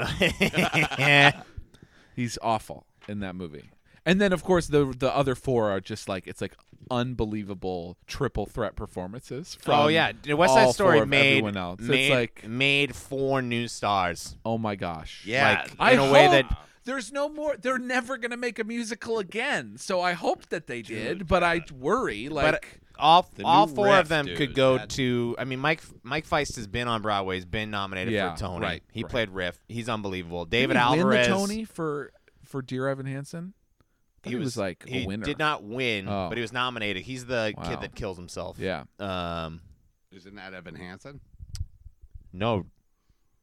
He's awful in that movie. And then of course the the other four are just like it's like unbelievable triple threat performances. From
oh yeah, The West Side
all four
Story
of
made
everyone else.
made
it's like
made four new stars.
oh my gosh.
yeah,
Like,
I
in a way
hope
that-
there's no more. They're never gonna make a musical again. So I hope that they did, but I worry like.
All,
The
all
new
four
riff,
of them
dude,
could go
that-
to. I mean, Mike Mike Feist has been on Broadway. He's been nominated
Yeah,
for a Tony.
right,
he
right.
played Riff. He's unbelievable.
Didn't
David
he
Alvarez.
win the Tony for for Dear Evan Hansen. I thought He, was, like
he
a winner.
Did not win,
Oh.
but he was nominated. He's the
Wow.
kid that kills himself.
Yeah.
Um.
isn't that Evan Hansen?
No.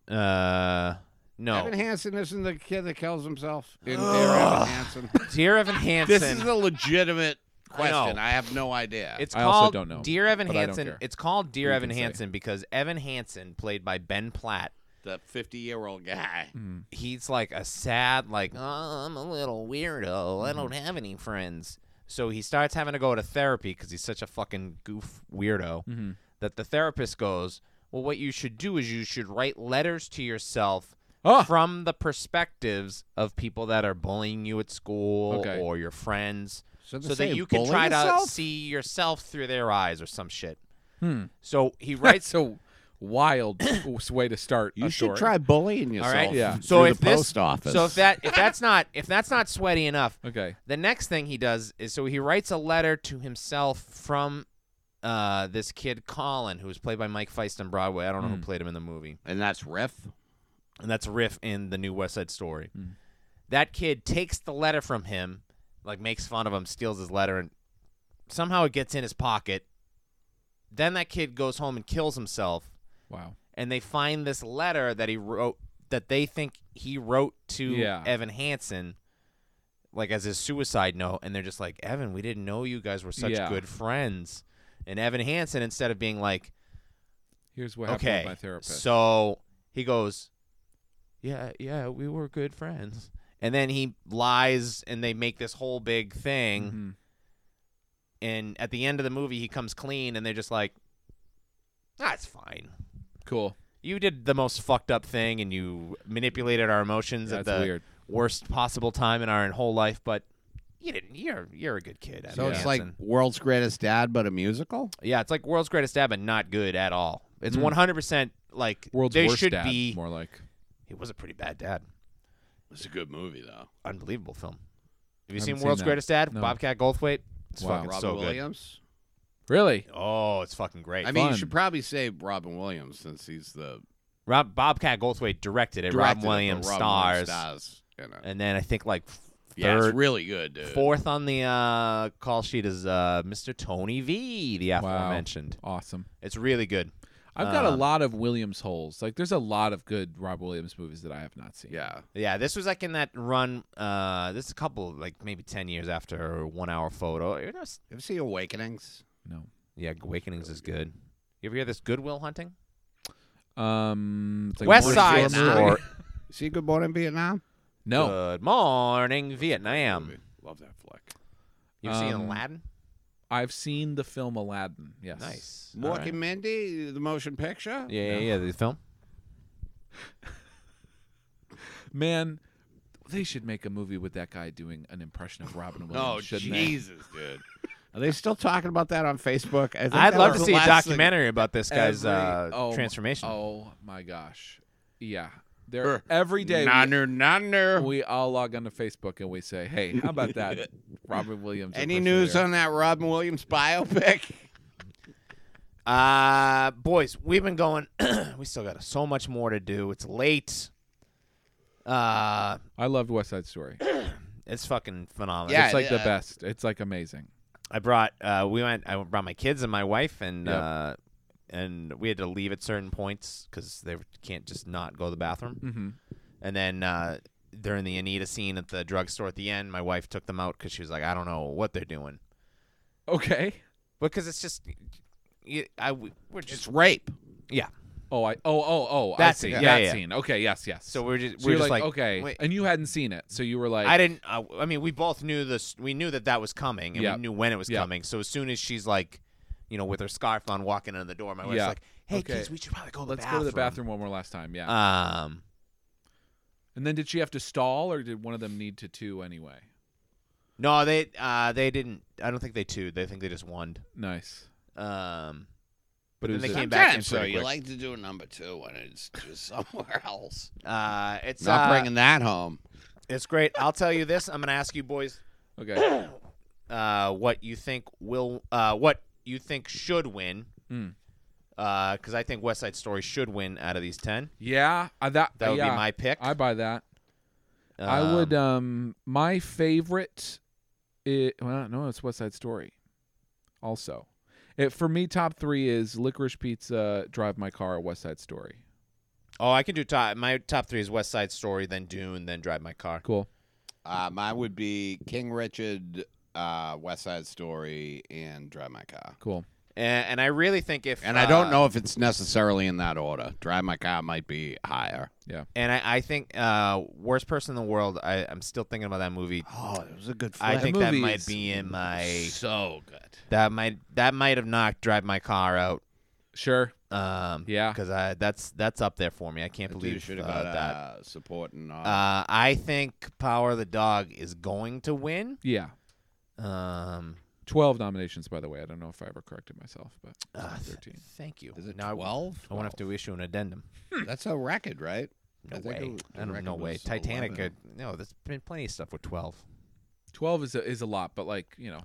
Uh. No.
Evan Hansen isn't the kid that kills himself in Dear Evan Hansen.
Dear Evan Hansen.
This is a legitimate question.
know.
I, have no idea.
It's
I also
called
don't know,
Dear Evan
but I don't
Hansen.
care.
It's called Dear
You
Evan
can say.
Hansen because Evan Hansen, played by Ben Platt,
the 50 year old guy.
Mm.
he's like a sad, like oh, I'm a little weirdo. I don't
Mm-hmm.
have any friends. So he starts having to go to therapy because he's such a fucking goof weirdo
Mm-hmm.
Mhm.
that the therapist goes, "Well, what you should do is you should write letters to yourself."
Ah!
From the perspectives of people that are bullying you at school
Okay.
or your friends,
they
so that
say
you can
bully
try
yourself?
to see yourself through their eyes or some shit.
Hmm.
So he writes.
Right. So wild s- way to start.
You
a
should
story.
try bullying yourself.
right.
Yeah.
So
through
if
the
this-
post office.
so if that if that's not if that's not sweaty enough,
Okay.
the next thing he does is so he writes a letter to himself from uh, this kid Colin, who was played by Mike Feist on Broadway. I don't know who
Mm.
played him in the movie,
and that's ref.
and that's Riff in the new West Side Story.
Mm.
That kid takes the letter from him, like makes fun of him, steals his letter, and somehow it gets in his pocket. Then that kid goes home and kills himself.
Wow.
and they find this letter that he wrote that they think he wrote to
Yeah.
Evan Hansen like as his suicide note and they're just like Evan we didn't know you guys were such
Yeah.
good friends and Evan Hansen instead of being like
Here's what happened
okay
with my therapist.
so he goes yeah yeah we were good friends and then he lies and they make this whole big thing
Mhm.
and at the end of the movie he comes clean and they're just like that's fine
cool.
you did the most fucked up thing and you manipulated our emotions
That's
at the
weird.
worst possible time in our whole life, but you didn't you're you're a good kid. Adam
So it's like
Hansen.
World's Greatest Dad, but a musical?
Yeah, it's like world's greatest dad but not good at all. It's
Mm.
one hundred percent like
World's
they
worst
should
dad,
be
more like.
he was a pretty bad dad.
It's a good movie, though.
Unbelievable film. Have you
Haven't
seen
seen
World's
that.
Greatest Dad?
No.
Bobcat Goldthwait? It's
Wow.
fucking
Robin
so
Williams?
Really?
good. Oh, it's fucking great.
I mean, you
Fun.
should probably say Robin Williams since he's the
Rob Bobcat Goldthwait directed it.
director,
Rob
but
Williams
Robin
stars.
stars, you know.
And then I think like third
Yeah, it's really good, dude.
Fourth on the uh, call sheet is uh, Mr. Tony V, the aforementioned.
Awesome.
It's really good.
I've got a
Um,
lot of Williams holes. Like, there's a lot of good Rob Williams movies that I have not seen.
Yeah.
Yeah, this was like in that run. Uh, this is a couple, like maybe ten years after One Hour Photo. It was-
Have you seen Awakenings?
No.
Yeah, Awakenings is good. You ever hear this Goodwill Hunting?
Um. it's like
West
one
Side
horror movie.
Story.
You see Good Morning Vietnam? Oh.
No.
Good morning, Vietnam.
Movie. Love that flick.
You ever seen
Um,
Aladdin?
I've seen the film Aladdin. Yes.
Nice. All
Mork
right.
and Mindy, the motion picture?
Yeah, yeah, yeah, the film.
Man, they should make a movie with that guy doing an impression of Robin Williams.
Oh,
shouldn't they?
Jesus, dude. Are they still talking about that on Facebook? I think
I'd
that
love
was
to
the
see a
last thing-
documentary about this guy's
Every-
uh,
oh my-
transformation.
Oh my gosh. Yeah.
Er,
There every day we-
Nanner, nanner.
Oh, we, all log onto Facebook and we say, "Hey, how about that Robin Williams?"
Any
impersonator?"
news on that Robin Williams biopic?
Uh boys, we've been going we still got so much more to do. It's late. Uh
I loved West Side Story.
it's fucking phenomenal.
Yeah,
it's like the
uh,
best. It's like amazing.
I brought uh we went I brought my kids and my wife and
Yep.
uh and we had to leave at certain points cuz they can't just not go to the bathroom.
hmm
And then uh during the Anita scene at the drugstore at the end, my wife took them out cuz she was like I don't know what they're doing.
Okay.
Because it's just y- I we're
It's
just
rape.
yeah.
Oh, I. Oh, oh, oh.
That
I see.
scene. Yeah,
that
yeah.
scene. Okay. Yes. Yes.
So we're just
So
we're
you're
just like,
okay,
wait.
and you hadn't seen it, so you were like,
I didn't. I, I mean, we both knew this. We knew that that was coming, and
Yep.
we knew when it was
Yep.
coming. So as soon as she's like, you know, with her scarf on, walking in the door, my wife's
Yeah.
like, "Hey,
Okay.
kids, we should probably go to
"Let's
the
go to
bathroom."
the bathroom one more last time." Yeah.
Um,
and then did she have to stall, or did one of them need to too anyway?
no, they uh, they didn't. I don't think they two. They think they just won.
Nice.
Um,
But,
But
it
then
was
they
a-
came back in
Sometimes, so
pretty
you
quick.
like to do a number two when it's just somewhere else.
uh, it's
Not
uh,
bringing that home.
it's great. I'll tell you this. I'm gonna ask you boys,
Okay.
uh, what you think will, uh, what you think should win.
Mm.
Because I think West Side Story should win out of these ten.
Yeah, I, that
That would
yeah,
be my pick.
I buy that. I would.
Um,
Um, my favorite. It well, no, it's West Side Story. Also, it for me top three is Licorice Pizza, Drive My Car, West Side Story.
Oh, I can do top. My top three is West Side Story, then Dune, then Drive My Car.
Um,
Cool.
Uh, mine would be King Richard, uh, West Side Story and Drive My Car.
Cool.
And, and I really think if
And I don't
uh,
know if it's necessarily in that order. Drive My Car might be higher.
And I, I think uh, worst person in the world. I, I'm still thinking about that movie.
Oh, it was a good
I think that
movie
might
is
be in my
so good.
that might that might have knocked drive my car out.
Sure.
Um,
Yeah.
because I that's that's up there for me. I can't
Dude
believe
should have
uh,
got
that.
uh, supporting. Uh,
Uh, I think Power of the Dog is going to win.
Yeah.
Um,
Twelve nominations, by the way. I don't know if I ever corrected myself, but it's
uh,
not
th-
thirteen.
thank you.
is it
Now I-
twelve?
I won't have to issue an addendum.
Hmm. That's a record, right?
No
I think
way.
it was- the
I don't
record
know way.
was
Titanic.
11.
uh, no, there's been plenty of stuff with twelve.
Twelve is a, is a lot, but like you know,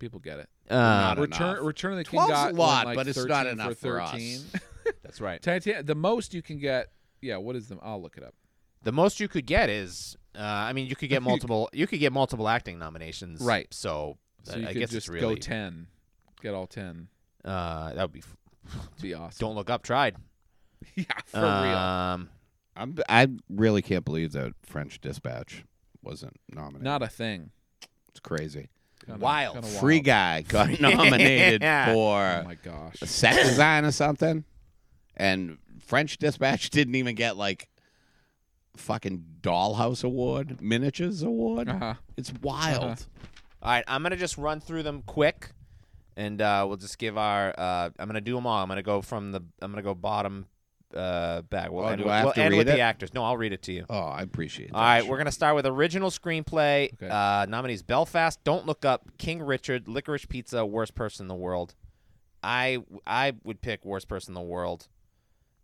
people get it.
Um,
Not
Return
enough.
Return of the King
12's a
got one,
lot,
like,
but it's
13
not enough
for
for us.
thirteen.
that's right.
Titan- the most you can get. Yeah. What is the? I'll look it up.
The most you could get is, uh, I mean, you could get multiple. you could get multiple acting nominations.
Right.
So,
So
I-
you
I
could
guess it's
just
really.
go ten, get all ten.
uh, that would be. f-
Be awesome.
Don't look up. Tried.
yeah, for real.
um,
I'm, I really can't believe that French Dispatch wasn't nominated.
Not a thing.
it's crazy.
Kinda,
Wild.
kinda
Free Guy got nominated
Yeah.
Oh
for
my gosh.
set design or something, and French Dispatch didn't even get like fucking Dollhouse Award, Miniatures Award.
Uh-huh.
It's wild.
All right, I'm gonna just run through them quick, and uh, we'll just give our. Uh, I'm gonna do them all. I'm gonna go from the. I'm gonna go bottom uh, back. We'll
Oh,
end,
do
with,
I have
we'll
to
end
read
with
it?
the actors. No, I'll read it to you.
Oh, I appreciate.
All right, we're gonna start with original screenplay.
Okay.
Uh, nominees: Belfast, Don't Look Up, King Richard, Licorice Pizza, Worst Person in the World. I I would pick Worst Person in the World.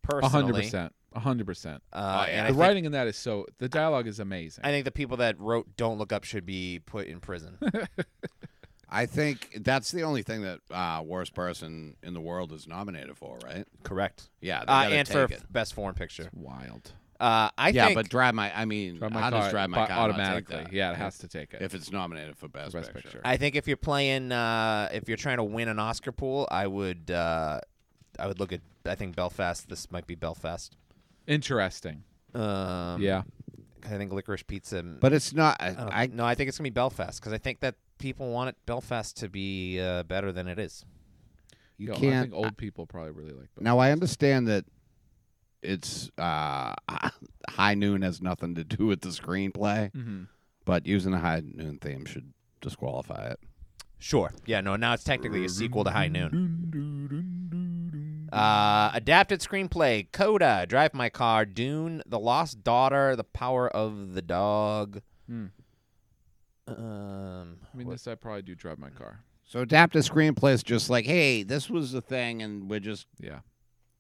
A
Personally,
hundred percent. A hundred percent.
Uh,
yeah.
and I
The
think,
writing in that is so. The dialogue is amazing.
I think the people that wrote "Don't Look Up" should be put in prison.
I think that's the only thing that uh, worst person in the world is nominated for, right?
Correct.
Yeah, they
Uh,
gotta
and for
take it.
f- best foreign picture.
Wild.
Uh, I
yeah,
think
but drive my. I mean,
Drive My
how
Car-
does drive my
but
car not take
automatically?
that?
Yeah, it has to take it.
if it's nominated for best,
For Best
picture.
Picture.
I think if you're playing, uh, if you're trying to win an Oscar pool, I would, uh, I would look at. I think Belfast. This might be Belfast.
Interesting.
Um,
yeah.
'cause I think Licorice Pizza.
But it's not.
I,
Oh.
don't-
I,
no, I think it's gonna be Belfast because I think that people want it Belfast to be uh, better than it is.
you
Yo, I
can't.
think old people probably really like. Bel-
now I understand that it's uh, high noon has nothing to do with the screenplay,
Mhm.
but using a high noon theme should disqualify it.
Sure. Yeah. No. Now it's technically a sequel to High Noon.
Mm-hmm.
Uh, adapted screenplay: Coda, Drive My Car, Dune, The Lost Daughter, The Power of the Dog.
Hmm.
Um,
I mean, this I probably do drive my car.
So adaptive screenplay is just like, hey, this was the thing, and we're just
Yeah.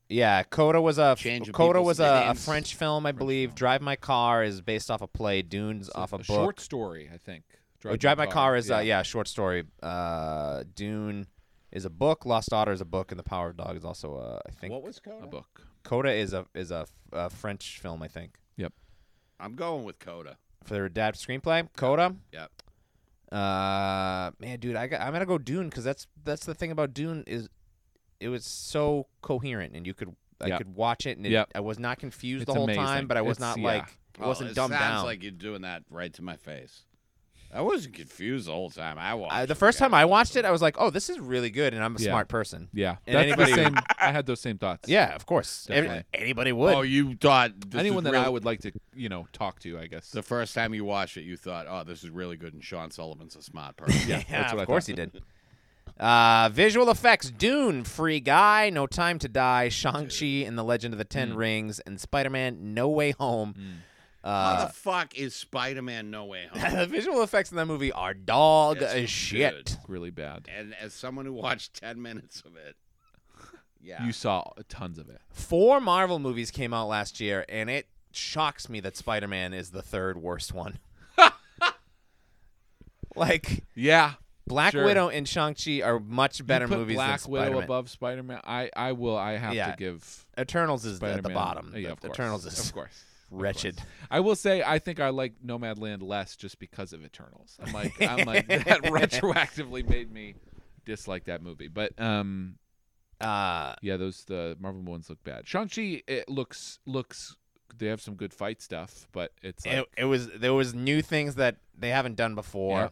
Yeah, Coda was a
Change of
Coda
people's
was a, a
names.
French film, I believe.
film.
Drive My Car is based off a play. Dunes
It's
off a,
a
book.
short story, I think.
Oh, Drive My Car is yeah. Uh, yeah, a short story. Uh, Dune is a book. Lost Daughter is a book, and The Power of the Dog is also a. I think
was Coda?
A book.
Coda is a is a, a French film. I think
I'm going with Coda.
for their adapted screenplay, Coda.
Yep.
Uh, man, dude, I got, I'm gonna go Dune because that's that's the thing about Dune is it was so coherent and you could I
Yep.
could watch it and it,
Yep.
I was not confused
It's
the whole
amazing.
time, but I was
It's-
not
yeah.
like I
Oh,
wasn't
it
dumbed
sounds
down.
like you're doing that right to my face. I wasn't confused the whole time. I watched.
I, the
it,
first
guys.
time I watched it, I was like, "Oh, this is really good," and I'm a
Yeah.
smart person.
Yeah.
And
That's the
anybody-
same. I had those same thoughts.
Yeah, of course. Every-
Definitely.
anybody would.
Oh, you thought this
Anyone
is
that
really-
I would like to, you know, talk to, I guess.
The first time you watched it, you thought, "Oh, this is really good," and Sean Sullivan's a smart person.
yeah,
that's what I
of course he did. Uh, visual effects: Dune, Free Guy, No Time to Die, Shang Chi and the Legend of the
Mm.
Ten Rings, and Spider-Man: No Way Home.
How
Mm.
Uh,
the fuck is Spider-Man No Way Home?
the Uh, visual effects in that movie are dog
It's
as shit.
good.
really bad.
and as someone who watched ten minutes of it, yeah,
You saw tons of it.
Four Marvel movies came out last year, and it shocks me that Spider-Man is the third worst one. like
Yeah.
Black
Sure.
Widow and Shang Chi are much better
you put
movies
Black
than
Widow
Spider-Man.
above Spider-Man. I, I will. I have
Yeah.
to give
Eternals is
Spider-Man
at the bottom.
Yeah,
The-
of course.
Eternals is
of course.
wretched.
I will say I think I like Nomadland less just because of Eternals. I'm like I'm like that retroactively made me dislike that movie. But um
Uh,
yeah, those the Marvel ones look bad. Shang-Chi it looks looks they have some good fight stuff, but it's like
it, it was there was new things that they haven't done before.
Yeah.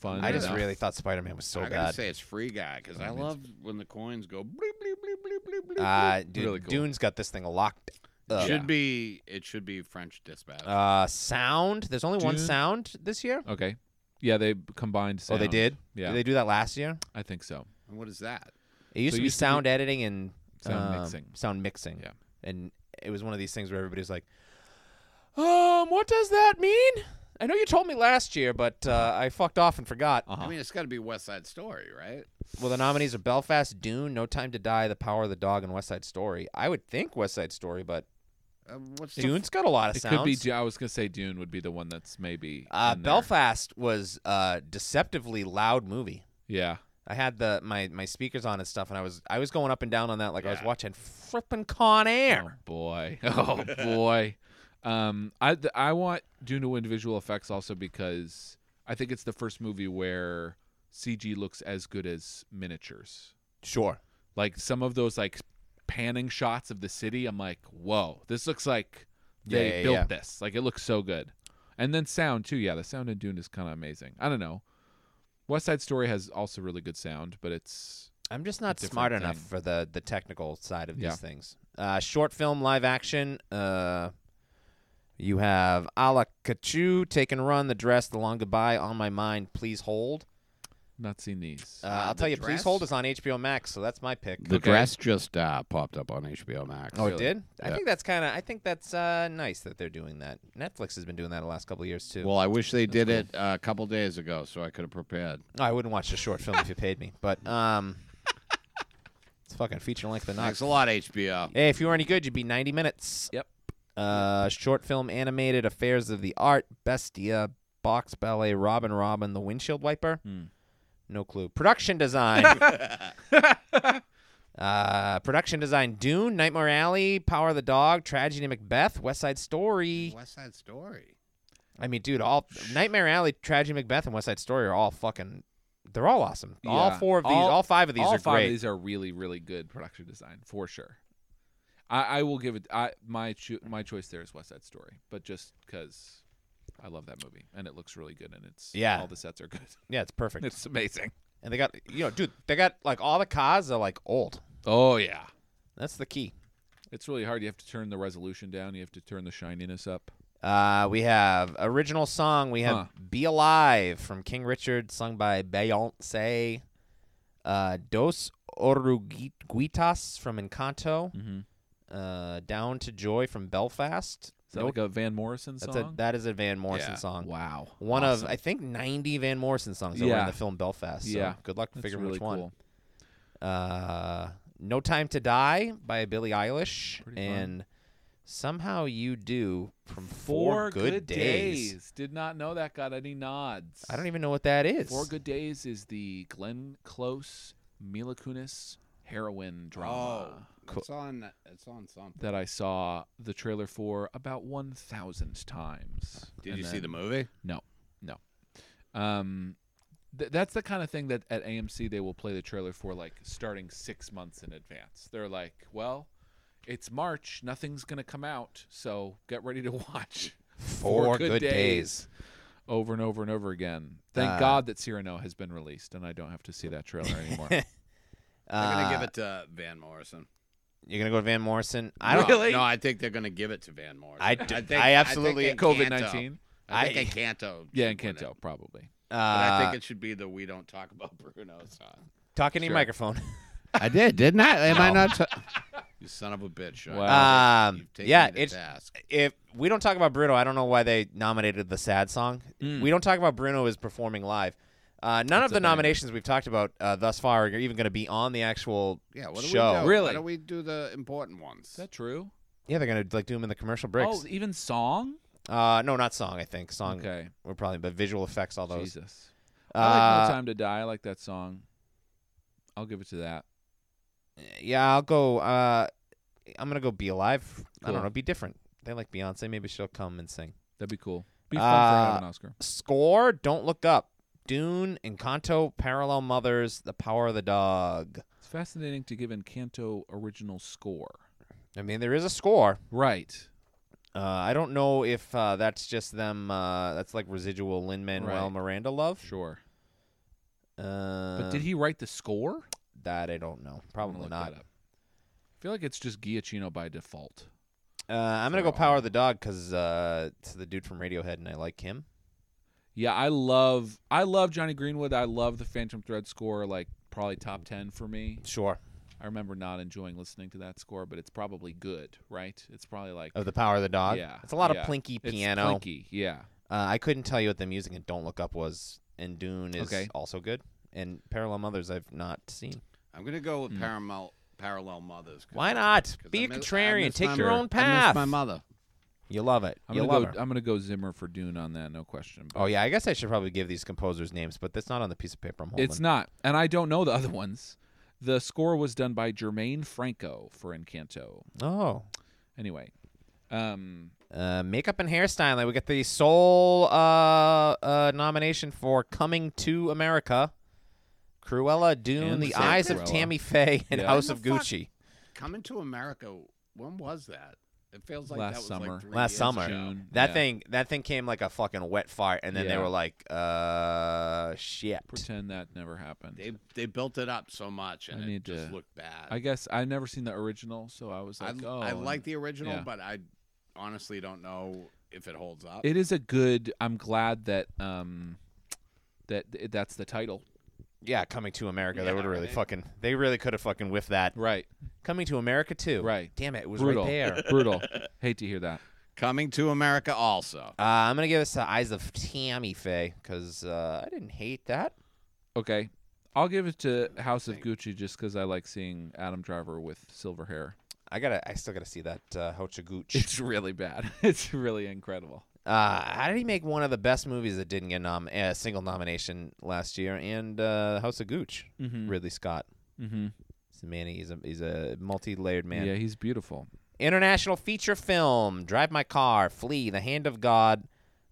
fun.
I just
enough.
really thought Spider Man was so
I gotta
bad.
say Oh, it's Free Guy because I
mean, it's-
love when the coins go bleep bleep bleep bleep bleep bleep.
Uh, dude,
Really cool.
Dune's got this thing locked.
bleep.
Up.
should be it should be French Dispatch.
Uh, sound. There's only one
Dune.
sound this year.
okay. Yeah, they combined.
Oh, they
sound.
did.
Yeah,
Did they do that last year?
I think so.
and what is that?
It used
So
to be
it used to be-
sound editing and
Sound
um,
mixing.
Sound mixing.
Yeah.
And it was one of these things where everybody's like, "Um, what does that mean? I know you told me last year, but uh, I fucked off and forgot."
Uh-huh.
I mean, it's got to be West Side Story, right?
Well, the nominees are Belfast, Dune, No Time to Die, The Power of the Dog, and West Side Story. I would think West Side Story, but
Um, what's the
Dune's got a lot of
It
sounds.
could be. Ju- I was gonna say Dune would be the one that's maybe.
uh,
in there.
Belfast was a deceptively loud movie.
Yeah.
I had the my, my speakers on and stuff, and I was I was going up and down on that like I was
Yeah.
watching frippin' Con Air.
Oh boy. Oh boy. Um, I th- I want Dune to win visual effects also because I think it's the first movie where CG looks as good as miniatures.
Sure.
Like some of those like panning shots of the city, I'm like, whoa, this looks like they
Yeah, yeah,
built
yeah.
this. Like it looks so good. And then sound too. Yeah, the sound in Dune is kind of amazing. I don't know. West Side Story has also really good sound, but it's
I'm just not
different
smart enough
thing.
for the the technical side of
Yeah.
these things. Uh, short film, live action. Uh, you have A La Kachu, Take and Run, The Dress, The Long Goodbye, On My Mind, Please Hold.
not seen these.
Uh,
Uh,
I'll
The
tell you, Please
Dress?
Hold is on HBO Max, so that's my pick.
The
Okay.
dress just uh, popped up on HBO Max.
Oh, it did. I
Yeah.
think that's kind of. I think that's uh, nice that they're doing that. Netflix has been doing that the last couple of years too.
Well, I wish they did it uh, a couple days ago, so I could have prepared.
I wouldn't watch the short film if you paid me, but um, it's fucking feature length or not.
Thanks a lot, HBO.
Hey, if you were any good, you'd be 90 minutes.
Yep.
Uh, short film, animated, Affairs of the Art, Bestia, Box Ballet, Robin Robin, The Windshield Wiper.
Hmm.
No clue. Production design. uh, production design, Dune, Nightmare Alley, Power of the Dog, Tragedy Macbeth, West Side Story.
West Side Story.
I mean, dude, all Nightmare Alley, Tragedy Macbeth, and West Side Story are all fucking. They're all awesome. All
Yeah.
four of these, all,
All-
five of these
all
are
five
great.
of these are really really good production design for sure i, I will give it I, my cho- my choice there is west side story but just because i love that movie and it looks really good and it's
Yeah.
all the sets are good
yeah, it's perfect.
it's amazing
and they got, you know, dude, they got like all the cars are like old.
oh yeah
That's the key.
it's really hard you have to turn the resolution down you have to turn the shininess up
Uh, we have original song. We have
Huh.
"Be Alive" from King Richard, sung by Beyonce. Uh, "Dos Oruguitas" from Encanto.
mm-hmm. is
Uh, "Down to Joy" from Belfast.
that
Nope.
like a van morrison
that's a
song
that is a Van Morrison
Yeah.
song.
wow
One
Awesome.
of I think ninety Van Morrison songs that were in
Yeah.
the film Belfast. So
Yeah.
Good luck
That's
figuring
really
which one.
cool.
Uh, "No Time to Die" by Billie Eilish,
Pretty fun.
and "Somehow You Do" from
four, good,
days.
days did not know that got any nods
I don't even know what that is.
Four Good Days is the Glenn Close, Mila Kunis heroin
Oh,
drama
It's on. It's on something.
that I saw the trailer for about 1,000 times.
Did
And
you see the
then-
movie?
Um, th- that's the kind of thing that at AMC they will play the trailer for, like starting six months in advance. They're like, well, it's March, nothing's going to come out, so get ready to watch.
Four,
Over and over and over again. Thank
Uh,
God that Cyrano has been released, and I don't have to see that trailer anymore.
They're gonna give
Uh,
it to Van Morrison.
You're gonna go to Van Morrison. I don't.
no, No, I think they're gonna give it to Van Morrison.
I d- I absolutely-
think
COVID
Encanto-
nineteen.
I
I-
think Encanto.
Yeah,
should win it.
Encanto probably.
Uh,
But I think it should be the "We Don't Talk About Bruno" song.
talking to your
Sure.
microphone.
I did, didn't I? Am I not? you son of a bitch! Sean.
Wow.
Um,
You've taken
yeah,
me to
it's-
task.
if we don't talk about Bruno, I don't know why they nominated the sad song.
Mm.
We don't talk about Bruno is performing live. Uh, none of
a
the
banger.
nominations we've talked about uh, thus far are even going to be on the actual.
Yeah, what do
show.
we do?
Really?
Why don't we do the important ones?
Is that true?
Yeah, they're going to like do them in the commercial breaks.
Oh, even song.
Uh, no, not song. I think song.
Okay,
We're probably but visual effects. All those.
Jesus. I like
Uh,
No Time to Die. I like that song. I'll give it to that.
yeah, I'll go. Uh, I'm gonna go. Be alive. I
Cool.
don't know. Be different. They like Beyonce. Maybe she'll come and sing.
That'd be cool. Be fun for
Uh,
an Oscar.
Score, Don't Look Up, Dune, Encanto, Parallel Mothers, The Power of the Dog.
It's fascinating to give Encanto original score.
I mean, there is a score.
Right.
Uh, I don't know if uh, that's just them. Uh, that's like residual Lin Manuel
Right.
Miranda love.
Sure.
Uh,
But did he write the score? I'm
That I don't know.
gonna
Probably
look
not.
that up. I feel like it's just Giacchino by default.
Uh, I'm gonna go
For all-
Power the Dog because uh, it's the dude from Radiohead, and I like him.
Yeah, I love I love Johnny Greenwood. I love the Phantom Thread score, like probably top
Mm-hmm.
ten for me.
Sure.
I remember not enjoying listening to that score, but it's probably good, right? It's probably like
Of the Power of the Dog.
Yeah,
It's a lot
yeah.
of plinky
it's
piano.
clinky, yeah.
Uh, I couldn't tell you what the music in Don't Look Up was, and Dune is
Okay.
also good. And Parallel Mothers I've not seen.
I'm gonna go with
Hmm.
Paramount Parallel Mothers. 'cause-
Why not?
'cause
Be
I
a
miss- I
contrarian.
miss
Take
my
your
mother.
own
I
path.
miss my mother.
You love it.
I'm
you
gonna
love
go. uh,
her.
I'm gonna go Zimmer for Dune on that. No question.
Oh yeah, I guess I should probably give these composers names, but that's not on the piece of paper I'm holding.
It's not, and I don't know the other ones. The score was done by Jermaine Franco for Encanto.
Oh,
Anyway, um,
uh, makeup and hairstyling. We got the sole uh, uh, nomination for "Coming to America," Cruella, Dune,
And
The
Sam
Eyes
Cruella.
of Tammy Faye, and
Yeah.
House
When
of
the fuck-
Gucci.
Coming to America. When was that? It feels like
Last
that was
summer.
Like three
Last
years
summer.
ago.
June.
That
yeah.
thing, that thing came like a fucking wet fart, and then they
Yeah.
were like, "Uh, shit."
Pretend that never happened.
They they built it up so much, and
I
it
need
just
to-
looked bad.
I guess I've never seen the original, so I was
I,
like, oh,
I
and-
like the original,
yeah.
but I honestly don't know if it holds up.
It is a good. I'm glad that um, that that's the title.
Yeah, "Coming to America." they
Yeah,
would really
right.
fucking. They really could have fucking whiffed that.
Right.
"Coming to America" too.
Right.
Damn it, it was
Brutal.
right there.
Brutal. Hate to hear that.
Coming to America also.
Uh, I'm gonna give this to Eyes of Tammy Faye because uh, I didn't hate that.
Okay. I'll give it to House of Gucci just because I like seeing Adam Driver with silver hair.
I gotta, I still gotta see that uh, Hocha Gooch.
It's really bad. It's really incredible.
Uh, how did he make one of the best movies that didn't get nom- a single nomination last year? And uh, House of Gooch,
Mm-hmm.
Ridley Scott.
Mm-hmm.
He's a man. He's a he's a multi-layered man.
Yeah, he's beautiful.
International feature film: Drive My Car, Flee, The Hand of God,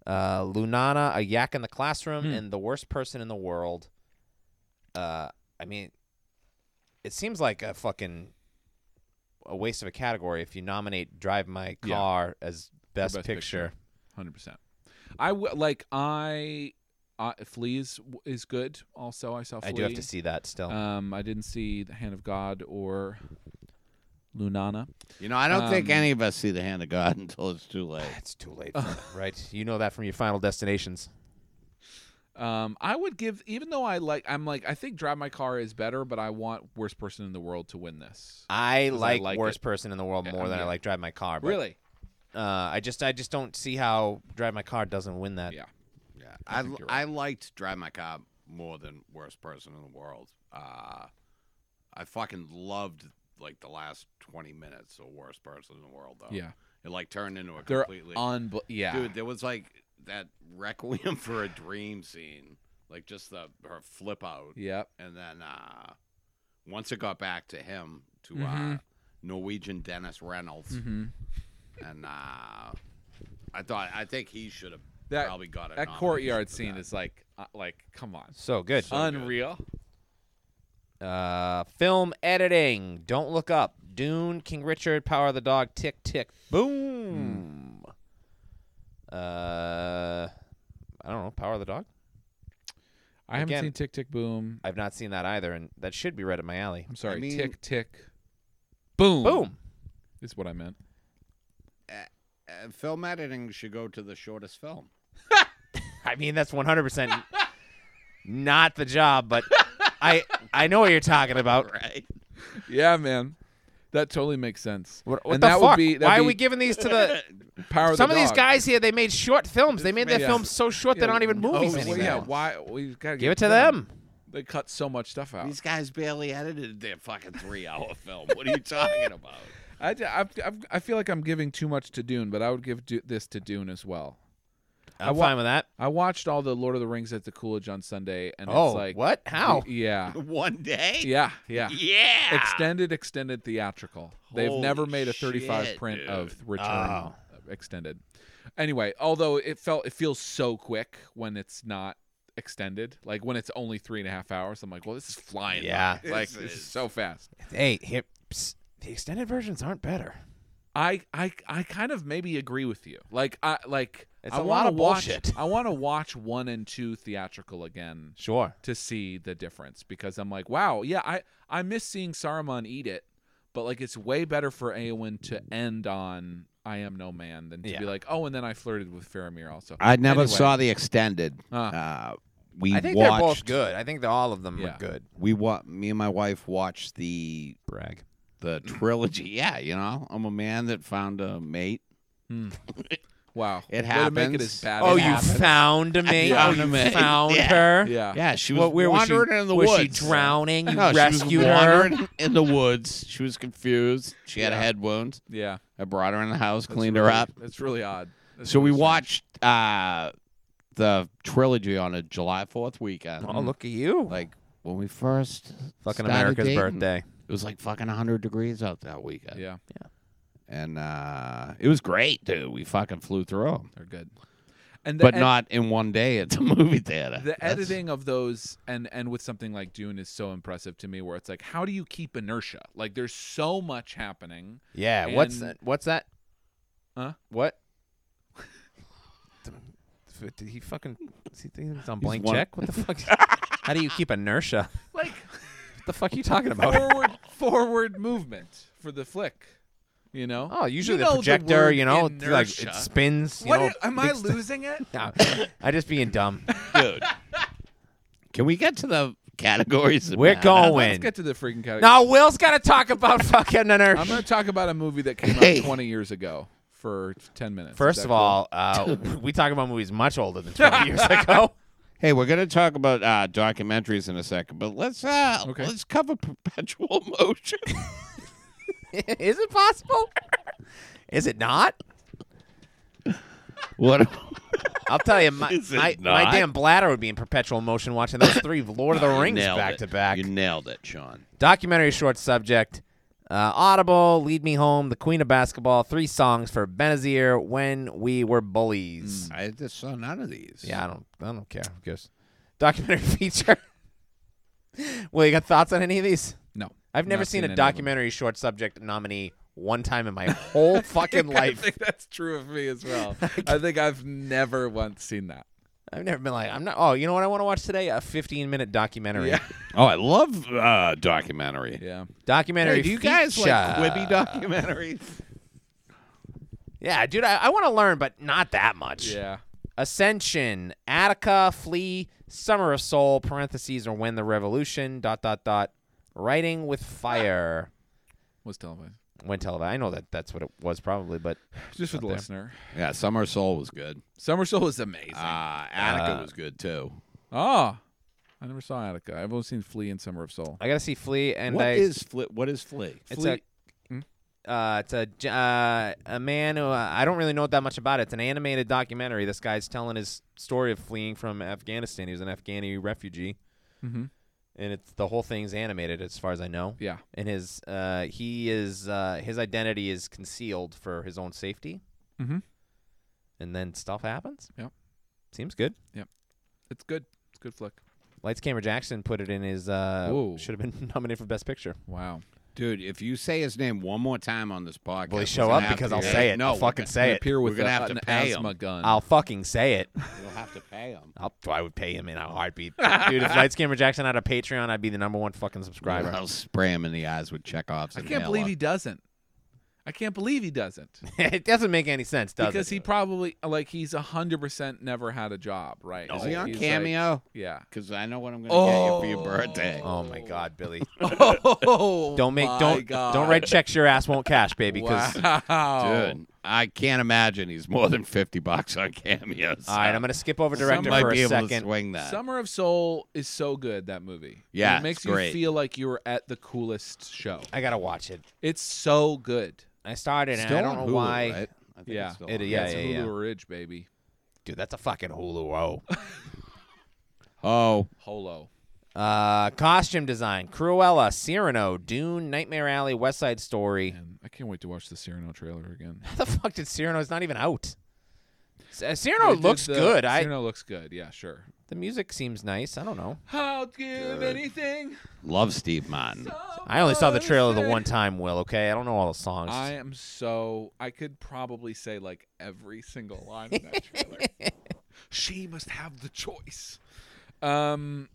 uh, Lunana, A Yak in the Classroom,
Hmm.
and The Worst Person in the World. Uh, I mean, it seems like a fucking a waste of a category if you nominate Drive My
Yeah.
Car as best,
best
picture.
picture. Hundred percent. I w- like I. Uh, Fleas w- is good. Also, I saw. Flea.
I do have to see that still.
Um, I didn't see the Hand of God or Lunana.
You know, I don't think
Um,
any of us see the hand of God until it's too late.
it's too late, for that, right? You know that from your Final Destinations.
Um, I would give, even though I like, I'm like, I think Drive My Car is better, but I want Worst Person in the World to win this.
I
'Cause I
like,
like
Worst
it.
Person in the World
Yeah,
more
I
than I
mean-
like Drive My Car. But,
really?
Uh, I just I just don't see how Drive My Car doesn't win that.
Yeah.
Yeah, I,
I think you're right.
I liked Drive My Car more than Worst Person in the World. Uh, I fucking loved like the last twenty minutes of Worst Person in the World
Oh,
though.
Yeah.
it like turned into a
They're
completely
on, yeah.
dude. There was like that Requiem for a Dream scene, like just the her flip out,
yep.
and then uh, once it got back to him to uh,
Mhm.
Norwegian Dennis Reynolds,
Mm-hmm.
and uh, I thought I think he should have.
That-
probably got a
That
nomination
courtyard
for
scene
that.
is like, uh, like, come on.
So good.
Unreal.
Uh, film editing. Don't look up. Dune, King Richard, Power of the Dog, Tick Tick Boom. Hmm. Uh, I don't know. Power of the Dog.
I haven't
Again-
seen Tick Tick Boom.
I've not seen that either, and that should be right up my alley.
I'm sorry.
I mean-
tick Tick Boom.
Boom.
Is what I meant.
uh, film editing should go to the shortest film.
I mean, that's 100 percent not the job, but I I know what you're talking about.
Right.
Yeah, man. That totally makes sense.
What, what
and
the
that
fuck?
Would be, that'd
Why are
be
we giving these to the?
power of
Some
the
of these
Dog.
guys here, they made short films. They made their
Yeah.
films so short they're not even
no,
movies
well,
anymore. Oh,
Yeah, why? We've got to
Give it to them.
They cut so much stuff out.
These guys barely edited their fucking three hour film. What are you talking about?
I, d- I've- I've- I feel like I'm giving too much to Dune, but I would give du- this to Dune as well. I
I'm
wa-
fine with that.
I watched all the Lord of the Rings at the Coolidge on Sunday, and
oh,
it's like
what? How?
Yeah,
One day?
yeah, yeah.
Yeah.
Extended, extended theatrical. They've
Holy
never made a 35
shit,
print
dude.
of Return
Oh.
extended. Anyway, although it felt it feels so quick when it's not extended, like when it's only three and a half hours. I'm like, well, this is flying. by.
Yeah.
like
This
this is
is-
so fast.
Hey, here, psst, the extended versions aren't better.
I I I kind of maybe agree with you. Like I like
It's
I
a lot
wanna
of
watch,
bullshit.
I want to watch one and two theatrical again
Sure.
to see the difference because I'm like, wow, yeah, I I miss seeing Saruman eat it, but like it's way better for Aowen to end on I am no man than to
Yeah.
be like, oh, and then I flirted with Faramir also.
I never
Anyway.
saw the extended.
Uh,
Uh, we
I think
watched,
they're both good. I think that all of them
Yeah.
are good.
We wa- me and my wife watched the
Brag.
the trilogy. Yeah, you know, I'm a man that found a mate.
wow,
It
Way to make it
happens.
as bad.
Oh,
as
you
happens.
found me.
Yeah.
Oh, you
Yeah.
found
Yeah.
her.
yeah.
Yeah, she was
What? Where was she?
wandering in the
was
woods.
she drowning? You
No, she
rescued
was
her.
wandering in the woods. She was confused. She had a
Yeah.
head wound.
yeah,
I brought her in the house,
That's
cleaned her
really-
up.
That's really odd. That's
So we
really strange.
watched uh, the trilogy on a July Fourth weekend.
Oh, look at you!
Like when we first
Fucking
started
America's
dating,
birthday.
It was like fucking hundred degrees out that weekend.
Yeah,
and uh, it was great, dude. We fucking flew through 'em.
they're good, and the
but
ed-
not in one day at the movie theater.
the
That's-
editing of those and and with something like Dune is so impressive to me, where it's like, how do you keep inertia? Like, there's so much happening.
Yeah. what's
And-
that? What's that?
Huh?
What? Did he fucking? Is he thinking he's on blank
one-
check? What the fuck? How do you keep inertia?
Like.
What the fuck are you talking about?
forward forward movement for the flick. You know?
Oh, usually
You
the
know
projector,
word
you know, it's like
inertia.
it spins. You
what
know,
i- am I
things-
losing it?
No, I just being dumb.
dude. Can we get to the categories? that
We're
matter?
going.
Let's get to the freaking category.
Now Will's got to talk about fucking inertia.
I'm going to talk about a movie that came
Hey.
out 20 years ago for 10 minutes. Is
First
that
of
cool?
all, uh, we talk about movies much older than 20 years ago.
Hey, we're gonna talk about uh, documentaries in a second, but let's uh,
Okay.
let's cover perpetual motion.
Is it possible? Is it not?
what?
I'll tell you, my,
Is it
my,
not?
my damn bladder would be in perpetual motion watching those three Lord of the
You
Rings
nailed
back
it.
to back.
You nailed it, Sean.
Documentary short subject uh, Audible, Lead Me Home, The Queen of Basketball, three songs for Benazir, When We Were Bullies.
I just saw none of these.
Yeah, I don't, I don't care. Who cares? Documentary feature. Well, you got thoughts on any of these?
no.
I've never
Not
seen, a
any of them.
documentary short subject nominee one time in my whole fucking
I
life.
think that's true of me as well. I think I've never once seen that.
I've never been like, I'm not. Oh, you know what I want to watch today? A 15 minute documentary.
Yeah.
Oh, I love uh, documentary.
Yeah.
Documentary.
Hey, do you guys like
feature.
Quibi documentaries?
Yeah, dude, I, I want to learn, but not that much.
Yeah.
Ascension, Attica, Flea, Summer of Soul, parentheses, or When the Revolution, dot, dot, dot. Writing with Fire.
Was televised.
When televised. I know that that's what it was probably, but
Just for the
there.
listener.
Yeah, Summer Soul was good.
Summer Soul is amazing.
Uh, Attica
Uh,
was good too.
oh. I never saw Attica. I've only seen Flea and Summer of Soul.
I got to see Flea and
What
I.
is Flea? What is Flea?
It's
Flea-
a,
Hmm?
uh, it's a j- uh, a man who uh, I don't really know that much about. It. It's an animated documentary. This guy's telling his story of fleeing from Afghanistan. He was an Afghani refugee,
Mm-hmm.
and it's the whole thing's animated as far as I know.
Yeah.
And his uh, he is uh, his identity is concealed for his own safety,
Mhm.
and then stuff happens.
Yep.
seems good.
It's good. It's a good flick.
Lights Camera Jackson put it in his uh,
Whoa.
should have been nominated for Best Picture.
Wow.
Dude, if you say his name one more time on this podcast,
Will he
we're
show
gonna
up
have
because
to
I'll
pay-
say it?
No,
I'll fucking
They
say it.
appear with
We're gonna
a-
have to
an
pay 'em.
asthma gun.
I'll fucking say it.
You'll have to pay him.
I'll, I would pay him in a heartbeat, dude. If Lights Camera Jackson had a Patreon, I'd be the number one fucking subscriber.
I'll spray him in the eyes with Chekhov's.
I can't believe he doesn't. I can't believe he doesn't
it doesn't make any sense, does
because
it?
he probably like he's hundred percent never had a job, right?
Is he on
He's
Cameo?
Like, yeah.
Because I know what I'm going to
Oh.
get you for your birthday.
oh my God, Billy!
Oh,
Don't make don't don't write checks your ass won't cash, baby. Because Oh.
wow.
Dude, I can't imagine he's more than 50 bucks on Cameos.
all right, I'm gonna skip over
Some
director
might
for
be
a
able to
second.
swing that.
Summer of Soul is so good that movie.
Yeah,
it makes
it's
you
great.
feel like you were at the coolest show.
I gotta watch it.
It's so good.
I started and
Still
I don't
on
know
Hulu,
why.
right? I think
Yeah.
it's still
It-
on.
yeah,
it's
yeah,
Hulu
yeah.
Ridge, baby.
Dude, that's a fucking Hulu. Oh.
Oh,
Holo.
Uh, costume design: Cruella, Cyrano, Dune, Nightmare Alley, West Side Story.
Man, I can't wait to watch the Cyrano trailer again.
How the fuck did Cyrano? It's not even out. C- Cyrano
They did
looks
the-
good. I
Cyrano looks good. Yeah, sure.
The music seems nice. I don't know.
I'll give anything.
Love Steve Martin.
I only saw the
someone
trailer the
said-
one time. Will okay? I don't know all the songs.
I am so I could probably say like every single line in that trailer. she must have the choice. Um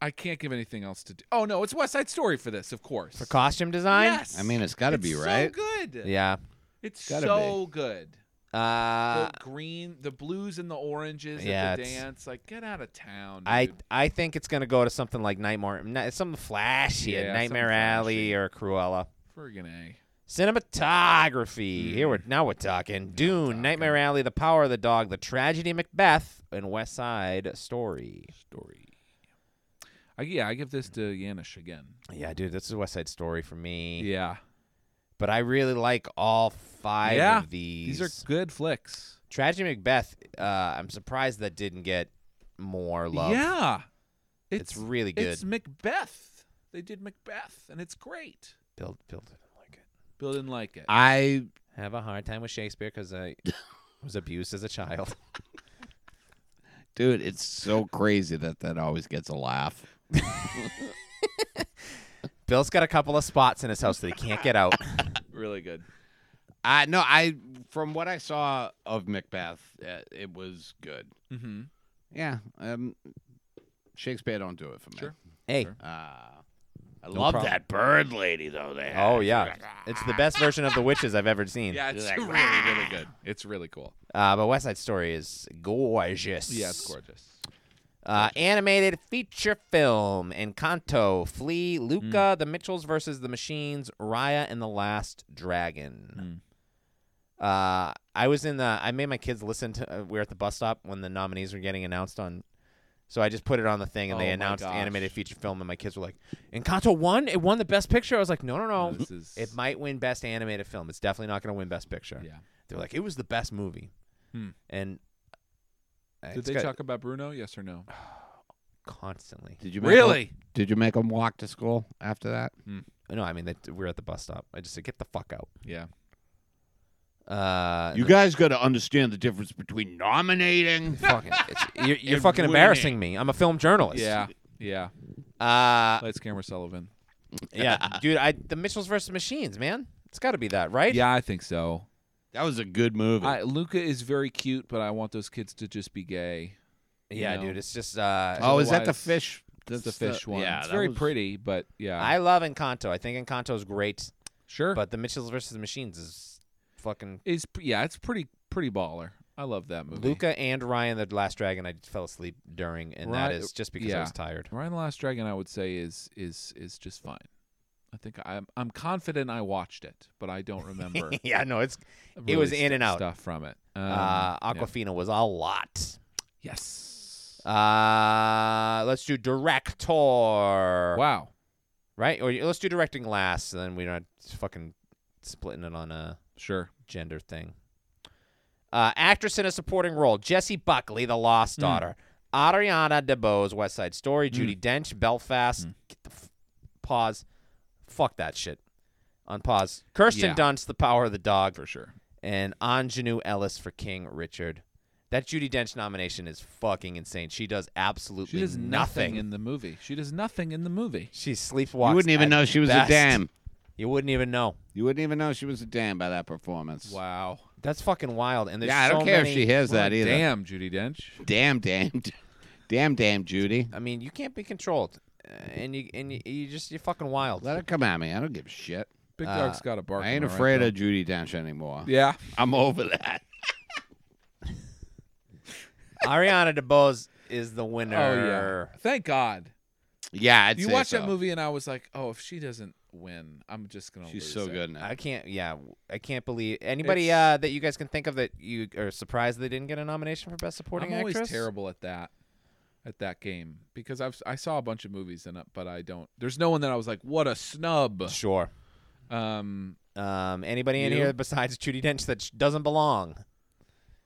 I can't give anything else to do. Oh no, it's West Side Story for this, of course.
For costume design.
Yes.
I mean, it's got to
It's
be
so
right.
good.
Yeah.
It's
Gotta
so good.
Uh,
The green, the blues and the oranges
yeah,
at the
it's-
dance. Like, get out of town.
I
dude.
I think it's gonna go to something like Nightmare, ni- something flashy,
Yeah, something
Nightmare Alley
flashy.
or Cruella.
friggin' A.
Cinematography. Here we're Mm. now we're talking Dune, Nightmare Alley, The Power of the Dog, The Tragedy Macbeth, and West Side Story.
Story. I, yeah, I give this to Yanish again.
Yeah, dude, this is West Side Story for me.
Yeah.
But I really like all five
Yeah,
of these.
These are good flicks.
Tragedy Macbeth. Uh, I'm surprised that didn't get more love.
Yeah.
it's, really good.
It's Macbeth. They did Macbeth, and it's great.
build, build it. I like it.
Bill didn't like it.
I
have a hard time with Shakespeare because I was abused as a child.
dude, it's so crazy that that always gets a laugh.
Bill's got a couple of spots in his house that he can't get out.
really good.
I no, I from what I saw of Macbeth, uh, it was good.
Mm-hmm.
Yeah, um, Shakespeare don't do it for me.
Sure.
hey,
Sure.
Uh, I love
problem.
that bird lady though. They had.
oh yeah, it's the best version of the witches I've ever seen.
Yeah, it's
Like,
really, really good. It's really cool.
Uh, but West Side Story is gorgeous.
Yeah, it's gorgeous.
Uh, animated feature film: Encanto, Flea,
Hmm.
Luca, The Mitchells versus the Machines, Raya and the Last Dragon.
Hmm.
Uh, I was in the. I made my kids listen to. Uh, we were at the bus stop when the nominees were getting announced on. So I just put it on the thing, and
Oh
they
my
announced
gosh.
animated feature film, and my kids were like, "Encanto won! It won the best picture." I was like, "No, no, no!
This is
Um, It might win best animated film. It's definitely not going to win best picture."
Yeah.
They're like, "It was the best movie,"
Hmm.
and uh,
Did
it's
they
got-
talk about Bruno? Yes or no?
constantly?
Did you make them- did you make them walk to school after that?
No, I mean that we were at the bus stop. I just said, "Get the fuck out."
Yeah.
Uh,
You guys got to understand the difference between nominating.
fucking, it's, you're you're
And
fucking
winning.
embarrassing me. I'm a film journalist.
Yeah. Yeah.
Uh,
Lights, camera, Sullivan.
yeah, dude. I the Mitchells versus Machines, man. It's got to be that, right?
Yeah, I think so.
That was a good movie.
I, Luca is very cute, but I want those kids to just be gay.
yeah,
You know.
dude. It's just. Uh,
oh, is that the
Otherwise-
fish?
That's the fish one.
Yeah,
it's
that
very
was-
pretty, but yeah.
I love Encanto. I think Encanto is great,
sure.
but the Mitchells versus the Machines is fucking.
It's yeah, it's pretty pretty baller. I love that movie.
Luca and Ryan the Last Dragon. I fell asleep during, and that
Right-
is just because I
yeah.
was tired.
Ryan the Last Dragon, I would say is is is just fine. I think I'm I'm confident I watched it, but I don't remember.
yeah, no, it's
really
was
st-
in and out.
stuff from it. Um,
uh,
yeah.
Aquafina was a lot.
Yes.
Uh, let's do director.
wow.
Right? Or let's do directing last, so then we're not fucking splitting it on a
Sure.
gender thing. Uh, actress in a supporting role: Jessie Buckley, The Lost Daughter, Ariana DeBose, West Side Story, Judy Dench, Belfast. Get the f- pause. Fuck that shit. Unpause. Kirsten
Yeah.
Dunst, The Power of the Dog,
For sure.
and Anjanou Ellis for King Richard. That Judy Dench nomination is fucking insane. She does absolutely
She does nothing
nothing
in the movie. She does nothing in the movie.
She sleepwalks.
you wouldn't even
at
know she was
best.
a dam.
You wouldn't even know.
You wouldn't even know she was a dam by that performance.
Wow.
That's fucking wild. And there's
Yeah, I don't
so
care
many-
if she hears
Well,
that either.
Damn, Judy Dench.
damn, damn, damn, damn, Judy.
I mean, you can't be controlled, Uh, and you and you, you just you're fucking wild.
Let her come at me. I don't give a shit.
Big
Uh,
Dog's got a bark.
I
am
ain't
right,
afraid
though?
of Judy Dench anymore.
Yeah.
I'm over that.
Ariana DeBose is the winner.
Oh yeah. Thank God.
Yeah, I'd
you
say
watch
so.
that movie, and I was like, oh, if she doesn't win, I'm just gonna.
She's
lose
so
it.
good now.
I can't. Yeah, I can't believe anybody
It's-
uh, that you guys can think of that you are surprised they didn't get a nomination for best supporting
I'm always
actress.
terrible at that, at that game because I've I saw a bunch of movies and uh, but I don't. There's no one that I was like, what a snub.
Sure.
Um,
Um, anybody in
You?
here besides Judy Dench that sh- doesn't belong?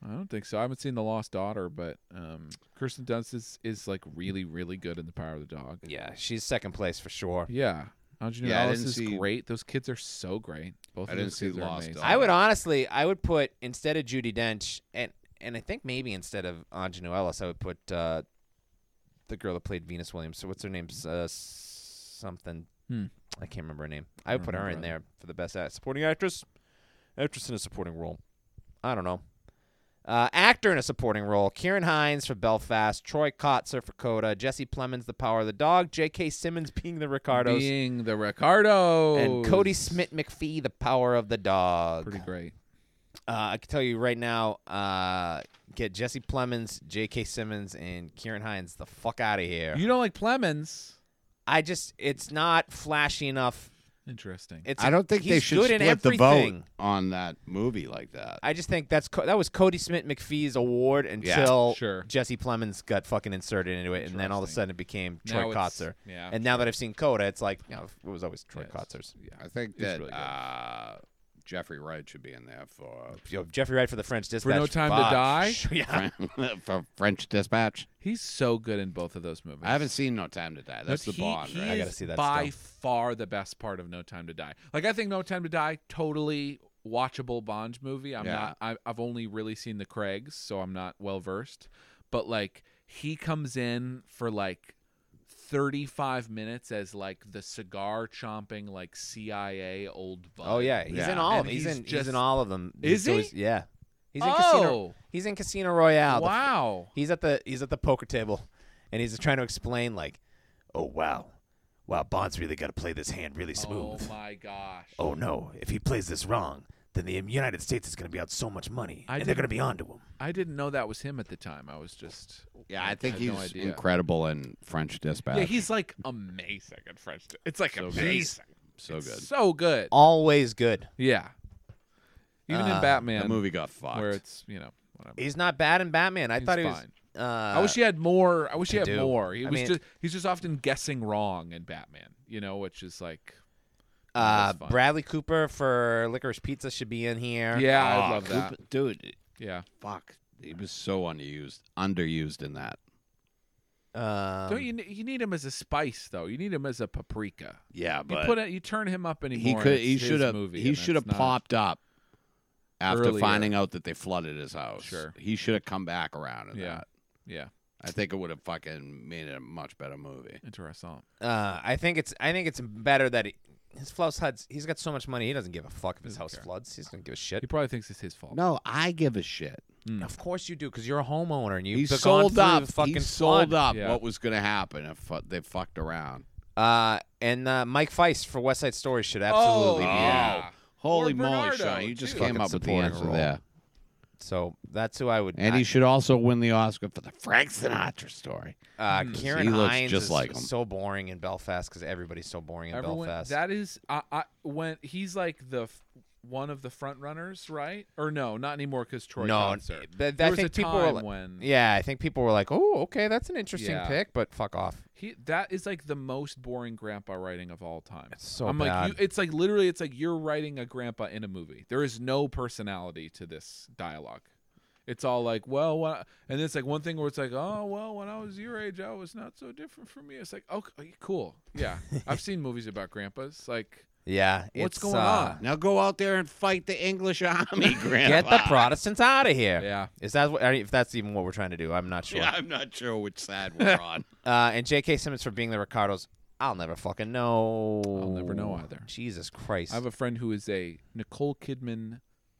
I don't think so. I haven't seen The Lost Daughter, but um, Kirsten Dunst is, is like really really good in The Power of the Dog.
Yeah, she's second place for sure.
Yeah. Angelina
Yeah, I
Ellis
didn't
is
see-
great. Those kids are so great. Both
I
of
didn't
those
see
kids are
Lost
amazing.
Daughter.
I would honestly, I would put instead of Judy Dench, and and I think maybe instead of Anjanou Ellis, I would put uh, the girl that played Venus Williams. So what's her name? S- Uh, s- something.
Hmm.
I can't remember her name. I would put her in
remember
there for the best act- supporting actress, actress in a supporting role. I don't know. Uh, actor in a supporting role: Kieran Hines for Belfast, Troy Kotzer for Coda, Jesse Plemons, The Power of the Dog, J.K. Simmons being the Ricardos,
Being the Ricardo
and Cody Smith McPhee, The Power of the Dog.
Pretty great.
Uh, I can tell you right now, uh, get Jesse Plemons, J.K. Simmons, and Kieran Hines the fuck out of here.
You don't like Plemons?
I just, it's not flashy enough.
Interesting.
It's
I don't think they
he's
should
good
split
in
the
everything.
vote on that movie like that.
I just think that's co- that was Cody Smith McPhee's award until
sure.
Jesse Plemons got fucking inserted into it, and then all of a
Interesting.
sudden it became Troy
Now it's-
Kotzer.
Yeah.
And now that I've seen Coda, it's like you know, it was always Troy
Yes.
Kotzer's.
Yeah.
I think
It's
that
really good.
uh, Jeffrey Wright should be in there for
Yo, Jeffrey Wright for the French Dispatch.
No Time to
Fuck.
Die?
yeah.
Fran- for French Dispatch.
He's so good in both of those movies.
I haven't seen No Time to Die. That's
But
the
he-
Bond,
he
right?
I gotta
is
see that
By
still.
far the best part of No Time to Die. Like I think No Time to Die totally watchable Bond movie. I'm
Yeah.
not. I, I've only really seen the Craigs, so I'm not well versed. But like he comes in for like 35 minutes as like the cigar chomping like CIA old bud.
Oh yeah, he's
Yeah.
in all of
And
them. He's,
he's
in he's
just-
in all of them.
Is
So
he?
he's- yeah. He's in Casino.
oh
He's in Casino Royale. the
wow.
He's at the he's at the poker table, and he's trying to explain like, oh wow, Oh, wow Bond's really got to play this hand really
Oh
smooth.
my gosh.
Oh, no, if he plays this wrong, then the United States is going to be out so much money,
I
and they're going to
didn't-
be onto him.
I didn't know that was him at the time. I was just
Yeah, I think
had no
he's
idea.
incredible in French Dispatch.
Yeah, he's like amazing in French. It's like
So good.
amazing.
so good.
So good.
Always good.
Yeah. Even
Uh,
in Batman,
Ah, The movie got fucked.
where it's you know whatever.
He's not bad in Batman. I
He's
thought he was.
fine.
Uh,
I wish he had more. I wish he
I
had
do.
more. He
I
was
mean-
just he's just often guessing wrong in Batman. You know, which is like
uh,
was fine.
Bradley Cooper for Licorice Pizza should be in here.
yeah, I
Oh,
love that.
Cooper- dude.
Yeah.
Fuck, he was so underused, underused in that.
Um,
Don't you ne- you need him as a spice though? You need him as a paprika.
Yeah,
You put it, you turn him up anymore.
he
and
could.
it's
He
his
should have.
movie,
He
and
should have
that's not-
popped up after
Earlier.
finding out that they flooded his house.
Sure.
he should have come back around. In
Yeah.
that.
Yeah,
I think it would have fucking made it a much better movie.
interesting.
Uh, I think it's I think it's better that he, his Flouse Huds. He's got so much money, he doesn't give a fuck if his
Doesn't
house
care.
floods. He doesn't give a shit.
He probably thinks it's his fault.
No, I give a shit.
Mm.
Of course you do, because you're a homeowner and you
He
have
sold
gone through
up.
the fucking
he sold
flood.
up
Yeah.
what was going to happen if fu- they fucked around.
Uh, and uh, Mike Feist for West Side Story should absolutely be in.
Oh, yeah.
Oh, holy
Or
moly,
Bernardo,
Sean! You just
too.
came
Fucking
up with the
supporting
answer
role.
there.
So that's who I would.
And
I-
he should also win the Oscar for the Frank Sinatra story.
uh, Kieran
Hmm. He looks
Hines
just
is
like him.
so boring in Belfast because everybody's so boring in
Everyone
Belfast.
that is I, I when he's like the f- one of the front runners, right? Or no, not anymore because Troy.
no,
Kotzer.
th- th-
There
I
was
think
a
people were
time
like,
when
yeah, I think people were like, oh, okay, that's an interesting
Yeah.
pick, but fuck off.
he that is like the most boring grandpa writing of all time.
It's so
I'm
bad.
like, you, it's like literally, it's like you're writing a grandpa in a movie. There is no personality to this dialogue. It's all like, well, when I, and it's like one thing where it's like, oh, well, when I was your age, I was not so different from you. It's like, okay, cool, yeah. I've seen movies about grandpas. Like,
yeah,
What's
it's,
going
uh,
on?
Now go out there and fight the English army, Grandpa.
Get the Protestants out of here.
yeah,
Is that what, I mean, if that's even what we're trying to do? I'm not sure.
Yeah, I'm not sure which side we're on.
Uh, and J.K. Simmons for being the Ricardos. I'll never fucking know.
I'll never know either.
Jesus Christ.
I have a friend who is a Nicole Kidman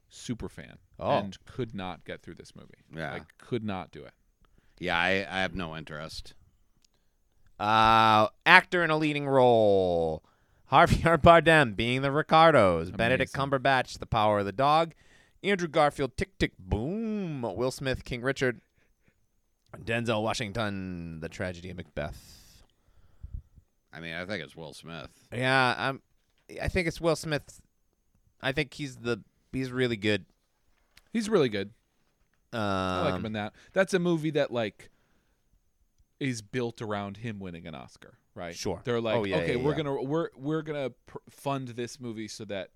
super fan
Oh.
and could not get through this movie.
Yeah.
Like could not do it.
yeah, I, I have no interest.
Uh, actor in a leading role. Harvey R. Bardem being the Ricardos. Benedict Cumberbatch, The Power of the Dog. Andrew Garfield, Tick Tick Boom. Will Smith, King Richard. Denzel Washington, The Tragedy of Macbeth.
I mean, I think it's Will Smith.
Yeah, I'm. I think it's Will Smith. I think he's the he's really good.
He's really good.
Um,
I like him in that. That's a movie that like is built around him winning an Oscar, right?
Sure.
They're like,
Oh, yeah,
okay,
yeah,
we're
yeah.
gonna we're we're gonna pr- fund this movie so that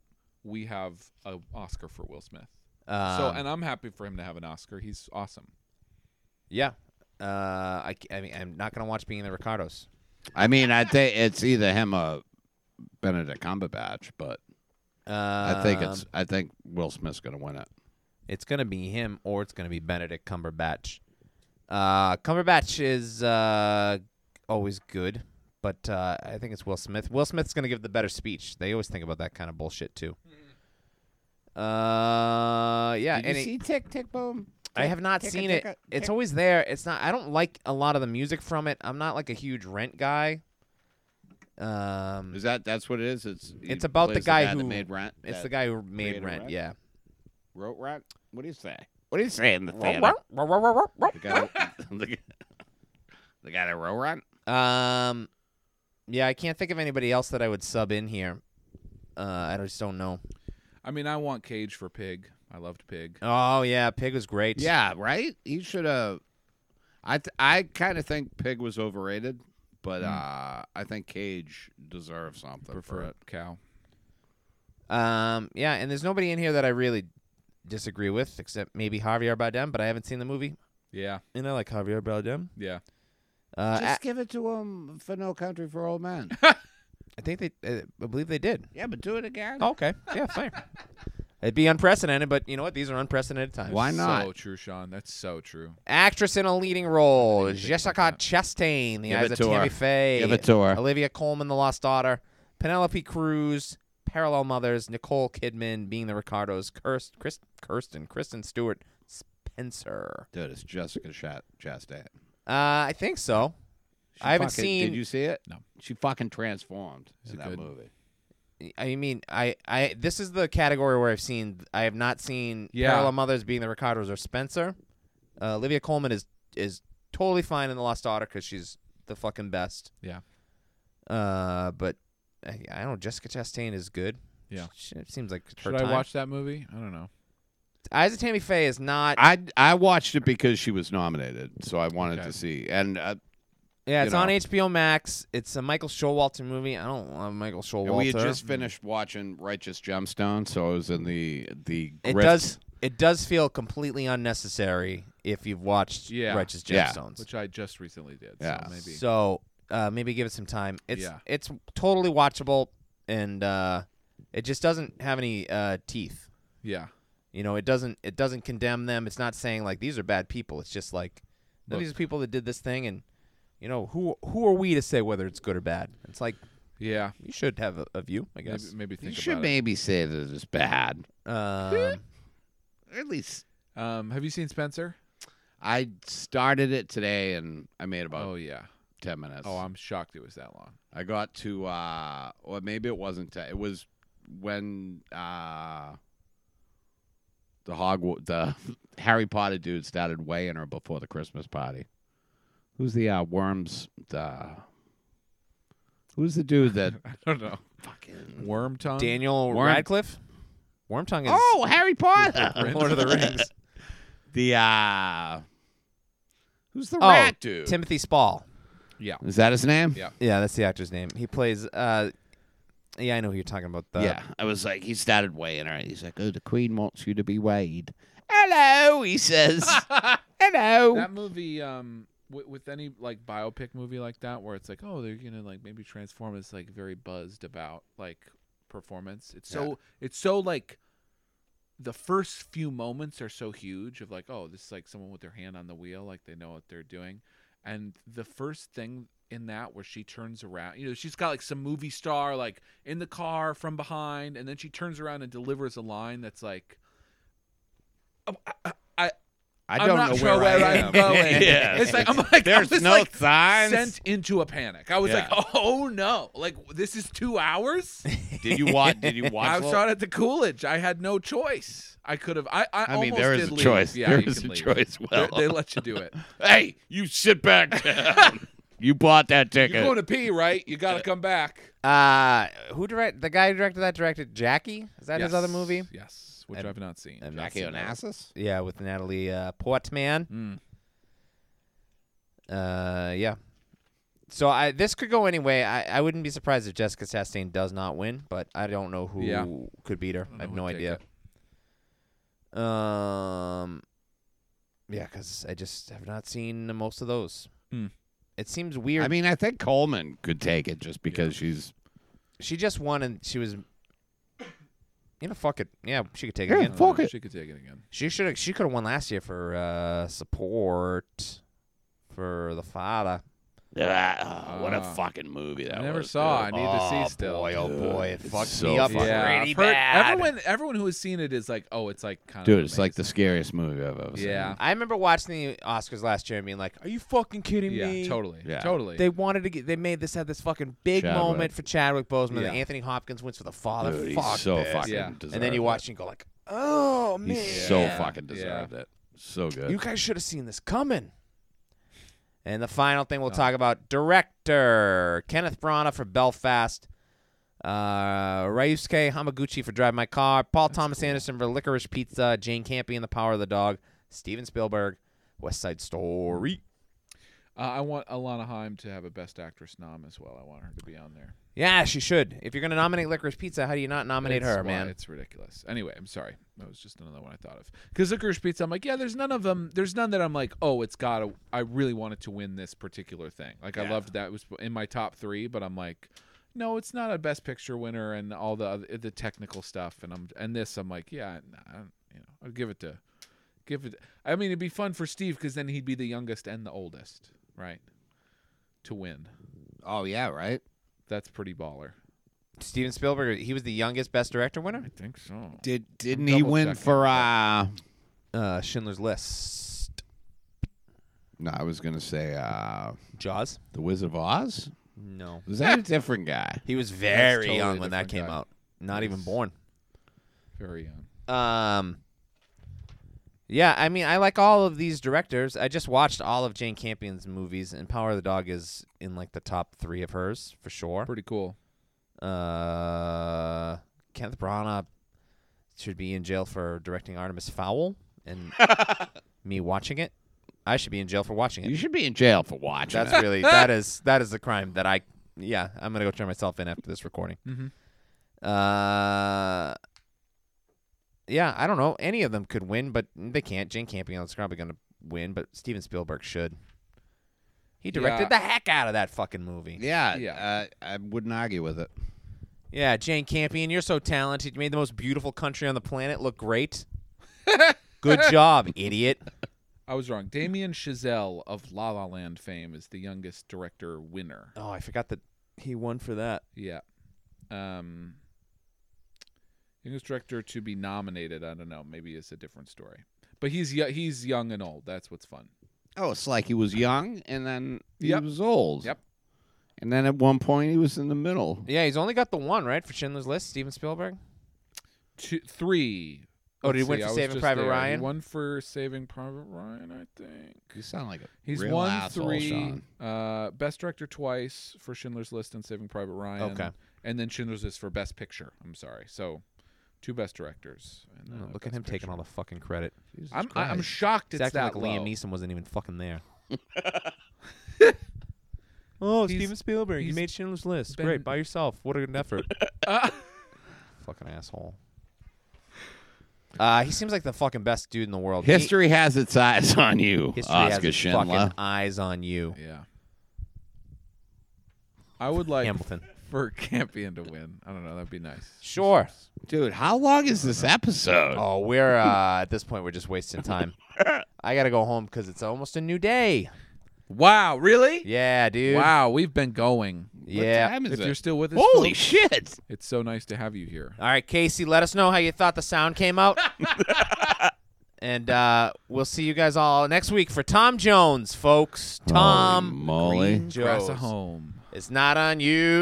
we have an Oscar for Will Smith. so
um,
and I'm happy for him to have an Oscar. He's awesome.
yeah, uh, I, c- I mean, I'm not gonna watch Being the Ricardos.
I mean, I think it's either him or Benedict Cumberbatch, but
Um,
Um, I think it's I think Will Smith's going to win it.
It's gonna be him or it's gonna be Benedict Cumberbatch. Uh, Cumberbatch is uh, always good, but uh, I think it's Will Smith. Will Smith's gonna give the better speech. They always think about that kind of bullshit too. Uh, yeah.
Mm-hmm. Did
and
you
it-
see Tick Tick Boom?
I have not
Tick-a,
seen it.
tick-a,
It's
tick.
always there. It's not. I don't like a lot of the music from it. I'm not like a huge Rent guy. Um,
Is that that's what it is? It's he
It's about the
plays
guy
that
who-
made rent.
it's
that
the guy who made
creator,
Rent.
right?
Yeah.
wrote rent. What do you say? What do you say in the theater? The guy, the, guy- the guy that wrote rent.
Um, yeah. I can't think of anybody else that I would sub in here. Uh, I just don't know.
I mean, I want Cage for Pig. I loved Pig.
Oh yeah, Pig was great.
Yeah, right. He should have. I th- I kind of think Pig was overrated,
Hmm.
but uh, I think Cage deserves something for
Prefer
it.
cow.
Um, yeah. And there's nobody in here that I really disagree with, except maybe Javier Bardem. But I haven't seen the movie,
Yeah,
and I like Javier Bardem.
yeah.
Uh,
Just give it to him for No Country for Old Men.
I think they, uh, I believe they did.
yeah, but do it again.
Oh, okay. Yeah, fine. It'd be unprecedented, but you know what? These are unprecedented times.
Why not?
So true, Sean. That's so true.
Actress in a leading role:
Anything like
Jessica
that.
Chastain, The
Give
Eyes
it
of
to her.
Tammy Faye,
Give it to her.
Olivia Colman, The Lost Daughter, Penelope Cruz, Parallel Mothers, Nicole Kidman, Being the Ricardos, Kirst, Chris, Kirsten, Kristen Stewart, Spencer.
Dude, it's Jessica Shat- Chastain.
Uh, I think so.
She
I haven't
fucking-
seen-
Did you see it?
No.
She fucking transformed
Is
in
it
that
good?
movie.
I mean, I, I this is the category where I've seen I have not seen
Yeah.
Parallel Mothers being the Ricardos or Spencer. Uh, Olivia Coleman is is totally fine in The Lost Daughter because she's the fucking best.
Yeah.
Uh, but I, I don't. know. Jessica Chastain is good.
Yeah.
She, it seems like her
Should
time.
I watch that movie? I don't know.
Eyes of Tammy Faye is not.
I I watched it because she was nominated, so I wanted
Okay.
to see. And uh,
yeah,
you
it's
know.
on HBO Max. It's a Michael Showalter movie. I don't love Michael Showalter.
and we had just finished watching Righteous Gemstone, so I was in the the
it
grift.
does. It does feel completely unnecessary if you've watched
Yeah.
Righteous
Yeah.
Gemstones.
Which I just recently did.
Yeah.
So maybe.
So uh, maybe give it some time. It's
Yeah.
it's totally watchable, and uh, it just doesn't have any uh, teeth.
yeah.
You know, it doesn't it doesn't condemn them. It's not saying like these are bad people. It's just like no, these are people that did this thing, and you know who who are we to say whether it's good or bad? It's like
Yeah.
you should have a, a view, I
Maybe,
guess.
maybe
You
think
should
about
maybe say that it's bad.
Um,
At least
it. Um, have you seen Spencer?
I started it today, and I made about
Oh yeah.
ten minutes.
Oh, I'm shocked it was that long.
I got to, uh, or maybe it wasn't. Ten, it was when uh, the Hogwarts, the Harry Potter dude started weighing her before the Christmas party. Who's the uh, worms? The who's the dude that
I don't know.
fucking?
Worm tongue.
Daniel
Worm-
Radcliffe, Wormtongue is
Oh, Harry Potter,
Lord of the Rings.
the uh, who's the
Oh,
rat dude?
Timothy Spall.
Is that his name?
Yeah.
Yeah, that's the actor's name. He plays. Uh, yeah, I know who you're talking about. The
yeah, I was like, he started weighing her. and He's like, oh, the queen wants you to be weighed. Hello, he says. Hello.
That movie, um, with, with any like biopic movie like that, where it's like, oh, they're gonna like maybe transform this like very buzzed about like performance. It's so it's so like the first few moments are so huge of like, oh, this is like someone with their hand on the wheel, like they know what they're doing, and the first thing in that where she turns around you know she's got like some movie star like in the car from behind and then she turns around and delivers a line that's like
I
I'm
don't
not
know
sure
where,
where
I
I'm
am.
going.
yeah.
it's like i'm like
there's
I'm just,
no
like,
signs.
sent into a panic. I was
Yeah.
like, "Oh no! Like this is two hours."
Did you watch? Did you watch?
I
Lo-
shot at the Coolidge. I had no choice. I could have. I. I,
I mean,
almost
there
did
is a
leave.
choice.
Yeah,
there
you
is
can
a
leave.
choice.
They,
Well,
they let you do it.
hey, you sit back down. you bought that
You're
ticket.
going to pee, right? You got to come back.
Uh, who direct the guy who directed that directed Jackie? Is that his
Yes.
other movie?
Yes, which
And-
I've not seen.
I've not
Jackie
seen that.
Onassis.
Yeah, with Natalie uh, Portman.
Mm.
Uh, yeah. So I this could go anyway. I, I wouldn't be surprised if Jessica Chastain does not win, but I don't know who
Yeah.
could beat her.
don't
I have
know
no
who'd take
idea. Um, yeah, because I just have not seen most of those.
Mm.
It seems weird.
I mean, I think Coleman could take it just because she's
she just won and she was you know, fuck it. Yeah, she could take it
Yeah.
again.
Uh,
Fuck it.
She could take it again.
She should. She could have won last year for uh, support for the father.
Ah, what a
Ah.
fucking movie that
I never
was,
saw.
dude.
I need to see
Oh,
still.
boy, oh
Dude,
boy, it
it's
fucked
so
me up
fucking-
yeah,
pretty
I've heard-
bad.
Everyone, everyone who has seen it is like, oh, it's like kind
Dude,
of.
it's like the
amazing.
scariest movie I've ever seen.
Yeah.
I remember watching the Oscars last year and being like, "Are you fucking kidding me?"
Yeah, totally.
Yeah.
Totally.
They wanted to get. They made this have this fucking big
Chadwick.
moment for Chadwick Boseman.
Yeah.
And Anthony Hopkins wins for the father.
Dude,
Fuck
he's so
this.
fucking
Yeah.
deserved
And then you
it.
watch and go like, "Oh man,
He so
Yeah.
fucking
Yeah.
deserved it. So good.
you guys should have seen this coming." And the final thing we'll
Oh.
talk about: director Kenneth Branagh for Belfast, uh, Ryusuke Hamaguchi for Drive My Car, Paul Thomas Anderson for Licorice Pizza, Jane Campion The Power of the Dog, Steven Spielberg, West Side Story.
uh, I want Alana Haim to have a Best Actress nom as well. I want her to be on there.
Yeah, she should. If you're gonna nominate Licorice Pizza, how do you not nominate
It's
her,
why-
man?
It's ridiculous. Anyway, I'm sorry. That was just another one I thought of. Because Licorice Pizza, I'm like, yeah, there's none of them. There's none that I'm like, oh, it's got to. I really wanted to win this particular thing. Like, I loved that. It was in my top three, but I'm like, no, it's not a Best Picture winner and all the other, the technical stuff. And I'm and this, I'm like, yeah, nah, I don't, you know, I'll give it to, give it. I mean, it'd be fun for Steve because then he'd be the youngest and the oldest, right? To win,
Oh yeah, right.
that's pretty baller.
Steven Spielberg. He was the youngest Best Director
I
winner.
think so.
Did didn't
I'm
he
double
win
checking,
for?
but-
uh
Uh, Schindler's List.
No, I was gonna say uh
Jaws.
the Wizard of Oz.
No.
Was that a different guy?
He was
That's
very
totally
young
a
when that came
different guy.
out. Not even
Yes.
born.
Very young.
Um. Yeah, I mean, I like all of these directors. I just watched all of Jane Campion's movies, and Power of the Dog is in like the top three of hers for sure.
Pretty cool.
Uh, Kenneth Branagh should be in jail for directing Artemis Fowl and me watching it. I should be in jail for watching
You
it.
should be in jail for watching.
That's
it.
really that is that is the crime that I yeah I'm gonna go turn myself in after this recording.
Mm-hmm.
Uh, yeah, I don't know any of them could win, but they can't. Jane Campion's probably gonna win, but Steven Spielberg should. He directed
Yeah.
the heck out of that fucking movie.
yeah.
Yeah.
Uh, I wouldn't argue with it.
Yeah, Jane Campion, you're so talented. You made the most beautiful country on the planet look great. Good job, idiot.
I was wrong. Damien Chazelle of La La Land fame is the youngest director winner.
Oh, I forgot that he won for that.
Yeah. Um youngest director to be nominated, I don't know, maybe it's a different story. But he's yo- he's young and old. That's what's fun.
Oh, it's like he was young and then he
Yep.
was old.
Yep.
And then at one point he was in the middle.
Yeah, he's only got the one, right, for Schindler's List, Steven Spielberg?
Two, three.
Oh, did he
Let's
win
see,
for
I was
Saving
just
Private
there. He
Ryan?
won for Saving Private Ryan, I think.
You sound like a
He's
real
won
asshole,
three.
Sean.
Uh, best director twice for Schindler's List and Saving Private Ryan.
Okay.
And then Schindler's List for Best Picture. I'm sorry. So, two best directors. And then
Oh,
a
look at
Best
him taking all the fucking credit.
Jesus
Picture. I'm I-
Christ.
I'm shocked
It's,
it's,
acting
that
like
low.
Liam Neeson wasn't even fucking there. oh,
He's-
Steven Spielberg, you
he's
made Schindler's List.
been-
Great, by yourself. What an effort.
Uh,
fucking asshole. Uh, he seems like the fucking best dude in the world. He-
History has its eyes on you,
History has
Oscar
its
Schindler.
fucking eyes on you,
yeah. I would like
Hamilton.
for Campion to win. I don't know. That'd be nice.
Sure.
Dude, how long is this episode?
Oh, we're uh, at this point we're just wasting time. I gotta go home because it's almost a new day.
Wow. Really?
Yeah, dude.
Wow. We've been going.
what
Yeah.
time is
If
it?
you're still with us,
Holy
Philip,
shit!
it's so nice to have you here.
All right, Casey. Let us know how you thought the sound came out. And uh, we'll see you guys all next week for Tom Jones, folks. Tom
Holy moly.
Green
Grass a
Jones.
home.
It's not on you.